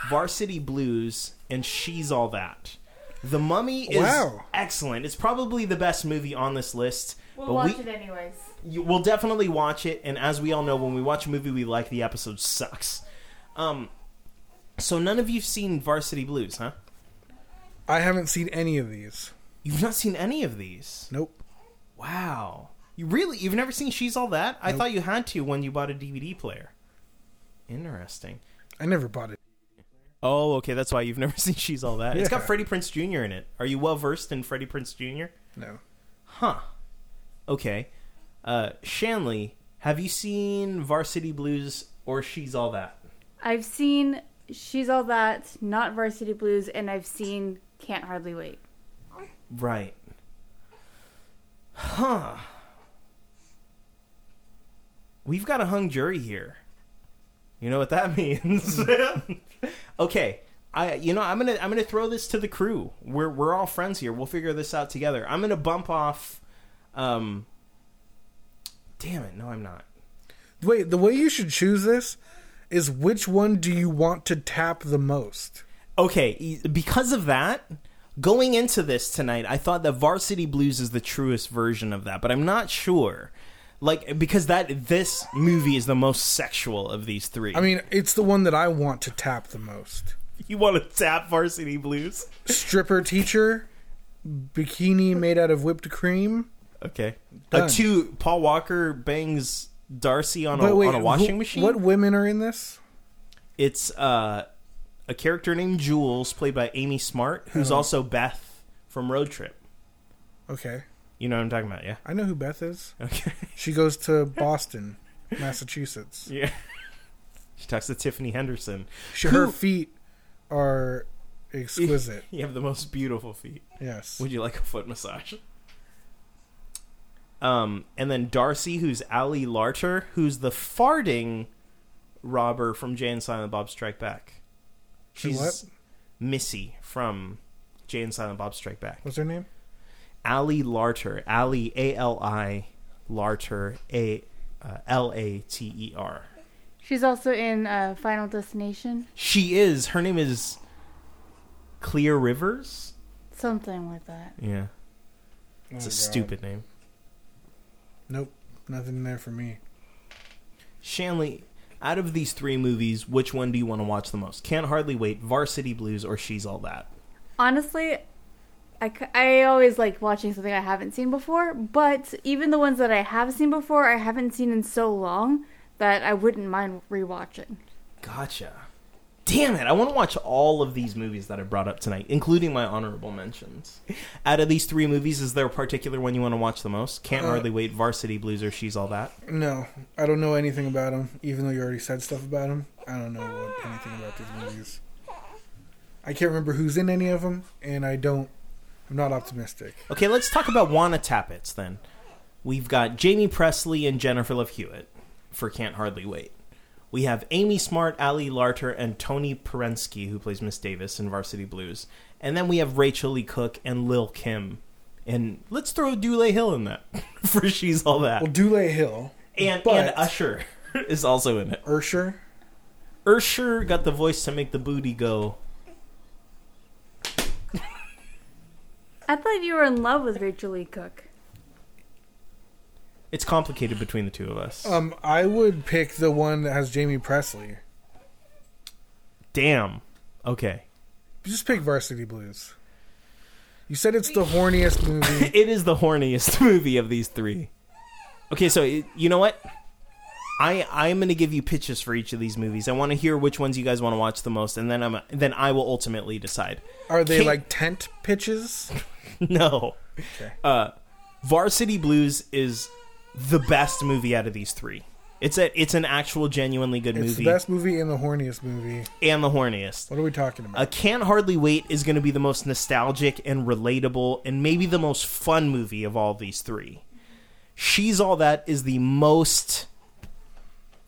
Speaker 3: Varsity Blues, and She's All That. The Mummy is
Speaker 2: Wow.
Speaker 3: excellent. It's probably the best movie on this list.
Speaker 5: We'll
Speaker 3: but
Speaker 5: watch
Speaker 3: we-
Speaker 5: it anyways.
Speaker 3: you, we'll definitely watch it. And as we all know, when we watch a movie we like, the episode sucks. Um, so none of you've seen Varsity Blues, huh?
Speaker 2: I haven't seen any of these.
Speaker 3: You've not seen any of these.
Speaker 2: Nope.
Speaker 3: Wow. You really? You've never seen She's All That? I thought you had to when you bought a DVD player. Interesting.
Speaker 2: I never bought it.
Speaker 3: Oh, okay. That's why you've never seen She's All That. It's got
Speaker 2: Yeah.
Speaker 3: Freddie Prince Jr. in it. Are you well versed in Freddie Prince Jr.?
Speaker 2: No.
Speaker 3: Huh. Okay. Uh, Shanley, have you seen Varsity Blues or She's All That?
Speaker 5: I've seen She's All That, not Varsity Blues, and I've seen Can't Hardly Wait.
Speaker 3: Right. Huh. We've got a hung jury here. You know what that means. okay. I you know, I'm going to I'm going to throw this to the crew. We're we're all friends here. We'll figure this out together. I'm going to bump off um Damn it. No, I'm not.
Speaker 2: Wait, the way you should choose this is which one do you want to tap the most?
Speaker 3: Okay, e- because of that, going into this tonight, I thought that Varsity Blues is the truest version of that, but I'm not sure. Like because that this movie is the most sexual of these three.
Speaker 2: I mean, it's the one that I want to tap the most.
Speaker 3: you want to tap Varsity Blues?
Speaker 2: Stripper teacher, bikini made out of whipped cream.
Speaker 3: Okay.
Speaker 2: Done.
Speaker 3: Uh, two Paul Walker bangs Darcy on a
Speaker 2: But wait,
Speaker 3: on a washing
Speaker 2: who-
Speaker 3: machine.
Speaker 2: What women are in this?
Speaker 3: It's uh, a character named Jules, played by Amy Smart,
Speaker 2: Oh.
Speaker 3: who's also Beth from Road Trip.
Speaker 2: Okay,
Speaker 3: You know what I'm talking about, yeah?
Speaker 2: I know who Beth is.
Speaker 3: Okay.
Speaker 2: She goes to Boston, Massachusetts.
Speaker 3: Yeah. she talks to Tiffany Henderson.
Speaker 2: She, her feet are exquisite.
Speaker 3: You have the most beautiful feet.
Speaker 2: Yes.
Speaker 3: Would you like a foot massage? Um, and then Darcy, who's Allie Larter, who's the farting robber from Jay and Silent Bob Strike Back. She's
Speaker 2: what?
Speaker 3: Missy from Jay and Silent Bob Strike Back.
Speaker 2: What's her name?
Speaker 3: Allie Larter, Allie A L I Larter A uh, L A T E R.
Speaker 5: She's also in uh, Final Destination,
Speaker 3: She is. Her name is Clear Rivers.
Speaker 5: something like that.
Speaker 3: Yeah,
Speaker 2: Oh,
Speaker 3: it's a
Speaker 2: God.
Speaker 3: stupid name.
Speaker 2: Nope, nothing there for me.
Speaker 3: Shanley, out of these three movies, which one do you want to watch the most? Can't Hardly Wait, Varsity Blues, or She's All That?
Speaker 5: Honestly, I, c- I always like watching something I haven't seen before, but even the ones that I have seen before, I haven't seen in so long that I wouldn't mind rewatching.
Speaker 3: Gotcha. Damn it! I want to watch all of these movies that I brought up tonight, including my honorable mentions. Out of these three movies, is there a particular one you want to watch the most? Can't
Speaker 2: Uh,
Speaker 3: hardly wait. Varsity Blues or She's All That.
Speaker 2: No, I don't know anything about them. Even though you already said stuff about them, I don't know what, anything about these movies. I can't remember who's in any of them, and I don't. I'm not optimistic.
Speaker 3: Okay, let's talk about Juana Tappets then. We've got Jamie Presley and Jennifer Love Hewitt for Can't Hardly Wait. We have Amy Smart, Ali Larter, and Tony Perensky, who plays Miss Davis in Varsity Blues. And then we have Rachel Lee Cook and Lil Kim. And let's throw Dule Hill in that for She's All That.
Speaker 2: Well, Dule Hill
Speaker 3: and,
Speaker 2: but-
Speaker 3: and Usher is also in it.
Speaker 2: Ursher.
Speaker 3: Usher got the voice to make the booty go.
Speaker 4: I thought you were in love with Rachel Lee Cook.
Speaker 3: It's complicated between the two of us.
Speaker 2: Um, I would pick the one that has Jamie Presley.
Speaker 3: Damn. Okay.
Speaker 2: Just pick Varsity Blues. You said it's the horniest movie.
Speaker 3: it is the horniest movie of these three. Okay, so y- you know what? I I'm going to give you pitches for each of these movies. I want to hear which ones you guys want to watch the most, and then I'm then I will ultimately decide.
Speaker 2: Are they
Speaker 3: Can't-
Speaker 2: like tent pitches?
Speaker 3: no, uh, Varsity Blues is the best movie out of these three. It's a it's an actual genuinely good
Speaker 2: It's
Speaker 3: movie
Speaker 2: the best movie and the horniest movie.
Speaker 3: and the horniest.
Speaker 2: What are we talking about?
Speaker 3: A Can't Hardly Wait is going to be the most nostalgic and relatable and maybe the most fun movie of all these three. She's All That is the most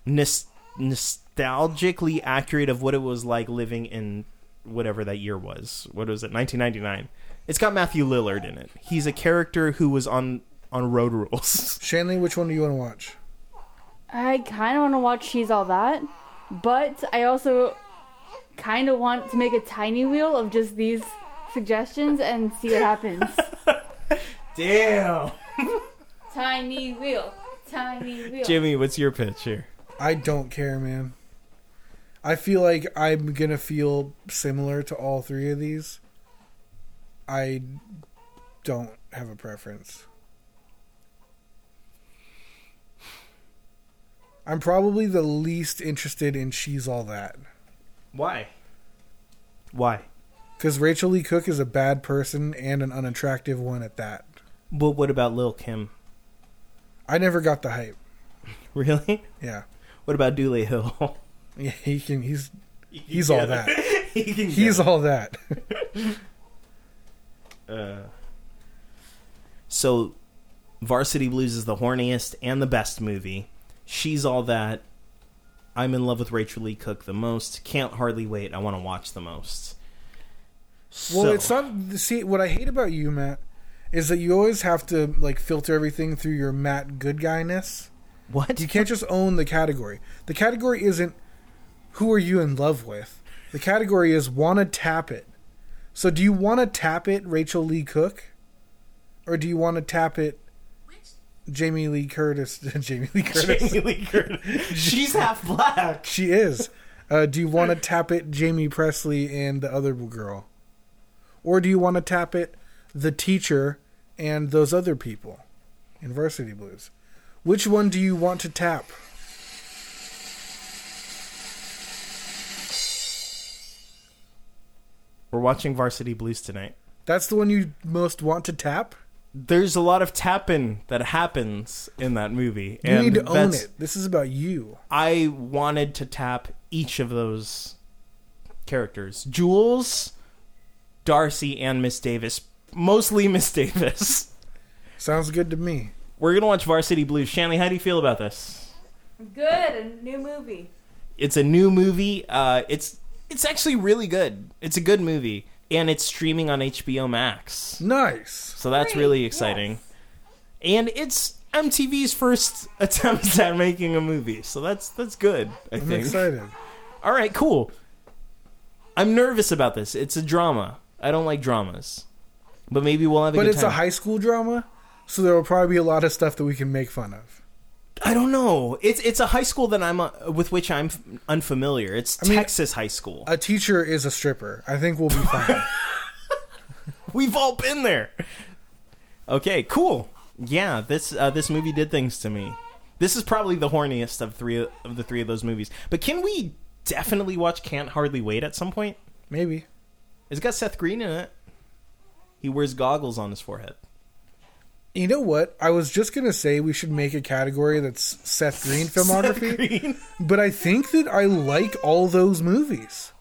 Speaker 3: nos- nostalgically accurate of what it was like living in whatever that year was. What was it? 1999. It's got Matthew Lillard in it. He's a character who was on on Road Rules.
Speaker 2: Shanley, which one do you want to watch?
Speaker 5: I kind of want to watch She's All That, but I also kind of want to make a tiny wheel of just these suggestions and see what happens.
Speaker 3: Damn.
Speaker 5: tiny wheel, tiny wheel.
Speaker 3: Jimmy, what's your pitch here?
Speaker 2: I don't care, man. I feel like I'm gonna feel similar to all three of these. I don't have a preference. I'm probably the least interested in She's All That.
Speaker 3: Why? Why?
Speaker 2: Because Rachel Lee Cook is a bad person and an unattractive one at that.
Speaker 3: Well, what about Lil Kim?
Speaker 2: I never got the hype.
Speaker 3: Really?
Speaker 2: Yeah.
Speaker 3: What about Dooley Hill?
Speaker 2: Yeah, he can he's he's all that.
Speaker 3: he can
Speaker 2: He's all that.
Speaker 3: uh, so Varsity Blues is the horniest and the best movie. She's all that. I'm in love with Rachel Lee Cook the most. Can't hardly wait. I want to watch the most.
Speaker 2: Well,
Speaker 3: So-
Speaker 2: it's not. See, what I hate about you, Matt, is that you always have to like filter everything through your Matt good guyness.
Speaker 3: what
Speaker 2: You can't just own the category. The category isn't who are you in love with. The category is wanna tap it. So, do you want to tap it, Rachel Lee Cook, or do you want to tap it, Jamie Lee Curtis? Jamie Lee Curtis.
Speaker 3: Jamie Lee Curtis. She's half black.
Speaker 2: She is. Uh, do you want to tap it, Jamie Presley and the other girl, or do you want to tap it, the teacher and those other people in Varsity Blues? Which one do you want to tap?
Speaker 3: We're watching Varsity Blues tonight.
Speaker 2: That's the one you most want to tap.
Speaker 3: There's a lot of tapping that happens in that movie.
Speaker 2: You
Speaker 3: and
Speaker 2: need to own
Speaker 3: that's-
Speaker 2: it. This is about you.
Speaker 3: I wanted to tap each of those characters Jules, Darcy, and Miss Davis. Mostly Miss Davis.
Speaker 2: Sounds good to me.
Speaker 3: We're going to watch Varsity Blues. Shanley, how do you feel about this?
Speaker 5: Good, a new movie.
Speaker 3: It's a new movie. Uh, it's it's actually really good. It's a good movie, and it's streaming on HBO Max.
Speaker 2: Nice.
Speaker 3: So that's really exciting. And it's MTV's first attempt at making a movie. So that's that's good. I
Speaker 2: I'm
Speaker 3: think.
Speaker 2: excited.
Speaker 3: All right, cool. I'm nervous about this. It's a drama. I don't like dramas, but maybe we'll have a
Speaker 2: But
Speaker 3: good
Speaker 2: it's
Speaker 3: time.
Speaker 2: a high school drama, so there will probably be a lot of stuff that we can make fun of.
Speaker 3: I don't know. It's it's a high school that I'm uh, with which I'm f- unfamiliar. It's
Speaker 2: mean-
Speaker 3: Texas high school.
Speaker 2: A teacher is a stripper. I think we'll be fine.
Speaker 3: We've all been there. Okay, cool. Yeah, this uh, this movie did things to me. This is probably the horniest of three of the three of those movies. But can we definitely watch Can't Hardly Wait at some point.
Speaker 2: Maybe.
Speaker 3: It's got Seth Green in it. He wears goggles on his forehead.
Speaker 2: You know what? I was just gonna say we should make a category that's Seth Green filmography,
Speaker 3: Green.
Speaker 2: but I think that I like all those movies.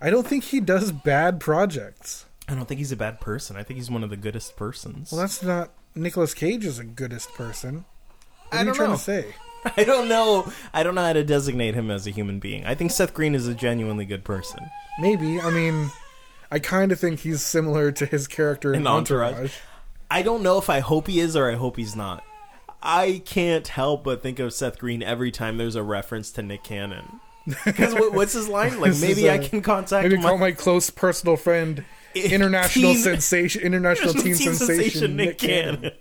Speaker 2: I don't think he does bad projects.
Speaker 3: I don't think he's a bad person. I think he's one of the goodest persons.
Speaker 2: Well, that's not Nicolas Cage is a goodest person. What
Speaker 3: I
Speaker 2: are you
Speaker 3: don't
Speaker 2: trying
Speaker 3: know.
Speaker 2: to say?
Speaker 3: I don't know. I don't know how to designate him as a human being. I think Seth Green is a genuinely good person.
Speaker 2: Maybe. I mean, I kind of think he's similar to his character in,
Speaker 3: In
Speaker 2: Entourage.
Speaker 3: Entourage. I don't know if I hope he is or I hope he's not. I can't help but think of Seth Green every time there's a reference to Nick Cannon. Because what's his line? Like
Speaker 2: This is,
Speaker 3: maybe I
Speaker 2: uh,
Speaker 3: can contact.
Speaker 2: Maybe
Speaker 3: my-
Speaker 2: call my close personal friend, international
Speaker 3: Teen-
Speaker 2: sensation, international teen, sensation, Nick, Cannon.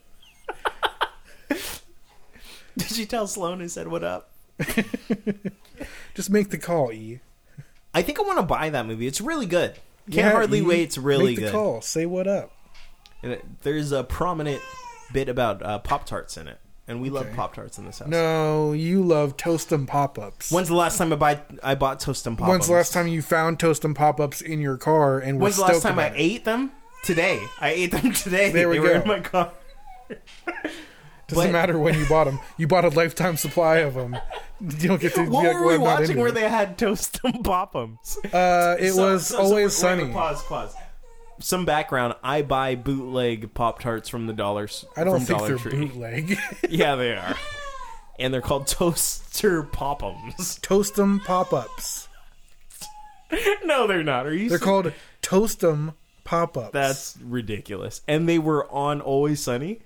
Speaker 3: Did you tell Sloan who said what up?
Speaker 2: Just make the call, E.
Speaker 3: I think I want to buy that movie. It's really good. Can't
Speaker 2: Yeah,
Speaker 3: hardly
Speaker 2: E.
Speaker 3: wait. It's really
Speaker 2: make the
Speaker 3: good.
Speaker 2: call. Say what up.
Speaker 3: And it- there's a prominent bit about uh, Pop Tarts in it, and we love
Speaker 2: Okay.
Speaker 3: Pop Tarts in this house.
Speaker 2: No, you love Toastum pop-ups.
Speaker 3: When's the last time I buy I bought Toast and Pop?
Speaker 2: When's the last time you found Toastum pop-ups in your car and were
Speaker 3: When's the last
Speaker 2: stoked
Speaker 3: time I
Speaker 2: about it?
Speaker 3: ate them? Today. I ate them today.
Speaker 2: There we
Speaker 3: they were
Speaker 2: go.
Speaker 3: in my car. But-
Speaker 2: Doesn't matter when you bought them. You bought a lifetime supply of them. You don't get to.
Speaker 3: What
Speaker 2: be like,
Speaker 3: were
Speaker 2: "Well,
Speaker 3: we
Speaker 2: I'm not
Speaker 3: watching
Speaker 2: into
Speaker 3: where
Speaker 2: it."
Speaker 3: they had Toast and Pop 'ems?
Speaker 2: Uh, it
Speaker 3: So-
Speaker 2: was
Speaker 3: so- so
Speaker 2: always
Speaker 3: wait, wait,
Speaker 2: sunny.
Speaker 3: Pause, pause. Some background. I buy bootleg Pop Tarts from the dollar. s-
Speaker 2: I don't
Speaker 3: from
Speaker 2: think
Speaker 3: dollar
Speaker 2: they're
Speaker 3: Tree.
Speaker 2: bootleg.
Speaker 3: Yeah, they are. And they're called Toaster Pop'ems.
Speaker 2: Toastum pop-ups.
Speaker 3: no, they're not. Are you?
Speaker 2: They're
Speaker 3: ser-
Speaker 2: called Toastum pop-ups.
Speaker 3: That's ridiculous. And they were on Always Sunny.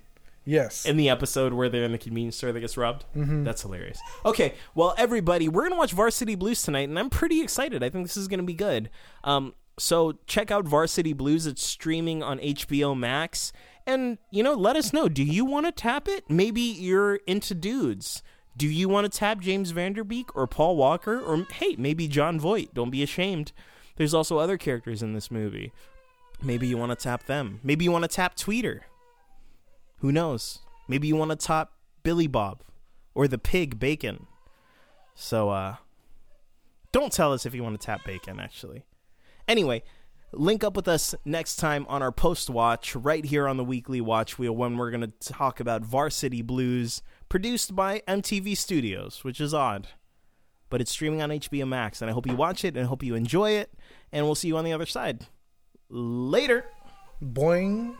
Speaker 2: yes.
Speaker 3: in the episode where they're in the convenience store that gets robbed. That's hilarious. Okay, well, everybody, we're gonna watch Varsity Blues tonight, and I'm pretty excited. I think this is gonna be good. Um, so check out Varsity Blues. It's streaming on HBO Max, and you know, let us know. Do you want to tap it? Maybe you're into dudes. Do you want to tap James Vanderbeek or Paul Walker or hey, maybe John Voight? Don't be ashamed. There's also other characters in this movie. Maybe you want to tap them. Maybe you want to tap Tweeter. Who knows? Maybe you want to top Billy Bob or the pig Bacon. So, uh, don't tell us if you want to tap Bacon, actually. Anyway, link up with us next time on our post watch right here on the weekly watch wheel when we're going to talk about Varsity Blues, produced by MTV Studios, which is odd. But it's streaming on HBO Max, and I hope you watch it and I hope you enjoy it. And we'll see you on the other side. Later.
Speaker 2: Boing.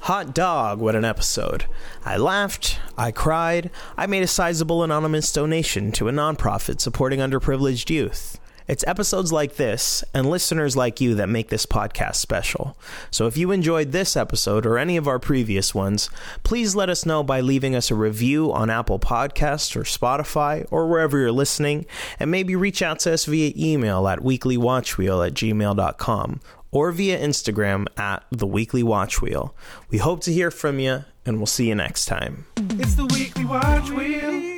Speaker 3: Hot dog, what an episode. I laughed, I cried, I made a sizable anonymous donation to a nonprofit supporting underprivileged youth. It's episodes like this and listeners like you that make this podcast special. So if you enjoyed this episode or any of our previous ones, please let us know by leaving us a review on Apple Podcasts or Spotify or wherever you're listening, and maybe reach out to us via email at weeklywatchwheel at gmail.com or via Instagram at The Weekly Watch Wheel. We hope to hear from you, and we'll see you next time.
Speaker 2: It's the weekly watch wheel.